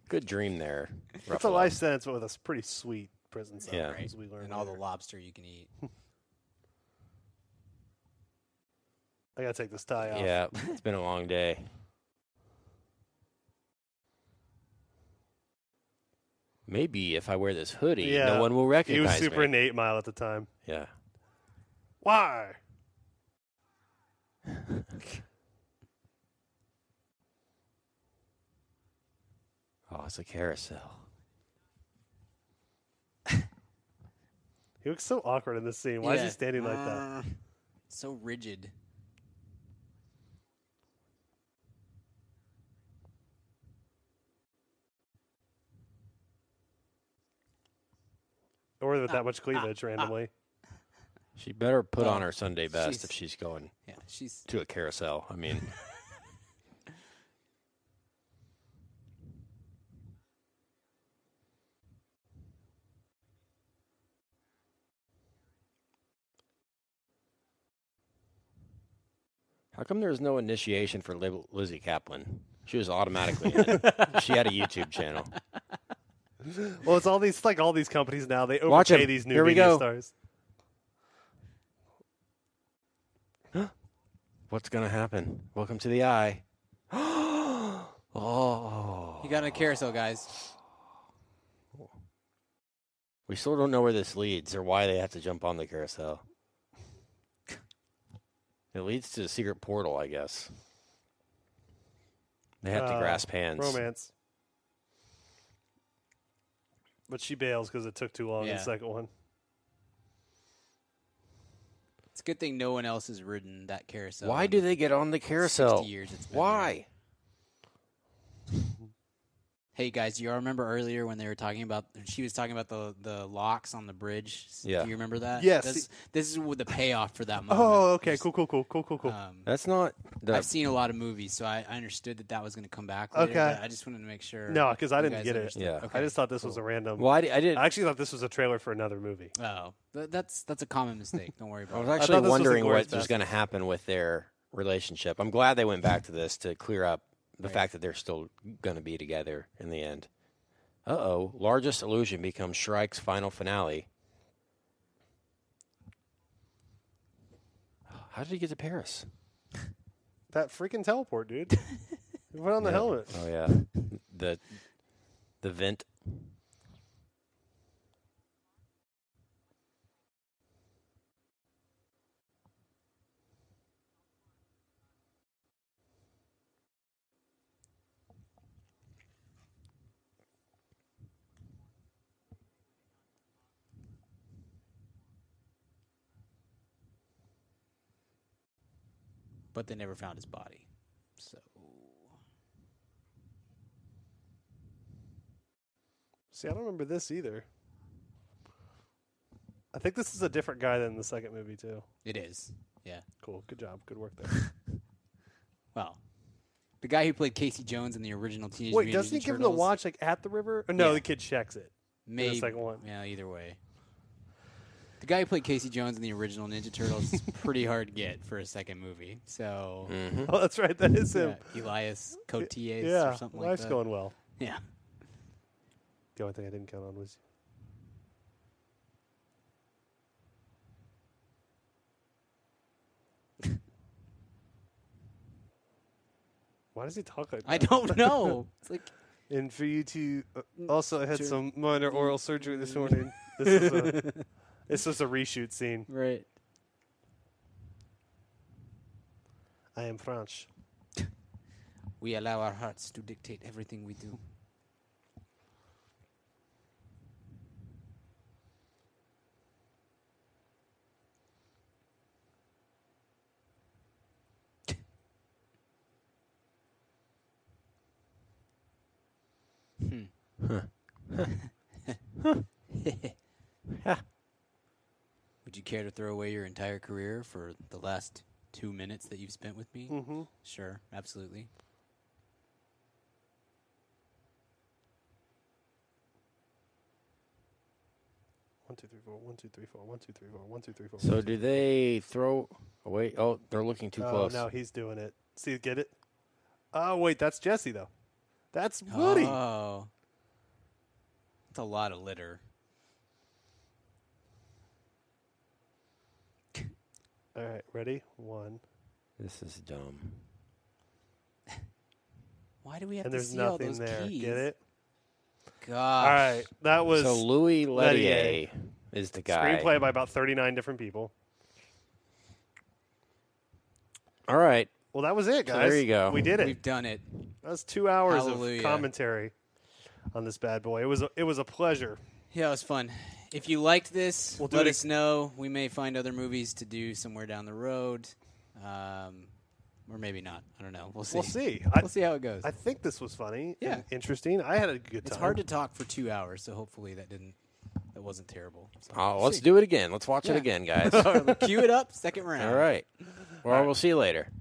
C: good dream there.
D: That's a
C: Ruffalo.
D: life sentence, but with a s- pretty sweet prison sentence.
C: Yeah.
D: as we learned.
E: And all the
D: later.
E: lobster you can eat.
D: I gotta take this tie off.
C: Yeah, it's been a long day. Maybe if I wear this hoodie,
D: Yeah.
C: no one will
D: he was
C: recognize
D: super
C: me.
D: into Eight Mile at the time.
C: yeah.
D: Why?
C: Oh, it's a carousel.
D: He looks so awkward in this scene. Why is he
E: Yeah.
D: standing like that?
E: Uh, So rigid.
D: Or with
E: uh,
D: that much cleavage randomly.
C: She better
D: Oh,
C: put on her Sunday best
E: she's-
C: if she's going
E: Yeah, she's
C: to a carousel. I mean, how come there's no initiation for Lib- Lizzie Kaplan? She was automatically in it. She had a YouTube channel.
D: Well, it's all these like all these companies now. They
C: Watch
D: overpay
C: him.
D: these new
C: Here we
D: media
C: go.
D: stars.
C: What's going to happen? Welcome to the eye. [gasps] oh.
E: he got on a carousel, guys.
C: We still don't know where this leads or why they have to jump on the carousel. It leads to a secret portal, I guess. They have to
D: Uh,
C: grasp hands.
D: Romance. But she bails because it took too long in
E: Yeah.
D: the second one.
E: It's a good thing no one else has ridden that carousel.
C: Why
E: in
C: do they get on the
E: 60
C: carousel?
E: Years it's been there.
C: Why?
E: Hey guys, do you all remember earlier when they were talking about? She was talking about the the locks on the bridge. S-
C: Yeah.
E: Do you remember that?
D: Yes.
E: This, this is what the payoff for that moment.
D: Oh, okay,
E: Just,
D: cool, cool, cool, cool, cool, cool.
E: Um,
C: That's not. The,
E: I've seen a lot of movies, so I, I understood that that was going to come back. Later,
D: Okay.
E: but I just wanted to make sure.
D: no, because I
E: you
D: didn't
E: guys
D: get it.
E: understood.
C: Yeah.
E: Okay.
D: I just thought this was a random.
C: well, I, di- I did.
D: I actually thought this was a trailer for another movie.
E: Oh, th- that's that's a common mistake. Don't worry
C: [laughs] I
E: about
C: was
E: it.
C: actually
D: this was
C: wondering what
D: Inglourious
C: was
D: Basterds.
C: going to happen with their relationship. I'm glad they went back to this to clear up the fact that they're still going to be together in the end. Uh oh. Largest illusion becomes Shrike's final finale. How did he get to Paris?
D: That freaking teleport,
E: [laughs]
D: dude. He Put on the helmet.
C: Oh yeah, the the vent.
E: But they never found his body. So
D: See, I don't remember this either. I think this is a different guy than the second movie too.
E: It is. Yeah.
D: Cool. Good job. Good work there.
E: Well, the guy who played Casey Jones in the original Teenage
D: Wait,
E: Mutant
D: doesn't he
E: Ninja
D: give him the
E: Turtles?
D: watch like at the river? Or no,
E: Yeah.
D: the kid checks it.
E: Maybe.
D: second one?
E: Yeah, either way. The guy who played Casey Jones in the original Ninja Turtles
D: [laughs]
E: is pretty hard to get for a second movie. So,
D: [laughs] Oh, that's right. That is
E: yeah,
D: him.
E: Elias Cotillas
D: Yeah,
E: or something like
D: life's
E: that.
D: going well.
E: Yeah.
D: The only thing I didn't count on was [laughs] Why does he talk like that?
E: I
D: [laughs]
E: don't know. It's like
D: And for you to uh, also, I had some minor oral surgery this [laughs] morning. This is a this was a reshoot scene.
E: right.
D: I am French.
E: We allow our hearts to dictate everything we do. [laughs] Would you care to throw away your entire career for the last two minutes that you've spent with me? Mm-hmm. Sure, absolutely.
D: One two three four. One two three four. One two three four. One two three four.
G: So do they throw away? Oh, they're looking too
D: Oh
G: close.
D: no, he's doing it. See, get it? Oh wait, that's Jesse though. That's
G: Ah.
D: Woody.
E: Oh. That's a lot of litter.
D: All right, ready? One.
G: This is dumb.
E: Why do we have
D: And
E: to
D: there's
E: see all
D: nothing
E: those
D: there.
E: keys?
D: Get it?
E: Gosh.
D: All right, that was
G: Ah, So Louis
D: Lettier.
G: Lettier is the guy.
D: screenplay by about 39 different people.
G: All right.
D: Well, that was it,
G: So
D: guys.
G: there you go.
D: We did it.
E: We've done it.
D: That was two hours
E: Hallelujah.
D: of commentary on this bad boy. It was a, it was a pleasure.
E: Yeah, it was fun. If you liked this,
D: We'll do
E: let
D: it
E: us know. We may find other movies to do somewhere down the road. Um, or maybe not. I don't know. We'll see.
D: We'll see. I,
E: We'll see how it goes.
D: I think this was funny.
E: Yeah.
D: and interesting. I had a good time.
E: it's hard to talk for two hours, so hopefully that didn't that wasn't terrible. So
G: Oh, let's do it again. Let's watch
E: Yeah.
G: it again, guys.
D: [laughs]
E: cue it up, second round.
G: All right. Well, we'll see you later.